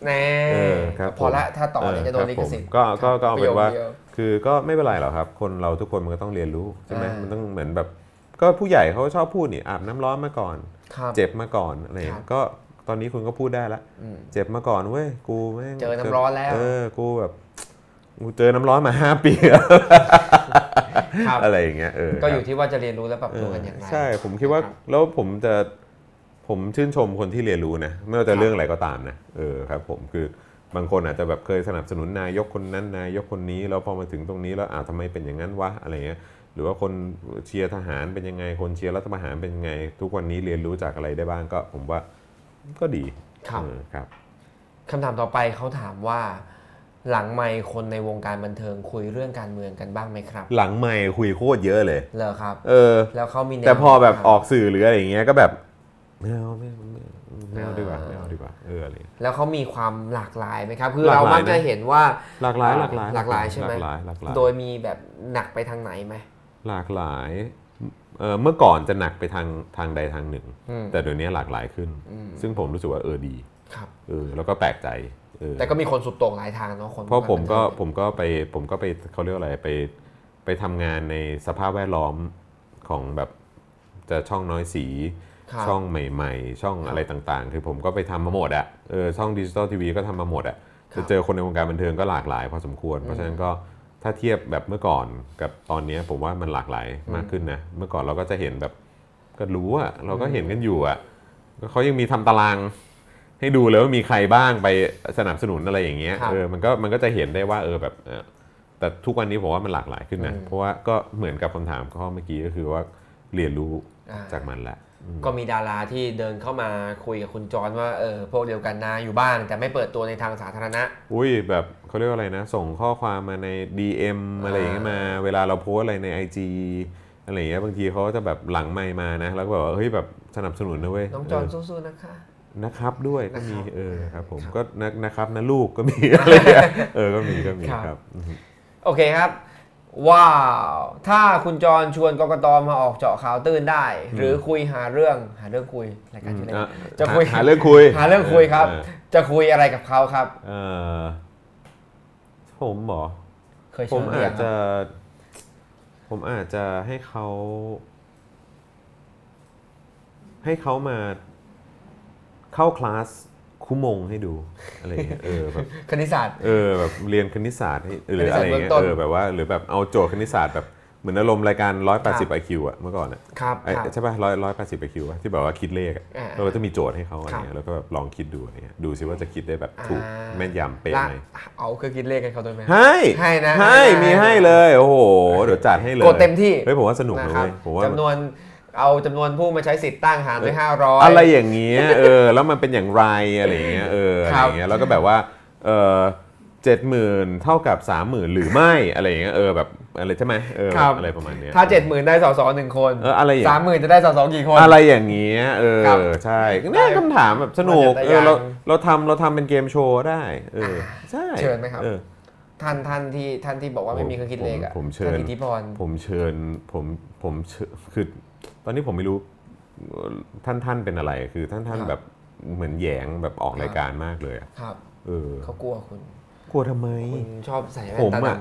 S1: แน่
S2: เออครับ
S1: พอละ
S2: ผม
S1: ถ้าต่อเนี่ยจะโดนลิขสิทธิ์
S2: เออครับผมก็ก็ก็เอาเป็นว่า
S1: ประโยคเดียว
S2: คือก็ไม่เป็นไรหรอกครับ คนเราทุกคนมันก็ต้องเรียนรู้ใช่ไหม
S1: อ่ามั
S2: มันต้องเหมือนแบบ ก็ผู้ใหญ่เขาชอบพูดนี่อาบน้ำร้อนมาก่อน
S1: ครับ
S2: เจ็บมาก่อนอะไรอย่าง
S1: ครั
S2: เงี้
S1: บ
S2: ยก็ตอนนี้คุณก็พูดได้ละ
S1: อืม
S2: เจ็บมาก่อนเว้ยกูแม่ง
S1: เจอน้ำร้อนแล้ว
S2: เออกูแบบกูเจอน้ำร้อนมาห้าปีแล้ว
S1: ครับ
S2: อะไรอย่างเงี้ยเออ
S1: ก็อยู่ที่ว่าจะเรียนรู้และปรับตัวกันอย่างไร
S2: ใช่ผมคิดว่า
S1: ครับ
S2: แล้วผมจะผมชื่นชมคนที่เรียนรู้นะไม่ว่า
S1: ครั
S2: จะ
S1: บ
S2: เรื่องอะไรก็ตามนะเออครับ ผมคือบางคนอาจจะแบบเคยสนับสนุนนายกคนนั้นนายกคนนี้แล้วพอมาถึงตรงนี้แล้วอาทำไมเป็นอย่างนั้นวะอะไรเงี้ยหรือว่าคนเชียร์ทหารเป็นยังไง คนเชียร์รัฐประหารเป็นยังไง ทุกวันนี้เรียนรู้จากอะไรได้บ้างก็ ผมว่าก็ดี
S1: ครับ
S2: เออครับ
S1: คำถามต่อไปเขาถามว่า หลังไมค์คนในวงการบันเทิงคุยเรื่องการเมืองกันบ้างไหมครับ
S2: หลังไม่คุยโคตรเยอะเลย
S1: เหรอครับ
S2: เออ
S1: แล้วเขามีนว
S2: แต่พอแบบ
S1: ทาง
S2: ออกสื่อหรืออะไรอย่างเงี้ยก็แบบไม่เอาไม่เอาไม่เอาไม่เอาดีกว่า
S1: อ่า
S2: ไม่เอาดีกว่าเอออะไรอย่างเงี้ย
S1: แล้วเขามีความหลากหลายไหมครับคือ
S2: หลา
S1: เรา
S2: กหลายนะ
S1: มักจะเห็นว่า
S2: หลากหลาย
S1: อ่า
S2: หลากหลาย
S1: หลากหลายใช่ไหม
S2: หลากหลายหลากหลาย
S1: โดยมีแบบหนักไปทางไหนไหม
S2: หลากหลายเออเมื่อก่อนจะหนักไปทางทางใดทางหนึ่ง
S1: อืม
S2: แต่เดี๋ยวนี้หลากหลายขึ้น
S1: อืม
S2: ซึ่งผมรู้สึกว่าเออดี
S1: ครับ
S2: เออแล้วก็แปลกใจเออ
S1: แต่ก็มีคนสุดโต่งหลายทางเนาะคน
S2: เพราะผมก็
S1: น
S2: ผมก็ไปผมก็ไปเขาเรียกว่าอะไรไปไปทำงานในสภาพแวดล้อมของแบบจะช่องน้อยสี
S1: ครับ
S2: ช่องใหม่ๆ ช่องอะไรต่างๆ คือผมก็ไปทำมาหมดอะเออช่องดิจิตอลทีวีก็ทำมาหมดอะ
S1: ครับ
S2: จะเจอคนในวงการบันเทิงก็หลากหลายพอสมควร
S1: อืม
S2: เพราะฉะนั้นก็ถ้าเทียบแบบเมื่อก่อนกับตอนเนี้ยผมว่ามันหลากหลายมากขึ้นนะ เมื่อก่อนเราก็จะเห็นแบบก็รู้อะเราก็เห็นกันอยู่อะก็เขายังมีทำตาราง ให้ดูเลยว่ามีใครบ้างไปสนับสนุนอะไรอย่างเงี้ย
S1: ครับ
S2: เออมันก็มันก็จะเห็นได้ว่าเออแบบเออแต่ทุกวันนี้ผมว่ามันหลากหลายขึ้นนะ
S1: อืม
S2: เพราะว่าก็เหมือนกับคำถามข้อเมื่อกี้ก็คือว่าเรียนรู้
S1: อ่า
S2: จากมันแหละ
S1: ก็มีดาราที่เดินเข้ามาคุยกับคุณจรว่าเออพวกเดียวกันนะอยู่บ้าง แต่ไม่เปิดตัวในทางสาธารณะ
S2: อุ้ยแบบเขาเรียกว่าอะไรนะ ส่งข้อความมาใน DM อะไรอย่างเงี้ยมาเวลาเราโพสอะไรใน IG อะไรอย่างเงี้ยบางทีเขาก็จะแบบหลังไมค์มานะ แล้วก็แบบว่าเฮ้ยแบบสนับสนุนนะเว้ย
S1: น้องจร
S2: เ
S1: สู้ๆนะคะ
S2: นะครับด้วยก็มี
S1: นะครับ
S2: เออครับผม
S1: ครับ
S2: ก็นะนะครับนะลูกก็มี อะไรอย่างเงี้ยเออก็มีก็มี
S1: ครับ
S2: ครับอืม
S1: โอเคครับ ว้าว ถ้าคุณจรชวนกกตมาออกเจาะข่าวตื่นได้ หรือคุยหาเรื่องหาเรื่องคุยรายการชื่ออะไร
S2: อ่
S1: นะ จะคุย
S2: หาหาเรื่องคุย
S1: หาเรื่องคุยครับ
S2: เออ
S1: จะคุยอะไรกับเขาครับ
S2: เออผมเหรอ
S1: เคย
S2: ผ
S1: เชิ
S2: ม
S1: ญหรื
S2: อา
S1: อยั
S2: จ
S1: งค
S2: จะ
S1: รับ
S2: ผมอาจจะให้เขา ให้เขามา เข้าคลาสคุมงให้ดู อะไรอย่างเงี้ยเออแบบ
S1: คณิตศาสตร์
S2: เออแบบเรียนคณิตศาสตร์ให้หรือ
S1: คณิตศาสต
S2: อะ
S1: ร์
S2: ไรอย่างเงี้ย
S1: เบื้องต้น
S2: เออแบบว่า หรือแบบเอาโจทย์คณิตศาสตร์แบบเหมือนอารมณ์รายการ
S1: ครั
S2: 180
S1: บ
S2: IQ อะเมื่อก่อนอะ
S1: ครับ
S2: ไอ้
S1: ครับ
S2: ใช่ป่ะ180 IQ อะที่แบบว่าคิดเลขอะ
S1: อ่า
S2: แล้วก็จะมีโจทย์ให้เขาอะไร
S1: ครับ
S2: เงี้ยแล้วก็แบบลองคิดดูอะไรเงี้ยดูสิว่าจะคิดได้แบบถูก
S1: อ่า
S2: แม่นยำเป๊ะ
S1: ละ
S2: ไหม
S1: เอาเครื่องคิดเลขให้เขาด้วยไหม
S2: ให้
S1: ให้นะ
S2: ให้
S1: ให้นะ
S2: มีให้เลย โอ้โหเดี๋ยวจัดให้เลย
S1: กดเต็มที่
S2: เฮ้ยผมว่าสนุกนะ
S1: นะครั
S2: เว้
S1: บ
S2: ยผมว่า
S1: จำนวนเอาจำนวนผู้มาใช้สิทธิ์ตั้งหารด้วยห้าร้อย
S2: อะไรอย่างเงี้ยเออ แล้วมันเป็นอย่างไรอะไรอย่างเงี้ยเอออะ
S1: ค
S2: ไร
S1: รับ
S2: อย่างเงี้ยแล้วก็แบบว่าเออเจ็ดหมื่นเท่ากับสามหมื่นหรือไม่อะไรอย่างเงี้ยเออแบบอะไรใช่ไหมเออ
S1: ครับ
S2: อะไรประมาณเนี้ย
S1: ถ้าเจ็ดหมื่นได้สอสอหนึ่งคน
S2: เอออะไรอย่าง
S1: สามหมื่นจะได้สอสอกี่คน
S2: อะไรอย่างเงี้ยเออ
S1: ครับ
S2: ใช่เนี่ยคำถามแบบสนุก
S1: ได้
S2: เออเรา
S1: ได้ยัง
S2: เราทำเราทำเป็นเกมโชว์ได้เออใช่
S1: เชิญไหมครับ
S2: ออ
S1: ท่านท่านที่ท่านที่บอกว่าไม่มีเครื่องคิดเลขอะ
S2: ผมผมเชิญ
S1: ท่านอิทธิพร
S2: ผมเชิญผมผมเชิญคือตอนนี้ผมไม่รู้ท่านท่านเป็นอะไร คือท่านท่าน
S1: ครับ
S2: แบบเหมือนแหยงแบบออกรายการมากเลยอะ
S1: ครับ
S2: เออ
S1: เขากลัวคุณ
S2: กลัวทำไม
S1: คุณชอบใส่แว่
S2: ผ
S1: น
S2: ม
S1: ตาด
S2: อะ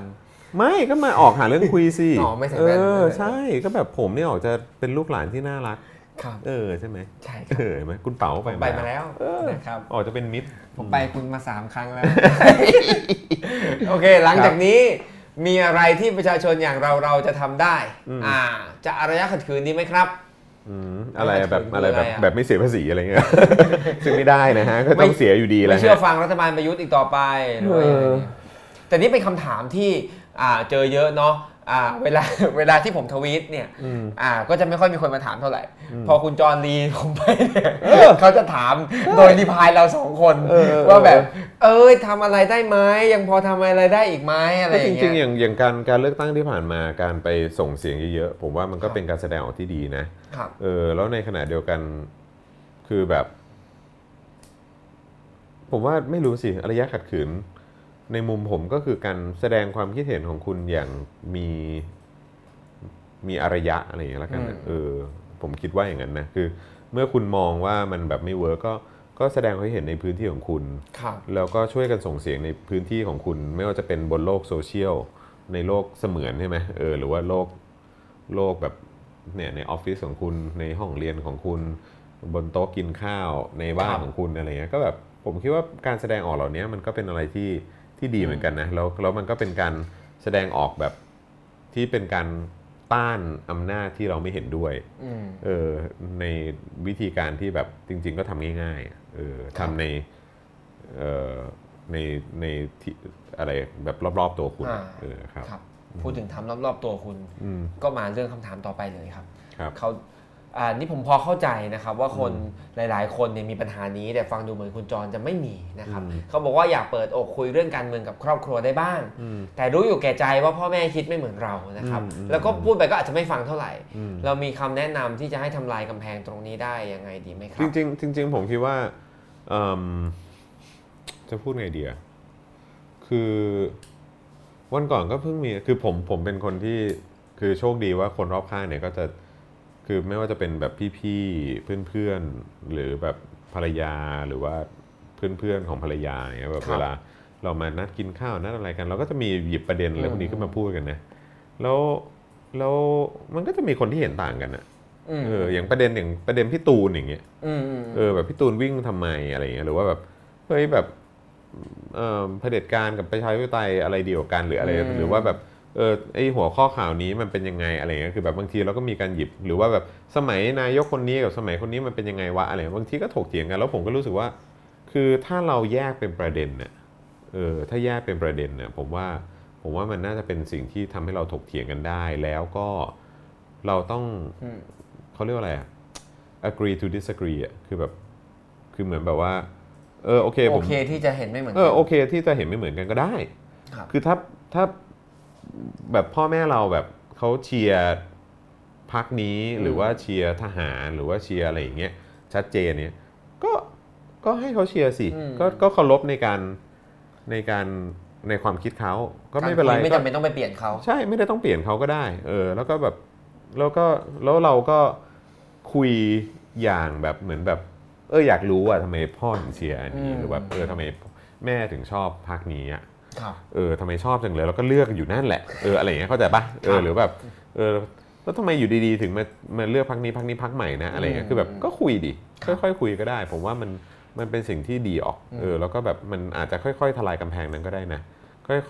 S2: ไม่ก็มาออกหาเรื่องคุยสิ
S1: อ๋อไม่ใส่
S2: เอ
S1: แว่น
S2: อ
S1: ไม่ใส่แว่น
S2: ใช่ก็แบบผมเนี่ยออกจะเป็นลูกหลานที่น่ารัก
S1: ำครับ
S2: เออใช่ไหม
S1: ใช่ค
S2: เอ
S1: รับ
S2: อเห็นไหมคุณเป๋า
S1: ผ
S2: ไป
S1: มไปมาแล้วนะครับ
S2: ออกจะเป็นมิตร
S1: ผมไปคุณมาสามครั้ งแล้ว โอเค หลังจากนี้มีอะไรที่ประชาชนอย่างเราเราจะทำได้
S2: อืม
S1: อ่า จะอารยะขัดขืนนี้ไหมครับ
S2: อืมอะไร
S1: ไม่
S2: แบบ
S1: ถึง
S2: อะไรแบบ
S1: คืออะไรอะ
S2: แบบไม่เสียภาษีอะไรเงี้ย ซึ่งไม่ได้นะฮะ ก็
S1: ไม่
S2: ต้องเสียอยู่ดีแห
S1: ไม่
S2: ละ
S1: เชื่อ
S2: ฮะ
S1: ฟังรัฐบาลประยุทธ์อีกต่อไปหรือว่าอย่างไร
S2: เออ
S1: เงี้ยแต่นี่เป็นคำถามที่อ่าเจอเยอะเนาะอ่าเวลา เวลาที่ผมทวีตเนี่ย
S2: อืม
S1: อ่าก็จะไม่ค่อยมีคนมาถามเท่าไหร่ พอคุณจอรลีผมไปเนี่ย
S2: เออ
S1: เขาจะถามโดยรีพายเราสองคน
S2: เออ
S1: ว่าแบบ เอ้ยทำอะไรได้ไหมยังพอทำอะไรได้อีกไหมอะไรอ
S2: ก็จ
S1: ย่าง
S2: ริงๆอ
S1: เงี้ย
S2: ย่างอย่างการการเลือกตั้งที่ผ่านมาการไปส่งเสียงเยอะๆผมว่ามัน
S1: ค
S2: ก็
S1: รับ
S2: เป็นการแสดงออกที่ดีนะ
S1: ครับ
S2: เออแล้วในขณะเดียวกันคือแบบ ผมว่าไม่รู้สิระยะขัดขืน ในมุมผมก็คือการแสดงความคิดเห็นของคุณอย่างมีมีอารยะอะไรอย่างเงี้ยแล้วกันนะ
S1: อืม
S2: เออ ผมคิดว่าอย่างนั้นนะคือ เมื่อคุณมองว่ามันแบบไม่เวิร์กก็ก็แสดงความคิดเห็นในพื้นที่ของคุณ
S1: ครับ
S2: แล้วก็ช่วยกันส่งเสียงในพื้นที่ของคุณ ไม่ว่าจะเป็นบนโลกโซเชียล ในโลกเสมือนใช่ไหมเออหรือว่าโลกโลกแบบเนี่ยในออฟฟิศของคุณในห้องเรียนของคุณ บนโต๊ะกินข้าวในบ้า
S1: ค
S2: น
S1: รับ
S2: ของคุณอะไรเงี้ยก็แบบผมคิดว่าการแสดงออกเหล่านี้มันก็เป็นอะไรที่ที่ดีเหมือนกันนะแล้วแล้วมันก็เป็นการแสดงออกแบบที่เป็นการต้านอำนาจที่เราไม่เห็นด้วย
S1: อืม
S2: เออในวิธีการที่แบบจริง ๆ ก็ทำง่ายๆอ่ะเออ
S1: ครับ
S2: ทำในเอ่อในในที่อะไรแบบรอบๆตัวคุณอ่ะเออครับ
S1: ครับ พูดถึงทำรอบๆตัวคุณ
S2: อืม
S1: ก็มาเรื่องคำถามต่อไปเลยครับ
S2: ครับ
S1: เขาอ่านี่ผมพอเข้าใจนะครับ ว่าคนหลาย ๆ คนเนี่ยมีปัญหานี้ แต่ฟังดูเหมือนคุณจรจะไม่มีนะครับเขาบอกว่าอยากเปิดอกคุยเรื่องการเมืองกับครอบครัวได้บ้าง
S2: อืม
S1: แต่รู้อยู่แก่ใจว่าพ่อแม่คิดไม่เหมือนเรานะครับ
S2: อืมอืม
S1: แล้วก็พูดไปก็อาจจะไม่ฟังเท่าไหร่
S2: อืม
S1: เรามีคำแนะนำที่จะให้ทำลายกำแพงตรงนี้ได้ยังไงดีไหมครั
S2: จ
S1: บ
S2: ริงๆจริงๆผมคิดว่าเอิ่มจะพูดไงดีอะคือวันก่อนก็เพิ่งมีคือผมผมเป็นคนที่คือโชคดีว่าคนรอบข้างเนี่ยก็จะคือไม่ว่าจะเป็นแบบพี่ๆเพื่อนๆ หรือแบบภรรยาหรือว่าเพื่อนๆของภรรยาเนี่ยแบบ
S1: ครับ
S2: เวลาเรามานัดกินข้าวนัดอะไรกัน เราก็จะมีหยิบประเด็นอะไรพวกนี้
S1: อืม
S2: ขึ้นมาพูดกันนะแล้วแล้วมันก็จะมีคนที่เห็นต่างกันอะ
S1: อืม
S2: เอออย่างประเด็นอย่างประเด็นพี่ตูนอย่างเงี้ย
S1: อืมอืม
S2: เออแบบพี่ตูนวิ่งทำไมอะไรอย่างเงี้ยหรือว่าแบบเฮ้ยแบบเออเผด็จการกับประชาธิปไตยอะไรเดียวากันหรืออะไรหรือว่าแบบเออไอหัวข้อข่าวนี้มันเป็นยังไงอะไรเงี้ยคือแบบบางทีเราก็มีการหยิบ หรือว่าแบบสมัยนายกคนนี้กับสมัยคนนี้มันเป็นยังไงวะอะไรเงี้ยบางทีก็ถกเถียงกันแล้วผมก็รู้สึกว่า คือถ้าเราแยกเป็นประเด็นเนี่ยเออถ้าแยกเป็นประเด็นเนี่ยผมว่าผมว่ามันน่าจะเป็นสิ่งที่ทำให้เราถกเถียงกันได้ แล้วก็เราต้อง
S1: อืม
S2: เขาเรียกว่าอะไรอะ agree to disagree อะคือแบบ คือเหมือนแบบว่า เออโอเค
S1: โอ
S2: ผม
S1: เคที่จะเห็นไม่เหมือน
S2: เอ
S1: กั
S2: อน โอเคที่จะเห็นไม่เหมือนกันก็ได้
S1: ครับ
S2: คือถ้าถ้าแบบพ่อแม่เราแบบเขาเชียร์พักนี้หรือว่าเชียร์ทหารหรือว่าเชียร์อะไรอย่างเงี้ยชัดเจนเนี่ยก็ก็ให้เขาเชียร์สิ
S1: อืม
S2: ก็ก็เคารพในการในการในความคิดเขาก็ไม่เป็นไร
S1: ารคุยไม่
S2: ก็
S1: จำเป็นต้องไปเปลี่ยนเขา
S2: ใช่ไม่ได้ต้องเปลี่ยนเขาก็ได้ เออ แล้วก็แบบแล้วก็แล้วเราก็คุยอย่างแบบเหมือนแบบ เอออยากรู้อะทำไมพ่อถึงเชียร์อันนี้
S1: อืม
S2: หรือแบบเออทำไมแม่ถึงชอบพักนี้อะ
S1: ครับ
S2: เออทำไมชอบจังเลยแล้วก็เลือกอยู่นั่นแหละเอออะไรอย่างเงี้ยเข้าใจปะเออหรือแบบเออแล้วทำไมอยู่ดีๆ ถึงมามาเลือกพักนี้พักนี้พักใหม่นะอะไรเงี้ยคือแบบก็คุยดิ
S1: ครับ
S2: ค่อยๆคุยก็ได้ ผมว่ามันมันเป็นสิ่งที่ดีออก
S1: อืม
S2: เออแล้วก็แบบมันอาจจะค่อย ๆ ทลายกำแพงนั้นก็ได้นะ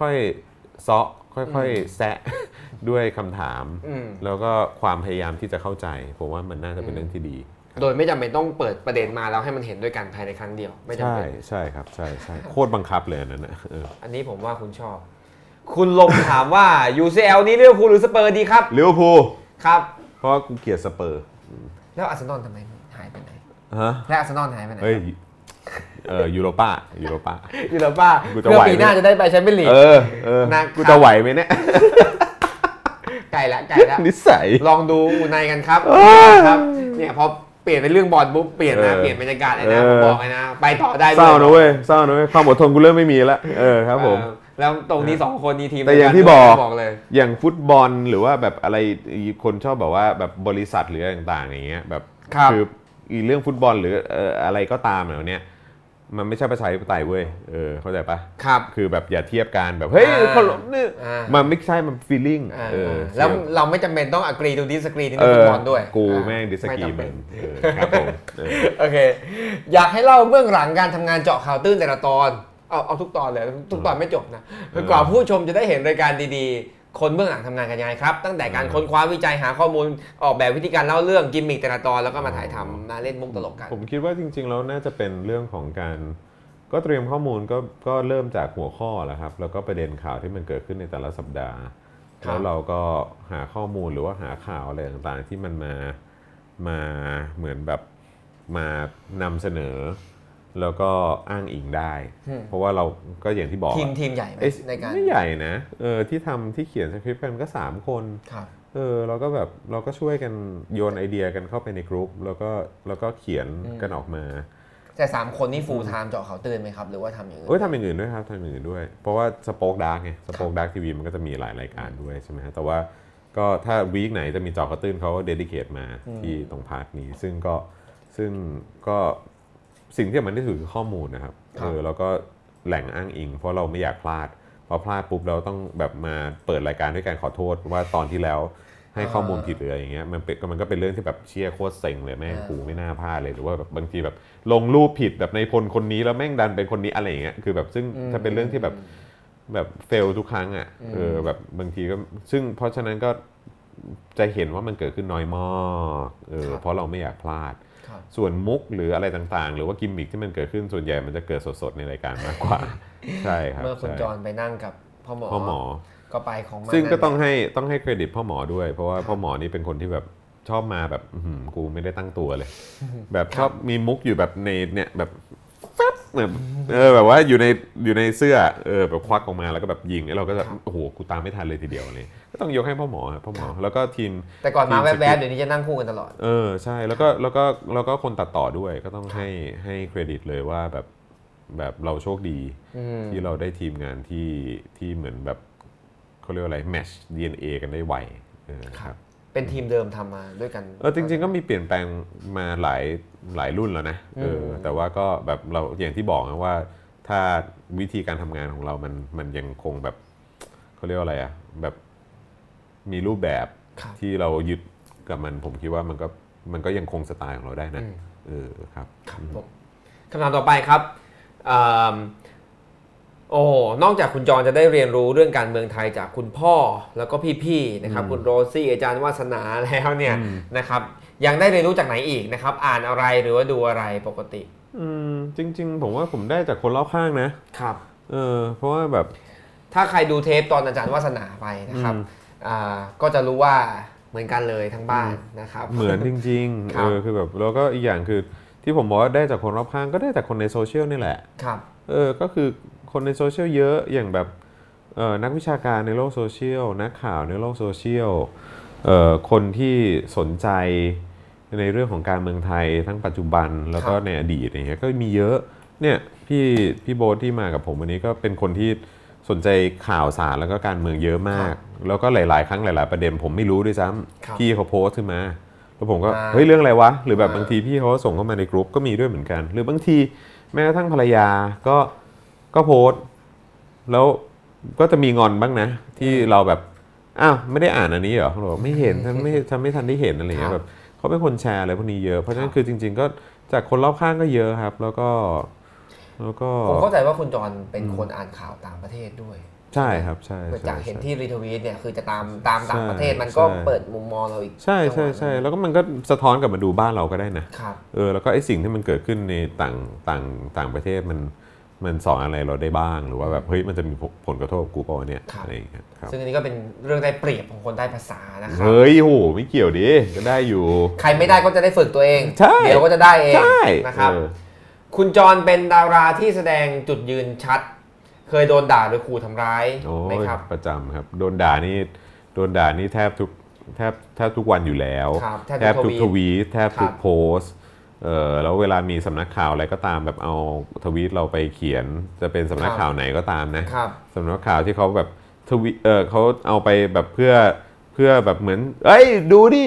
S2: ค่อยๆเซาะค่อยๆ แซะ ด้วยคำถาม
S1: อืม
S2: แล้วก็ความพยายามที่จะเข้าใจ ผมว่ามันน่าจะเป็นเรื่องที่ดี
S1: โดยไม่จำเป็นต้องเปิดประเด็นมาแล้วให้มันเห็นด้วยกันภายในครั้งเดียว ไม่จำ
S2: ใช่
S1: เป็น
S2: ใช่ครับใช่ใช่ โคตรบังคับเลยอันนั้นนะเออ
S1: อันนี้ผมว่าคุณชอบ คุณลมถามว่า UCL นี้เรียกพูลหรือสเปอร์ดีครับ
S2: ลิเวอร์พูล
S1: ครับ
S2: เพราะว่ากูเกลียดสเปอร์
S1: แล้วอาร์เซนอลทำไมหายไปไหน
S2: ฮะ
S1: และอาร์เซนอลหายไปไหน
S2: เฮ้ยเออยูโรป้ายูโรป้า
S1: ยูโรป้า
S2: กู
S1: เพื่
S2: จะไหว
S1: อปีหน้า
S2: ไหม
S1: จะได้ไปแชมเปี้ยนลีก
S2: เออเออ
S1: นะครับ
S2: กูจะไหวไหมเนี่ย
S1: ไก่ละไก่ละ
S2: นิสัย
S1: ลองดูอูไนกันครับ
S2: เออ
S1: ครับเนี่ยพอเปลี่ยนเป็นเรื่องบอลปุ๊บเปลี่ยนนะ
S2: เออ
S1: เปลี่ยนบรรยากาศเลยนะ
S2: เออ
S1: ผมบอกเลยนะ ไปต่อได้
S2: เศร้า
S1: ด้
S2: นะเว้ยเศร้านะเว้ยความอดทนกูเริ่มไม่มีละเออครับผม
S1: เออแล้วตรงนี้สองคนนี้ทีม
S2: แต่อย่าง
S1: เดีว
S2: ที่บอก
S1: บอกเลย
S2: อย่างฟุตบอลหรือว่าแบบอะไรคนชอบแบบว่าแบบบริษัทหรืออะไรต่างๆ อย่างเงี้ยแบบ
S1: ครับ
S2: ออีเรื่องฟุตบอลหรือเอ่ออะไรก็ตามเหล่าเนี้ยมันไม่ใช่ประชาธิปไตยเว้ยเออเข้าใจปะ
S1: ครับ
S2: คือแบบอย่าเทียบกันแบบเฮ้ย
S1: อ่า
S2: เขาล้มเนี่ย
S1: อ่ามั
S2: มันไม่ใช่มันฟีลลิ่ง
S1: อ่า
S2: เออ
S1: แล้วเราไม่จำเป็นต้องอักรีดูดิสกรีใน
S2: เอ
S1: เรื่องฟุ
S2: อ
S1: ตบอลด้วย
S2: กู
S1: อ่า
S2: แม่งดิสกี
S1: ไจำ
S2: มั
S1: เป็น น
S2: เออครับผมเออ
S1: โอเค อยากให้เล่าเบื้องหลังการทำงานเจาะข่าวตื้นแต่ละตอน เอาเอาทุกตอนเลย ทุกตอนไม่จบนะจนกว่าผู้ชมจะได้เห็นรายการดีๆ คนเบื้องหลังทำงานกันยังไงครับ ตั้งแต่การค้นคว้าวิจัยหาข้อมูลออกแบบวิธีการเล่าเรื่องกิมมิคแต่ละตอนแล้วก็มาถ่ายทำมาเล่นมุกตลกกัน
S2: ผมคิดว่าจริงๆแล้วน่าจะเป็นเรื่องของการ ก็เตรียมข้อมูลก็ก็เริ่มจากหัวข้อแหล้วครับ แล้วก็ประเด็นข่าวที่มันเกิดขึ้นในแต่ละสัปดาห์
S1: ครับ
S2: แล้วเราก็หาข้อมูลหรือว่าหาข่าวอะไรต่างๆ ที่มันมามาเหมือนแบบมานำเสนอ แล้วก็อ้างอิงได้ เพราะว่าเราก็อย่างที่บอก
S1: ทีมทีมใหญ่ไหม
S2: เอ้ย
S1: ในการ
S2: ไม่ใหญ่นะเออที่ทำที่เขียนสคริปต์กันก็ 3 คน
S1: ครับ
S2: เออเราก็แบบเราก็ช่วยกันโยนไอเดียกันเข้าไปในกรุ๊ปแล้วก็แล้วก็เขียนกันออกมา
S1: แต่ 3 คนนี่ฟูลไทม์เจาะเขาวตื่นไหมครับ หรือว่าทำอย่างอื่
S2: เอ้ย
S1: น
S2: ทำอย่างอื่นด้วยครับทำอย่างอื่นด้วย เพราะว่าสป็อคดาร์กไงสป็อคดาร์กทีวีมันก็จะมีหลายรายการด้วยใช่ไหมฮะแต่ว่าก็ถ้าวีคไหนจะมีจอกระตื้นเขาเดดิเคทมาที่ตรงพาร์ทนี้ ซึ่งก็ซึ่งก็สิ่งที่มันที่สุดคือข้อมูลนะครับ
S1: ครับ
S2: เออแล้วก็แหล่งอ้างอิง เพราะเราไม่อยากพลาดพอพลาดปุ๊บเราต้องแบบมาเปิดรายการด้วยการขอโทษว่าตอนที่แล้ว ให้ข้อมูลผิดหรืออะไรอย่างเงี้ยมันเป็นมันก็เป็นเรื่องที่แบบเชี่ยโคตรเซ็งเลยแม่ง
S1: อ่า
S2: กูไม่น่าพลาดเลยหรือว่าแบบบางทีแบบลงรูปผิดแบบในพลคนนี้แล้วแม่งดันเป็นคนนี้อะไรอย่างเงี้ยคือแบบซึ่งถ้าเป็นเรื่องที่แบบแบบเฟลทุกครั้งอ่ะเออแบบบางทีก็ซึ่งเพราะฉะนั้นก็จะเห็นว่ามันเกิดขึ้นน้อยมากเออเพราะเราไม่อยากพลาด
S1: ครับ
S2: ส่วนมุกหรืออะไรต่างๆ หรือว่ากิมมิคที่มันเกิดขึ้นส่วนใหญ่มันจะเกิดสดๆในรายการมากก ว่า ใช่ครับ
S1: เมื่อคุณ
S2: ใช่
S1: จรไปนั่งกับพ่อหมอ
S2: พ่อหมอ
S1: ก็ไปของมัน
S2: ซึ่งก็
S1: นั่น
S2: ต้องให้ต้องให้เครดิตพ่อหมอด้วย เพราะว่าพ่อหมอนี่เป็นคนที่แบบชอบมาแบบอื้อหือกูไม่ได้ตั้งตัวเลย แบบชอบมีมุกอยู่แบบในเนี่ยแบบแป๊บแบบเออแบบว่าอยู่ในอยู่ในเสื้อเออแบบควักออกมาแล้วก็แบบยิงแล้วเราก็จะโอ้โหกูตามไม่ทันเลยทีเดียวเลย ก็ต้องยกให้พ่อหมอครับพ่อหมอแล้วก็ทีม
S1: แต่ก่อนมา
S2: ทีมสคริปต์
S1: แวบๆเดี๋ยวนี้จะนั่งคู่กันตลอด
S2: เออใช่แล้วก็แล้วก็แล้วก็คนตัดต่อด้วยก็ต้องให้ให้เครดิตเลยว่าแบบแบบเราโชคดี
S1: อืม
S2: ที่เราได้ทีมงานที่ที่เหมือนแบบเขาเรียกว่าอะไรแมช DNA กันได้ไวเออครับ
S1: เป็นทีมเดิมทำมาด้วยกัน
S2: เออจริง ๆ ก็มีเปลี่ยนแปลงมาหลายหลายรุ่นแล้วนะเอออแต่ว่าก็แบบเราอย่างที่บอกนะว่า ถ้าวิธีการทำงานของเรามันมันยังคงแบบเขาเรียกว่าอะไรอะแบบมีรูปแบบ
S1: ครับ
S2: ที่เรายึดกับมันผมคิดว่ามันก็มันก็ยังคงสไตล์ของเราได้นะ เออครับ
S1: ครับผมคำถามต่อไปครับเอิ่มโอ้นอกจากคุณจรจะได้เรียนรู้เรื่องการเมืองไทยจากคุณพ่อแล้วก็พี่ๆนะครับ คุณโรซี่อาจารย์วาสนาแล้วเนี่ยนะครับ ยังได้เรียนรู้จากไหนอีกนะครับ อ่านอะไรหรือว่าดูอะไรปกติ
S2: อืมจริง ๆ ผมว่าผมได้จากคนรอบข้างนะครับ เออเพราะว่าแบบ
S1: ถ้าใครดูเทปตอนอาจารย์วาสนาไปนะครับ
S2: อืม
S1: อ่าก็จะรู้ว่าเหมือนกันเลยทั้งบ้านนะครับ
S2: เหมือนจริง
S1: ค
S2: ๆ
S1: รั
S2: เอบ อคือแบบแล้วก็อีกอย่างคือที่ผมบอกว่าได้จากคนรอบข้างก็ได้จากคนในโซเชียลนี่แหละ
S1: ครับ
S2: เออก็คือคนในโซเชียลเยอะอย่างแบบเออนักวิชาการในโลกโซเชียลนักข่าวในโลกโซเชียลเออคนที่สนใจในเรื่องของการเมืองไทยทั้งปัจจุบันแล้วก็
S1: ครับ
S2: ในอดีตอะไรเงี้ยก็มีเยอะเนี่ยพี่พี่โบ๊ทที่มากับผมวันนี้ก็เป็นคนที่ สนใจข่าวสารแล้วก็การเมืองเยอะมาก แล้วก็หลาย ๆ ครั้งหลาย ๆ ประเด็นผมไม่รู้ด้วยซ้
S1: ครับ
S2: ำพี่เขาโพสต์ขึ้นมาแล้วผมก็
S1: อ่า
S2: เฮ้ยเรื่องอะไรวะ หรือแบบ
S1: อ่า
S2: บางทีพี่เขาส่งเข้ามาในกรุ๊ปก็มีด้วยเหมือนกัน หรือบางทีแม้กระทั่งภรรยาก็ก็โพสต์ แล้วก็จะมีงอนบ้างนะ ที่เราแบบอ้าวไม่ได้อ่านอันนี้เหรอเขาบอกไม่เห็นฉันไม่ฉันไม่ทันได้เห็นอะไรอย่างเงี้ย
S1: ครั
S2: แบบ บเขาเป็นคนแชร์อะไรพวกนี้เยอะเพราะฉะนั้นคือจริง ๆ ก็จากคนรอบข้างก็เยอะครับ แล้วก็แล้วก็
S1: ผมเข้าใจว่าคุณจรเป็นคนอ่านข่าวต่างประเทศด้วย
S2: ใช่ครับใช่
S1: เกิด
S2: ใช่
S1: จากเห็น
S2: ใช่
S1: ที่รีทวีตเนี่ยคือจะตามตามต่างประเทศ
S2: ใช่
S1: มันก็
S2: ใช่
S1: เปิดมุมมองเราอีก
S2: ใช่ใช่ใช่แล้วก็มันก็สะท้อนกลับมาดูบ้านเราก็ได้นะ
S1: ครับ
S2: เออแล้วก็ไอ้สิ่งที่มันเกิดขึ้นในต่างต่างต่างประเทศมันมันสอนอะไรเราได้บ้าง หรือว่าแบบเฮ้ยมันจะมีผลผลกระทบกับกูเปล่าวะเนี่ย
S1: ครับ
S2: อะไรอย่างเงี้ยครับ
S1: ซึ่งอันนี้ก็เป็นเรื่องได้เปรียบของคนได้ภาษานะครับ
S2: เฮ้ยโหไม่เกี่ยวดิก็ได้อยู่
S1: ใครไม่ได้ก็จะได้ฝึกตัวเอง
S2: ใช่
S1: เดี๋ยวก็จะได้เอง
S2: ใช่
S1: นะครับ
S2: เออ
S1: คุณจรเป็นดาราที่แสดงจุดยืนชัด เคยโดนด่าหรือขู่ทำร้าย
S2: โอ้
S1: ไหม
S2: ย
S1: ครับ
S2: ประจำครับ โดนด่านี่โดนด่านี่แทบทุกแทบแทบทุกวันอยู่แล้ว
S1: ครับแทบทุก
S2: แท
S1: ท
S2: บทุกท
S1: วี
S2: วีตแทบทุ
S1: ค
S2: ก
S1: รับ
S2: โพสต์เออแล้วเวลามีสำนักข่าวอะไรก็ตามแบบเอาทวีตเราไปเขียนจะเป็นสำนักข่าวไหนก็ตามนะ
S1: ครับ
S2: สำนักข่าวที่เขาแบบทวีเออเขาเอาไปแบบเพื่อเพื่อแบบเหมือน เอ้ยดูดิ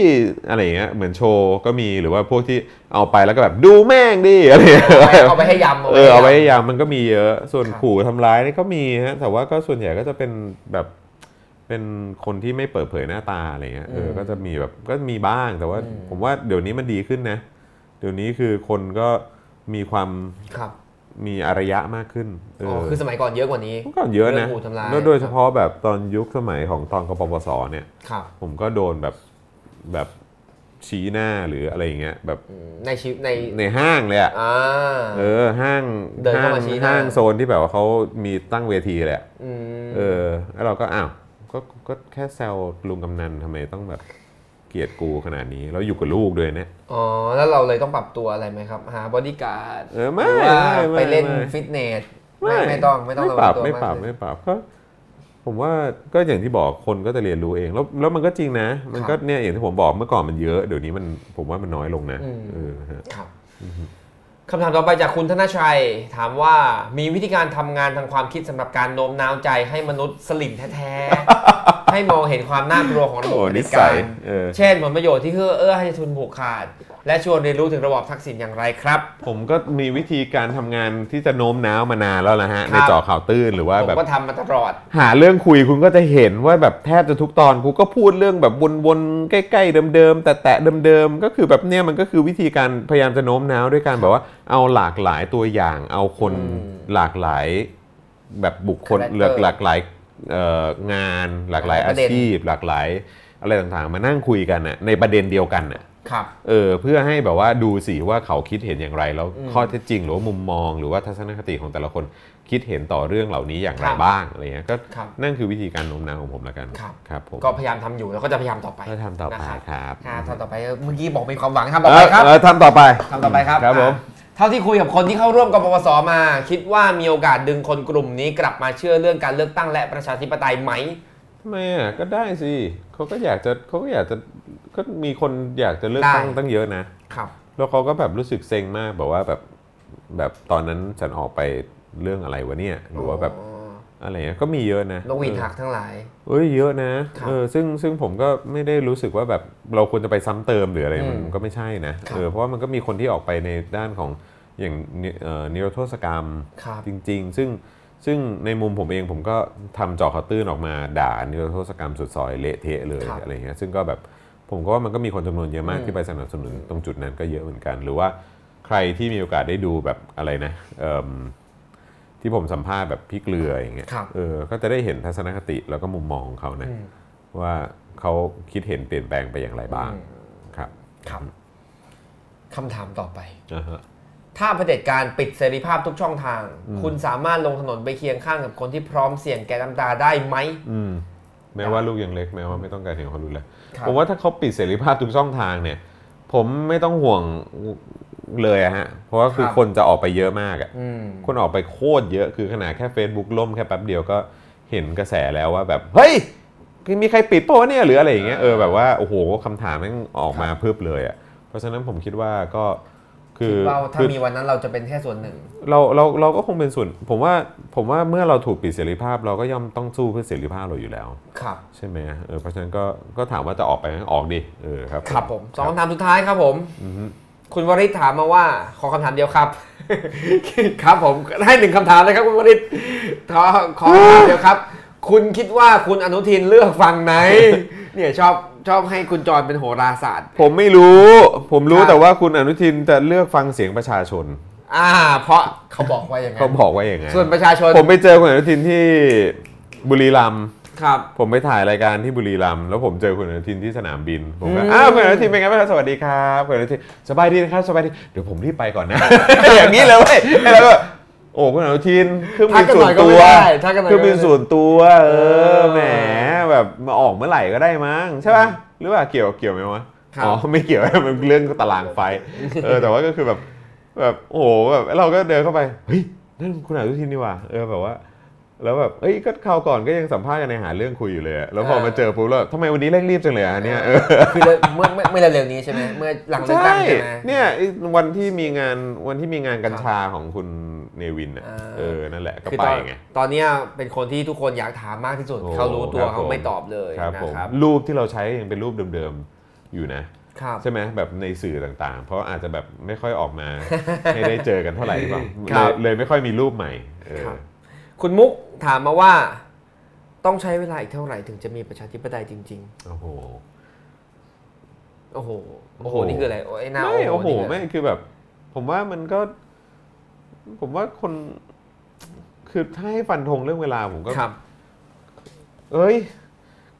S2: อะไรอย่างเงี้ยเหมือนโชว์ก็มีหรือว่าพวกที่เอาไปแล้วก็แบบดูแม่งดิ อะไรอย่างเงี้ย
S1: เอาไปให้ยำ
S2: เออเอาไว้
S1: ให้ย
S2: ยามมันก็มีเยอะ ส่วน
S1: ครับ
S2: ขู่ทำร้ายนี่ก็มีฮะแต่ว่าก็ส่วนใหญ่ก็จะเป็นแบบเป็นคนที่ไม่เปิดเผยหน้าตาอะไรเงี้ยเออก็จะมีแบบก็มีบ้างแต่ว่าผมว่าเดี๋ยวนี้มันดีขึ้นนะ เดี๋ยวนี้คือคนก็มีความ
S1: ำครับ
S2: มีอารยะมากขึ้นเอ
S1: อ๋อ
S2: อ
S1: คือสมัยก่อนเยอะกว่านี้
S2: เมื่อก่อนเยอะ
S1: เรื่
S2: นะ
S1: องถูกทำร้าย
S2: แล้วโดยเฉพาะแบบตอนยุคสมัยของตอนกปปสเนี่ย
S1: ครับ
S2: ผมก็โดนแบบแบบชี้หน้าหรืออะไรอย่างเงี้ยแบบ
S1: อืมในชีวิตใน
S2: ในห้างเลยอะ
S1: อ่า
S2: เออห้าง
S1: เดินเข้ามาชี้หน้า
S2: ห้างโซนที่แบบว่าเขามีตั้งเวทีแหลยอะ
S1: ม
S2: เออ แล้วเราก็อ้าวก็ก็ก็แค่แซวลุงกำนันทำไมต้องแบบเกลียดกูขนาดนี้แล้วอยู่กับลูกด้วยเนี่ย
S1: อ๋อแล้วเราเลยต้องปรับตัวอะไรไหมครับ หาบอดี้การ์ด
S2: เออไม่
S1: หรืว่า
S2: ไม่ไม่
S1: ไปเล่น
S2: ไม่
S1: ฟิตเนสไม่ไม่ต้องไม่ต้อง
S2: ไม่
S1: ระ
S2: ป
S1: วัง
S2: รับ
S1: ตัว
S2: ไม่
S1: มาก
S2: ปรับ
S1: เลย
S2: ไม่ปรับก็ผมว่าก็อย่างที่บอกคนก็จะเรียนรู้เองแล้วแล้วมันก็จริงนะ มันก็เนี่ยอย่างที่ผมบอกเมื่อก่อนมันเยอะเดี๋ยวนี้มันผมว่ามันน้อยลงนะ
S1: อืม
S2: เออฮะ
S1: ครับคำถามต่อไปจากคุณธนชัย ถามว่ามีวิธีการทำงานทางความคิดสำหรับการโน้มน้าวใจให้มนุษย์สลิ่มแท้ ๆ ให้มองเห็นความน่ากลัวของระบบ
S2: โอ้
S1: เผด็
S2: นิ
S1: จ
S2: สั
S1: กาย ร
S2: เออ
S1: เช่นผลประโยชน์ที่เอื้อเอื้อให้ทุนผูกขาด และชวนเรียนรู้ถึงระบอบทักษิณอย่างไรครับ
S2: ผมก็มีวิธีการทำงานที่จะโน้มน้าวมานานแล้วนะฮะ
S1: ครับ
S2: ในเจอข่าวตื้นหรือว่า
S1: ผม
S2: แบบ
S1: ก็ทำมาตลอด
S2: หาเรื่องคุยคุณก็จะเห็นว่าแบบแทบจะทุกตอนกูก็พูดเรื่องแบบวนๆใกล้ๆเดิมๆแต่แตะๆเดิมๆก็คือแบบเนี่ยมันก็คือวิธีการพยายามจะโน้มน้าวด้วยการแบบว่าเอาหลากหลายตัวอย่าง เอาคน
S1: อืม
S2: หลากหลาย แบบบุคคล
S1: Character
S2: หลากหลากหลายเอ่องานหลากหลาย
S1: หลายป
S2: อา
S1: ระเด็น
S2: ชีพ หลากหลายอะไรต่างๆ มานั่งคุยกันน่ะในประเด็นเดียวกันน่ะ
S1: ครับ
S2: เออเพื่อให้แบบว่าดูสิว่าเขาคิดเห็นอย่างไร แล้ว
S1: อืม
S2: ข้อเท็จจริงหรือว่ามุมมอง หรือว่าทัศนคติของแต่ละคนคิดเห็นต่อเรื่องเหล่านี้อย่าง
S1: ค
S2: ไร
S1: รับ
S2: บ้างอะไรเงี้ยก็
S1: ครับ
S2: นั่นคือวิธีการโน้มน้าวของผมละกัน
S1: ครับ
S2: ครับผม
S1: ก็พยายามทำอยู่แล้วก็จะพยายามต่อไป
S2: ก็ทำต่อไป
S1: นะครับ
S2: ครับ
S1: อ่าทำต่อไปเมื่อกี้บอกมีความหวังทำต่อไปครับ
S2: เออเออทำต่อไป
S1: ทำต่อไปครับ
S2: ครับผม
S1: อ่าเท่าที่คุยกับคนที่เข้าร่วมกบปปสมา คิดว่ามีโอกาสดึงคนกลุ่มนี้กลับมาเชื่อเรื่องการเลือกตั้งและประชาธิปไตยไหม
S2: ทำไมอ่ะก็ได้สิเขาก็อยากจะเขาก็อยากจะก็มีคนอยากจะเลือกตั้ง
S1: ได้
S2: ตั้งเยอะนะ
S1: ครับ
S2: แล้วเขาก็แบบรู้สึกเซ็งมากแบบว่าแบบแบบตอนนั้นฉันออกไปเรื่องอะไรวะเนี่ยหรือว่าแบบ
S1: อ๋อ
S2: อะไรเงี้ยก็มีเยอะนะ
S1: นกหวีด
S2: เออ
S1: หักทั้งหลาย
S2: เอ้ยเยอะนะครับ เออซึ่งซึ่งผมก็ไม่ได้รู้สึกว่าแบบเราควรจะไปซ้ำเติมหรืออะไร
S1: อืม
S2: มันก็ไม่ใช่นะครับ เออเพราะว่ามันก็มีคนที่ออกไปในด้านของอย่างนิเอ่อนิรโทษกรรม
S1: ครับ
S2: จริงๆ ซึ่งซึ่งในมุมผมเองผมก็ทำจอข่าวตื้นออกมาด่านิรโทษกรรมสุดซอยเละเทะเลย
S1: ครับ
S2: อะไรเงี้ยซึ่งก็แบบผมก็ว่ามันก็มีคนจำนวนเยอะมาก
S1: อืม
S2: ที่ไปสนับสนุนตรงจุดนั้นก็เยอะเหมือนกัน หรือว่าใครที่มีโอกาสได้ดูแบบอะไรนะเอิ่มที่ผมสัมภาษณ์แบบพี่เกลืออย่างเงี้ย
S1: ครับ
S2: เออก็จะได้เห็นทัศนคติแล้วก็มุมมองของเขานะ
S1: อืม
S2: ว่าเขาคิดเห็นเปลี่ยนแปลงไปอย่างไรบ้างครับ
S1: ครับคำถามต่อไป
S2: อ่าฮะ
S1: ถ้าเผด็จการปิดเสรีภาพทุกช่องทาง
S2: อืม
S1: คุณสามารถลงถนนไปเคียงข้างกับคนที่พร้อมเสี่ยงแก่น้ำตาได้ไหม
S2: อืมแม้ว่าลูกยังเล็กแม้ว่าไม่ต้องการเห็นความรุนแรง
S1: ครับ
S2: ผมว่าถ้าเขาปิดเสรีภาพทุกช่องทางเนี่ย ผมไม่ต้องห่วงเลยอะฮะ เพราะว่าคื
S1: ค
S2: อ
S1: รับ
S2: คนจะออกไปเยอะมากอะ
S1: อืม
S2: คนออกไปโคตรเยอะคือขนาดแค่ Facebook ล่มแค่แป๊บเดียวก็เห็นกระแสแล้วว่าแบบ เฮ้ยมีใครปิดปะวะเนี่ยหรืออะไรอย่างเงี้ยเออแบบว่าโอ้โหคำถามแมันออกมาเพิบเลยอะเพราะฉะนั้นผมคิดว่าก็คือ
S1: เราถ้า
S2: คือ
S1: มีวันนั้นเราจะเป็นแค่ส่วนหนึ่ง
S2: เราเราเราก็คงเป็นส่วน ผมว่าผมว่าเมื่อเราถูกปิดเสรีภาพ เราก็ย่อมต้องสู้เพื่อเสรีภาพเราอยู่แล้ว
S1: ครับ
S2: ใช่ไหมเออเพราะฉะนั้นก็ก็ถามว่าจะออกไปไหมออกดิเออครับ
S1: ครับผมสองคำถามสุดท้ายครับผม คุณวริศถามมาว่า ขอคำถามเดียวครับ ครับผมให้หนึ่งคำถามเลยครับคุณวริศขอขอคำถามเดียวครับ คุณคิดว่าคุณอนุทินเลือกฝั่ง ไหน เนี่ยชอบชอบให้คุณจอนเป็นโหราศาสตร์
S2: ผมไม่รู้ ผมรู้
S1: ครับ
S2: แต่ว่าคุณอนุทินจะเลือกฟังเสียงประชาชน
S1: อ่า เพราะเขาบอกว่าอย่างนั้
S2: เขา
S1: น
S2: บอกว่าอย่างไง
S1: ส่วนประชาชน
S2: ผมไปเจอคุณอนุทินที่บุรีรัมย์
S1: ครับ
S2: ผมไปถ่ายรายการที่บุรีรัมย์แล้วผมเจอคุณอนุทินที่สนามบินผมก็
S1: อืม
S2: อ้าวคุณอนุทินเป็นไงบ้างครับสวัสดีครับคุณอนุทินสบายดีนะครับสบายดีเดี๋ยวผมรีบไปก่ อนนะ อย่างนี้เลยเว้ยแล้วก็โอ้คุณอนุทินเครื่องบินส่วนตัว
S1: ถ้ากันหน่อย
S2: คื
S1: ก็
S2: อ
S1: ไม่ได้
S2: เป็นส่วนตัวเอ
S1: เออ
S2: อแหมแบบมาออกเมื่อไหร่ก็ได้มั้งใช่ป่ะหรือว่าเกี่ยวเกี่ยวไหมวะ
S1: ครับ
S2: อ๋อไม่เกี่ยว มันเรื่องตารางไฟเออแต่ว่าก็คือแบบแบบโอ้โหแบบเราก็เดินเข้าไปเฮ้ยนั่นคุณอนุทินนี่หว่าเออแบบว่า แล้วแบบเอ้ยก็คราวก่อนก็ยังสัมภาษณ์กันในหาเรื่องคุยอยู่เลยอะแล้วพอ
S1: เออ
S2: มาเจอปุ๊บแล้วทำไมวันนี้เร่งรีบจังเลยอะเนี่ยเออ
S1: คือเมื่อเมื่อเมื่อเร็วๆนี้ใช่ไหมเมื่อหลังเลือก
S2: ใช่
S1: ตั้งใช่ไหม
S2: เนี่ยไอ้วันที่มีงานวันที่มีงานกัญชาของคุณเนวินอ่ะ
S1: เออ
S2: เออนั่นแหละก็
S1: คือต
S2: ไป
S1: อน
S2: ไง
S1: ตอนเนี้ยเป็นคนที่ทุกคนอยากถามมากที่สุด
S2: โอ้
S1: เขารู้ตัว
S2: ครับผม
S1: เขาไม่ตอบเลย
S2: ครับ
S1: นะ
S2: ผม
S1: ครับ
S2: รูปที่เราใช้ยังเป็นรูปเดิมๆอยู่นะ
S1: ครับ
S2: ใช่ไหมแบบในสื่อต่างๆ เพราะอาจจะแบบไม่ค่อยออกมา ให้ได้เจอกันเท่าไหร่หรือเปล่า
S1: ครั
S2: เล
S1: บ
S2: ยเลยไม่ค่อยมีรูปใหม่เออ
S1: ครับ คุณมุกถามมาว่า ต้องใช้เวลาอีกเท่าไหร่ถึงจะมีประชาธิปไตยจริง
S2: โอ้โห
S1: ๆ โอ้โห โอ้โห
S2: โอ้โห
S1: นี่คืออะไร โอ้ยหน้า
S2: ไม่โอ้โห
S1: นี่คืะร
S2: ไม่คือแบบ ผมว่ามันก็ ผมว่าคนคือถ้าให้ฟันธงเรื่องเวลาผมก็
S1: ครับ
S2: เอ้ย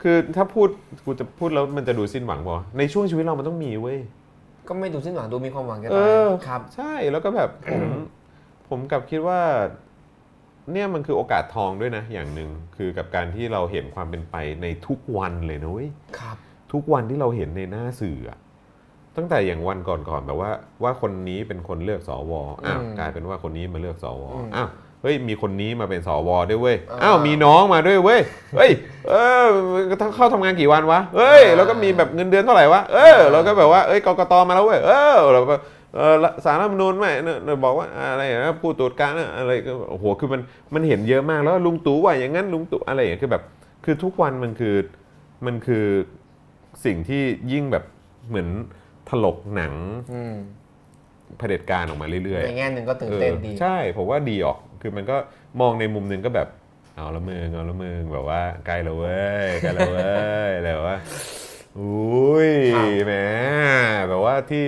S2: คือถ้าพูดกูจะพูดแล้วมันจะดูสิ้นหวังป่ะในช่วงชีวิตเรามันต้องมีเว้ย
S1: ก็ไม่ดูสิ้นหวังดูมีความหวังจะ
S2: เอ
S1: ตาย
S2: อ
S1: ครับ
S2: ใช่แล้วก็แบบผม ผมกลับคิดว่า เนี่ยมันคือโอกาสทองด้วยนะ อย่างหนึ่งคือกับการที่เราเห็นความเป็นไปในทุกวันเลยนะเว้ย
S1: ครับ
S2: ทุกวันที่เราเห็นในหน้าสื่ออะตั้งแต่อย่างวันก่อนๆแบบว่า ว่าคนนี้เป็นคนเลือกสวอ้าว
S1: อืม
S2: กลายเป็นว่าคนนี้มาเลือกสว
S1: อืม
S2: อ้าวเฮ้ยมีคนนี้มาเป็นสวด้วยเว้ย
S1: อ่า
S2: อ้าวมีน้องมาด้วยเว้ยเฮ้ยเออทั้งเข้าทำงานกี่วันวะเอ้ย
S1: อ่า
S2: แล้วก็มีแบบเงินเดือนเท่าไหร่วะเออแล้วก็แบบว่าเอ้ยกกตมาแล้วเว้ยเออแล้วก็เออละสารรัฐธรรมนูญไม่เนี่ยเนี่ยบอกว่าอะไรนะผู้ตรวจการนะอะไรก็โอ้โหคือมันมันเห็นเยอะมากแล้วลุงตู่ว่าอย่างนั้นลุงตู่อะไรอย่างเงี้ยคือแบบ คือทุกวันมันคือมันคือ สิ่งที่ยิ่งแบบเหมือนถลกหนังเผด็จการออกมาเรื่อย
S1: ในแง่หนึ่งก็ตื่น
S2: เออ
S1: เต้นดี
S2: ใช่ ผมว่าดีออก คือมันก็มองในมุมหนึงก็แบบ เอาละมึงเอาละมึงแบบว่าใกล้แล้วเว้ยใกล้แล้วเว้ยอะไรแบบว่าอุ้ย
S1: ครับ
S2: แหมแบบว่าที่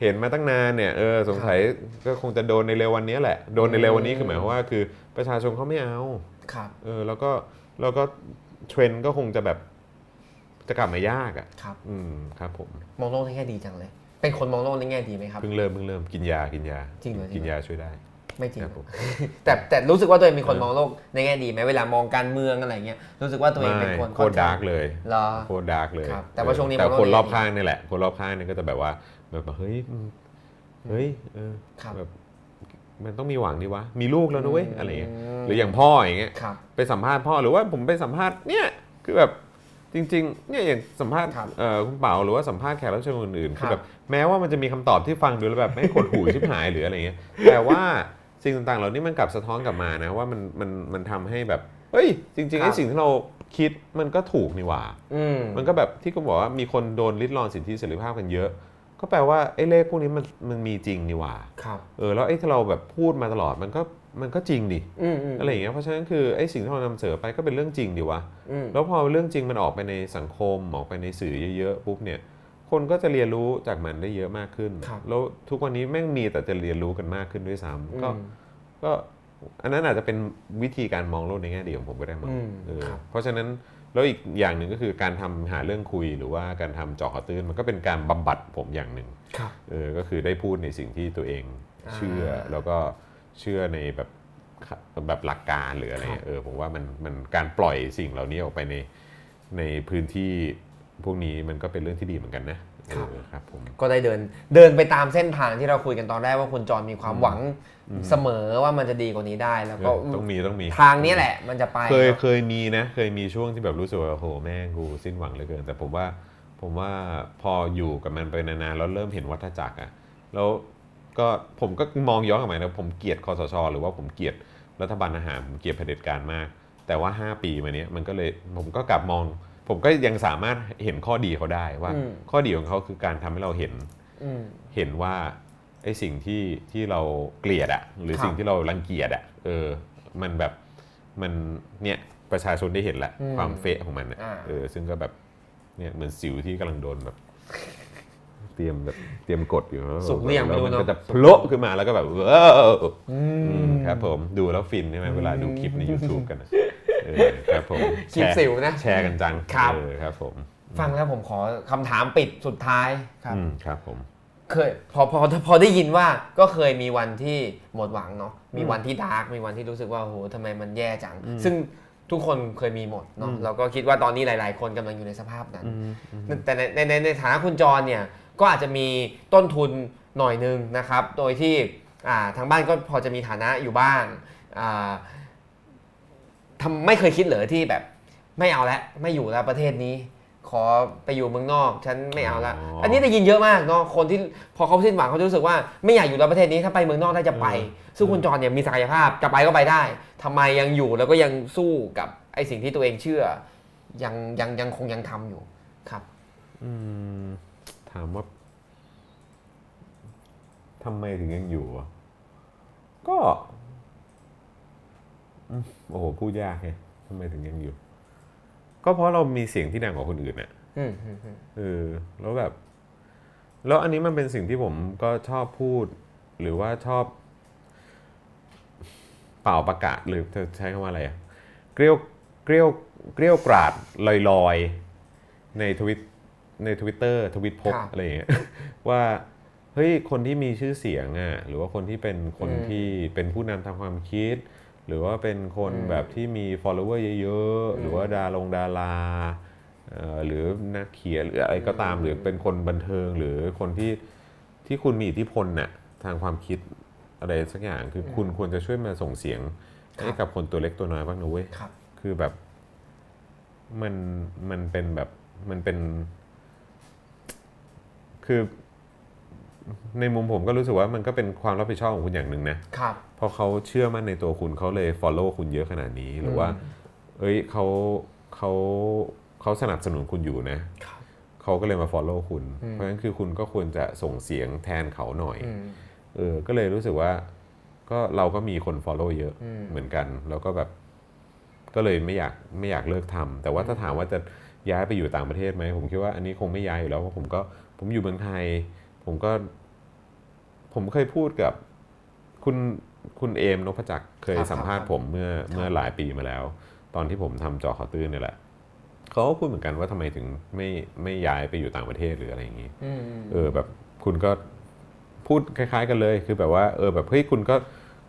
S2: เห็นมาตั้งนานเนี่ยเออสงสัยก็คงจะโดนในเร็ววันนี้แหละ โดนในเร็ววันนี้คือหมาย
S1: อืม
S2: ความว่าคือประชาชนเขาไม่เอา
S1: ครับ
S2: เออแล้วก็แล้วก็เทรนด์ก็คงจะแบบจะกลับมายากอ่ะ
S1: ครับ
S2: อืมครับผม
S1: มองโลกในแง่ดีจังเลย เป็นคนมองโลกในแง่ดีไหมครับ
S2: เพิ่งเริ่มเพิ่งเริ่มกินยากินยา
S1: จริงเหรอ
S2: กินยาช่วยได้
S1: ไม่จริง
S2: ครับผม
S1: แต่แต่รู้สึกว่าตัวเองเป็นคนมองโลกในแง่ดีไหมเวลามองการเมืองอะไรเงี้ย รู้สึกว่าตัวเองเป็นคน
S2: ไม่โคตรดาร์กเลย
S1: เหรอ
S2: โคตรดาร์กเลย
S1: ครับแต่ว่าช่วงนี้
S2: แต่
S1: มันก็
S2: คนรอบ
S1: ดี
S2: ข้างนี่แหละคนรอบข้างนี่ก็จะแบบว่าแบบว่าเฮ้ยอืมเฮ้ยเออ
S1: ครับ
S2: แบบมันต้องมีหวังดิวะมีลูกแล้วนะเว้ย
S1: อืม
S2: อะไรอย่างเงี้ยหรืออย่างพ่ออย่างเงี้ย
S1: ครับ
S2: ไปสัมภาษณ์พ่อหรือว่าผมไปสัมภาษณ์เนี่ยคือแบบจริงๆเนี่ยอย่างสัมภาษณ์
S1: ครับ
S2: เอ่อคุณเปาหรือว่าสัมภาษณ์แขกรับเชิญคนอื่นๆ
S1: ครั
S2: คื
S1: บ
S2: อแบบแม้ว่ามันจะมีคำตอบที่ฟังดูแล้วแบบไม่ขดหูชิบหาย หรืออะไรเงี้ยแต่ว่า สิ่งต่างๆ เหล่านี้มันกลับสะท้อนกลับมานะว่ามันมันมันทำให้แบบ เฮ้ย จริง
S1: ค
S2: ๆ
S1: รั
S2: ไอ้
S1: บ
S2: สิ่งที่เราคิดมันก็ถูกนี่หว่า
S1: อืม
S2: มันก็แบบที่ก็บอกว่ามีคนโดนลิดรอนสิทธิเสรีภาพกันเยอะ ก็แปลว่าไอ้เลขพวกนี้มันมันมีจริงนี่หว่า
S1: ครับ
S2: เออแล้วไอ้ที่เราแบบพูดมาตลอดมันก็มันก็จริงดิ
S1: อืมอืม
S2: อะไรอย่างเงี้ยเพราะฉะนั้นคือไอ้สิ่งที่เรานำเสนอไปก็เป็นเรื่องจริงดิวะ
S1: อืม
S2: แล้วพอเรื่องจริงมันออกไปในสังคมออกไปในสื่อเยอะๆปุ๊บเนี่ย คนก็จะเรียนรู้จากมันได้เยอะมากขึ้น แล้วทุกวันนี้แม่งมีแต่จะเรียนรู้กันมากขึ้นด้วยซ้ำก็
S1: อืม
S2: ก็อันนั้นอาจจะเป็นวิธีการมองโลกในแง่ดีของผมก็ได้มั้ง
S1: อืม
S2: เออ
S1: ครับ
S2: เพราะฉะนั้นแล้วอีกอย่างหนึ่งก็คือการทำหาเรื่องคุยหรือว่าการทำเจาะข่าวตื้นมันก็เป็นการบำบัดผมอย่างหนึ่ง
S1: ครับ
S2: เออก็คือได้พูดในสิ่งที่ตัวเองเชื่ออาแล้วก็เชื่อในแบบค่ะแบบหลักการหรืออะไร
S1: ครับ
S2: เออผมว่ามันมันการปล่อยสิ่งเหล่านี้ออกไปในในพื้นที่พวกนี้มันก็เป็นเรื่องที่ดีเหมือนกันนะเออครับผม
S1: ก็ได้เดินเดินไปตามเส้นทางที่เราคุยกันตอนแรกว่าคุณจรมีความหวังเสมอว่ามันจะดีกว่านี้ได้แล้วก็
S2: ต้องมีต้องมี
S1: ทางนี้แหละ มันจะไป
S2: เคยเคยมีนะเคยมีช่วงที่แบบรู้สึกว่าโอ้โหแม่งกูสิ้นหวังเหลือเกิน แต่ผมว่าผมว่าพออยู่กับมันไปนานๆแล้วเริ่มเห็นวัฏจักรอะแล้วก็ผมก็มองย้อนกลับมานะผมเกลียดคอสช หรือว่าผมเกลียดรัฐบาลอาหารผมเกลียดเผด็จการมาก แต่ว่า 5 ปีมาเนี้ยมันก็เลยผมก็กลับมอง ผมก็ยังสามารถเห็นข้อดีเขาได้ว่า
S1: อืม
S2: ข้อดีของเขาคือการทำให้เราเห็น
S1: อืม
S2: เห็นว่าไอ้สิ่งที่ที่เราเกลียดอะหรือ
S1: ครับ
S2: สิ่งที่เรารังเกียจอะเออมันแบบมันเนี่ยประชาชนได้เห็นละ
S1: อืม
S2: ความเฟะของมันอะ
S1: อ่า
S2: เออซึ่งก็แบบเนี่ยเหมือนสิวที่กำลังโดนแบบ เตรียมแบบเตรียมกดอยู่แล้ว
S1: สุกหรือยังไม่รู้
S2: มัน
S1: เนอะ
S2: ก็จะโผล่ขึ้นมาแล้วก็แบบเออ
S1: อื
S2: อ
S1: ม
S2: ครับผมดูแล้วฟินใช่ไหมเวลาดูคลิปใน YouTube กันอะเออครับผม
S1: คลิปสิวนะ
S2: แชร์กันจัง
S1: ครับ
S2: เออครับผม
S1: ฟังแล้วผมขอคำถามปิดสุดท้าย
S2: อืมครับผม
S1: เคยพอพอพอได้ยินว่าก็เคยมีวันที่หมดหวังเนาะมีวันที่ดาร์กมีวันที่รู้สึกว่าโอ้โหทำไมมันแย่จัง ซึ่งทุกคนเคยมีหมดเนาะเราก็คิดว่าตอนนี้หลาย ๆ คนกำลังอยู่ในสภาพนั้น แต่ในในในในฐานะคุณจรเนี่ยก็อาจจะมีต้นทุนหน่อยหนึงนะครับ โดยที่อ่าทางบ้านก็พอจะมีฐานะอยู่บ้างอ่าทำไม่เคยคิดเหรอที่แบบ ไม่เอาละไม่อยู่แล้วประเทศนี้ ขอไปอยู่เมืองนอก ฉันไม่เอาละ
S2: อ๋ออั
S1: อันนี้ได้ยินเยอะมากเนาะคนที่พอเขาสิ้นหวังเขาจะรู้สึกว่าไม่อยากอยู่แล้วประเทศนี้ถ้าไปเมืองนอกได้จะไป ซึ่งคุณจรเนี่ยมีศักยภาพจะไปก็ไปได้ทำไมยังอยู่แล้วก็ยังสู้กับไอ้สิ่งที่ตัวเองเชื่อ ยังยังยังคงยังทำอยู่ครับ
S2: อืมถามว่าทำไมถึงยังอยู่อะก็อืมโอ้โหพูดยากไงทำไมถึงยังอยู่ ก็เพราะเรามีเสียงที่ดังกว่าคนอื่นน่ะ
S1: อืมอืมอืม
S2: เออแล้วแบบ แล้วอันนี้มันเป็นสิ่งที่ผมก็ชอบพูด หรือว่าชอบ เป่าประกาศหรือเธอใช้คำว่าอะไรอะเกลียวเกลียวเกลียวกราดลอยลอยๆในทวิตในทวิตเตอร์ทวิตพบ
S1: ครับ
S2: อะไรอย่างเงี้ย ว่าเฮ้ยคนที่มีชื่อเสียงอ่ะหรือว่าคนที่เป็นคน
S1: อืม
S2: ที่เป็นผู้นำทางความคิด หรือว่าเป็นคน
S1: อืม
S2: แบบที่มี follower เยอะ
S1: อืม
S2: ๆหรือว่าดารงดาราเอ่อหรือนักเขียนหรืออะไรก็ตามหรือเป็นคนบันเทิงหรือคนที่ ที่คุณมีอิทธิพลน่ะทางความคิดอะไรสักอย่างคืออคุณควรจะช่วยมาส่งเสียง
S1: ครับ
S2: ให้กับคนตัวเล็กตัวน้อยบ้างนะเว้ย
S1: ครับ
S2: คือแบบมันมันเป็นแบบมันเป็น คือ ในมุมผมก็รู้สึกว่ามันก็เป็นความรับผิดชอบของคุณอย่างหนึ่งนะครับ เพราะเขาเชื่อมั่นในตัวคุณเขาเลย follow คุณเยอะขนาดนี้ หรือว่า เอ้ยเขาเขาเขาสนับสนุนคุณอยู่นะ
S1: ครับ
S2: เขาก็เลยมา follow คุณ
S1: อืม
S2: เพราะฉะนั้นคือคุณก็ควรจะส่งเสียงแทนเขาหน่อย
S1: อืม
S2: เออ ก็เลยรู้สึกว่า ก็เราก็มีคน follow เยอะ
S1: อืม
S2: เหมือนกัน แล้วก็แบบ ก็เลยไม่อยากไม่อยากเลิกทำ แต่ว่าถ้าถามว่าจะย้ายไปอยู่ต่างประเทศไหม ผมคิดว่าอันนี้คงไม่ย้ายอยู่แล้ว เพราะผมก็ผมอยู่เมืองไทย ผมก็ ผมเคยพูดกับ คุณคุณเอมนพจักรเคย
S1: ครับ
S2: สัมภาษณ์
S1: ครับ
S2: ผมเมื่อเมื่อหลายปีมาแล้ว ตอนที่ผมทำจอข่าวตื้นเนี่ยแหละ เขาก็พูดเหมือนกันว่าทำไมถึงไม่ไม่ย้ายไปอยู่ต่างประเทศหรืออะไรอย่างนี้
S1: อืม
S2: เออแบบคุณก็พูดคล้าย ๆ กันเลย คือแบบว่าเออแบบเฮ้ยคุณก็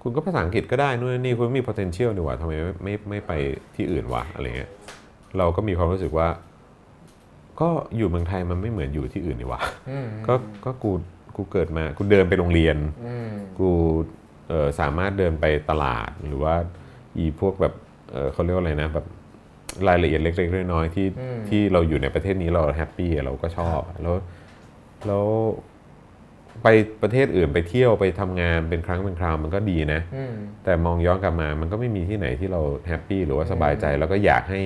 S2: คุณก็ภาษาอังกฤษก็ได้นู่นนนี่คุณมี potential นี่หว่าทำไมไม่ไม่ไม่ไปที่อื่นวะอะไรเงี้ยเราก็มีความรู้สึกว่า ก็อยู่เมืองไทยมันไม่เหมือนอยู่ที่อื่นนี่หว่า
S1: อืม
S2: ก็ก็กูกูเกิดมากูเดินไปโรงเรียน
S1: อืม
S2: กูเอ่อสามารถเดินไปตลาดหรือว่าอีพวกแบบเอ่อเขาเรียกว่าอะไรนะแบบรายละเอียดเล็กๆน้อยๆที่
S1: อืม
S2: ที่เราอยู่ในประเทศนี้เราแฮปปี้เราก็ชอบแล้วแล้วไปประเทศอื่นไปเที่ยวไปทำงานเป็นครั้งเป็นคราวมันก็ดีนะ
S1: อืม
S2: แต่มองย้อนกลับมา มันก็ไม่มีที่ไหนที่เราแฮปปี้หรือว่าสบายใจ แล้วก็อยากให้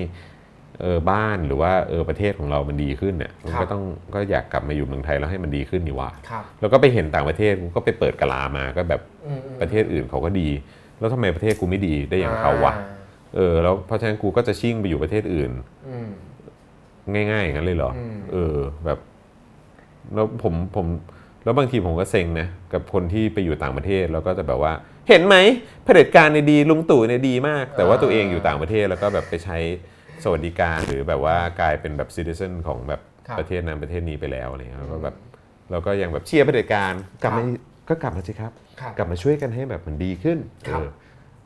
S2: เออบ้านหรือว่าเออประเทศของเรามันดีขึ้นเนี่ยมัน
S1: ครั
S2: ก็
S1: บ
S2: ต้องก็อยากกลับมาอยู่เมืองไทยแล้วให้มันดีขึ้นนี่หว่า
S1: ครับ
S2: แล้วก็ไปเห็นต่างประเทศกูก็ไปเปิดกะลามาก็แบบ
S1: อืมอืม
S2: ประเทศอื่นเขาก็ดี แล้วทำไมประเทศกูไม่ดีได้อย่างเขาวะ
S1: อ่
S2: เออ แล้วเพราะฉะนั้นกูก็จะชิ่งไปอยู่ประเทศอื่น
S1: อืม
S2: ง่ายๆอย่างนั้นเลยเหรอ
S1: อืม
S2: เออ แบบ แล้วผมผม แล้วบางทีผมก็เซ็งนะ กับคนที่ไปอยู่ต่างประเทศ แล้วก็จะแบบว่า เห็นไหมเผด็จการในยดี ลุงตู่ในยดีมาก แต่ว่าตัวเองอยู่ต่างประเทศ แล้วก็แบบไปใช้สวัสดิการหรือแบบว่ากลายเป็นแบบซิติเซนของแบบ
S1: ครับ
S2: ประเทศนั้นประเทศนี้ไปแล้วอะไรเงี้ยแล้วก็แบบ เราก็ยังแบบเชียร์เผด็จการ กลับมาก็กลับมาสิครับ
S1: ครับ
S2: กลับมาช่วยกันให้แบบมันดีขึ้น
S1: ครับ
S2: เออ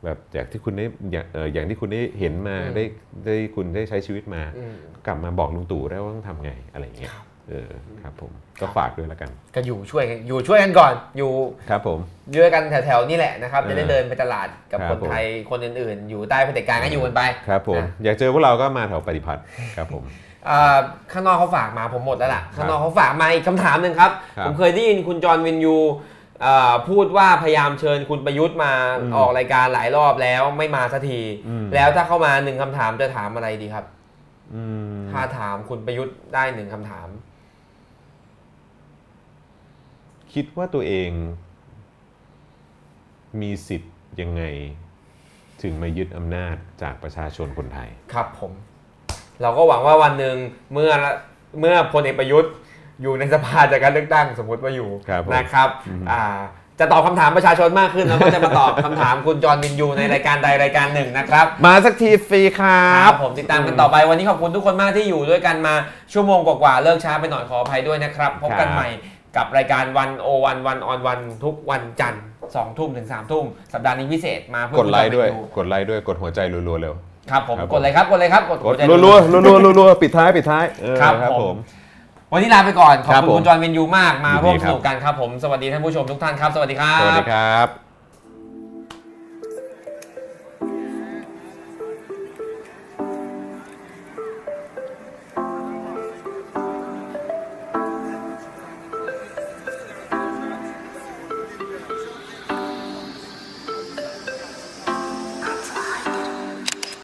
S2: แบบจากที่คุณได้อย่างเอ่ออย่างที่คุณได้เห็นมา
S1: อืม
S2: ได้ได้คุณได้ใช้ชีวิตมา
S1: อืม
S2: กลับมาบอกลุงตู่ได้ว่าต้องทำไงอะไรอย่างเงี้ย
S1: ครับ
S2: เออครับผม
S1: ครับ
S2: ก็ฝากด้วยแล้วกัน
S1: ก็อยู่ช่วยกันอยู่ช่วยกันก่อน อยู่
S2: ครับผม
S1: ด้วยกันแถวๆนี่แหละนะครับ จะได้
S2: เออ
S1: เดินไปตลาดกับ
S2: ครับ
S1: คน
S2: ผม
S1: ไทยคนอื่นๆ อยู่ใต้เผด็จการก็อยู่กันไป
S2: ครับผม
S1: นะ
S2: อยากเจอพวกเราก็มาแถวปฏิพัฒน์ครับผม
S1: เอ่อข้างนอกเขาฝากมาผมหมดแล้วล่ะ
S2: ครับ
S1: ข้างนอกเขาฝากมาอีกคำถามหนึ่งครับ
S2: ครับ
S1: ผมเคยได้ยินคุณจอห์นวินยูเอ่อพูดว่าพยายามเชิญคุณประยุทธ์มา
S2: อืม
S1: ออกรายการหลายรอบแล้วไม่มาสักที
S2: อืม
S1: แล้วถ้าเข้ามาหนึ่งคำถามจะถามอะไรดีครับ
S2: อืม
S1: ถ้าถามคุณประยุทธ์ได้หนึ่งคำถาม
S2: คิดว่าตัวเองมีสิทธิ์ยังไง ถึงมายึดอำนาจจากประชาชนคนไทย
S1: ครับผม เราก็หวังว่าวันหนึ่งเมื่อเมื่อพลเอกประยุทธ์อยู่ในสภาจากการเลือกตั้งสมมติว่าอยู่
S2: ครับผม
S1: นะครับอ่าจะตอบคำถามประชาชนมากขึ้นแล้วก็จะมาตอบ คำถามคุณจอห์นวินยูในรายการใดรายการหนึ่งนะครับ
S2: มาสักทีฟรีครั
S1: ครับผมติดตามกันต่อไปวันนี้ขอบคุณทุกคนมากที่อยู่ด้วยกันมาชั่วโมงกว่าๆเลิกช้าไปหน่อยขออภัยด้วยนะครับ พบกัน
S2: ครับ
S1: ใหม่กับรายการวันโอวันวันออนวันทุกวันจันทร์สองทุ่มถึงสามทุ่มสัปดาห์นี้พิเศษมาเพื่อก
S2: ดไลค์ด้วย
S1: คุณจอห์นน
S2: กดไลค์ด้วยกดหัวใจรัวๆเร็ว
S1: ครับผม
S2: ครับ
S1: กดเลยครับกดเลยครับกด
S2: ก
S1: หั
S2: ด
S1: วใจ
S2: รัวๆรัวๆรัวๆปิดท้ายปิดท้ายเออ
S1: ครับผม วันนี้ลาไปก่อน ขอบ
S2: ครับ
S1: คุณ
S2: ผม
S1: คุณจอห์นวินยูมากมา
S2: ยินดี
S1: ร่วม
S2: ค
S1: ส
S2: รับ
S1: นุกกันครับผม สวัสดีท่านผู้ชมทุกท่านครับ สวัสดีครับ
S2: สวัสดีครับ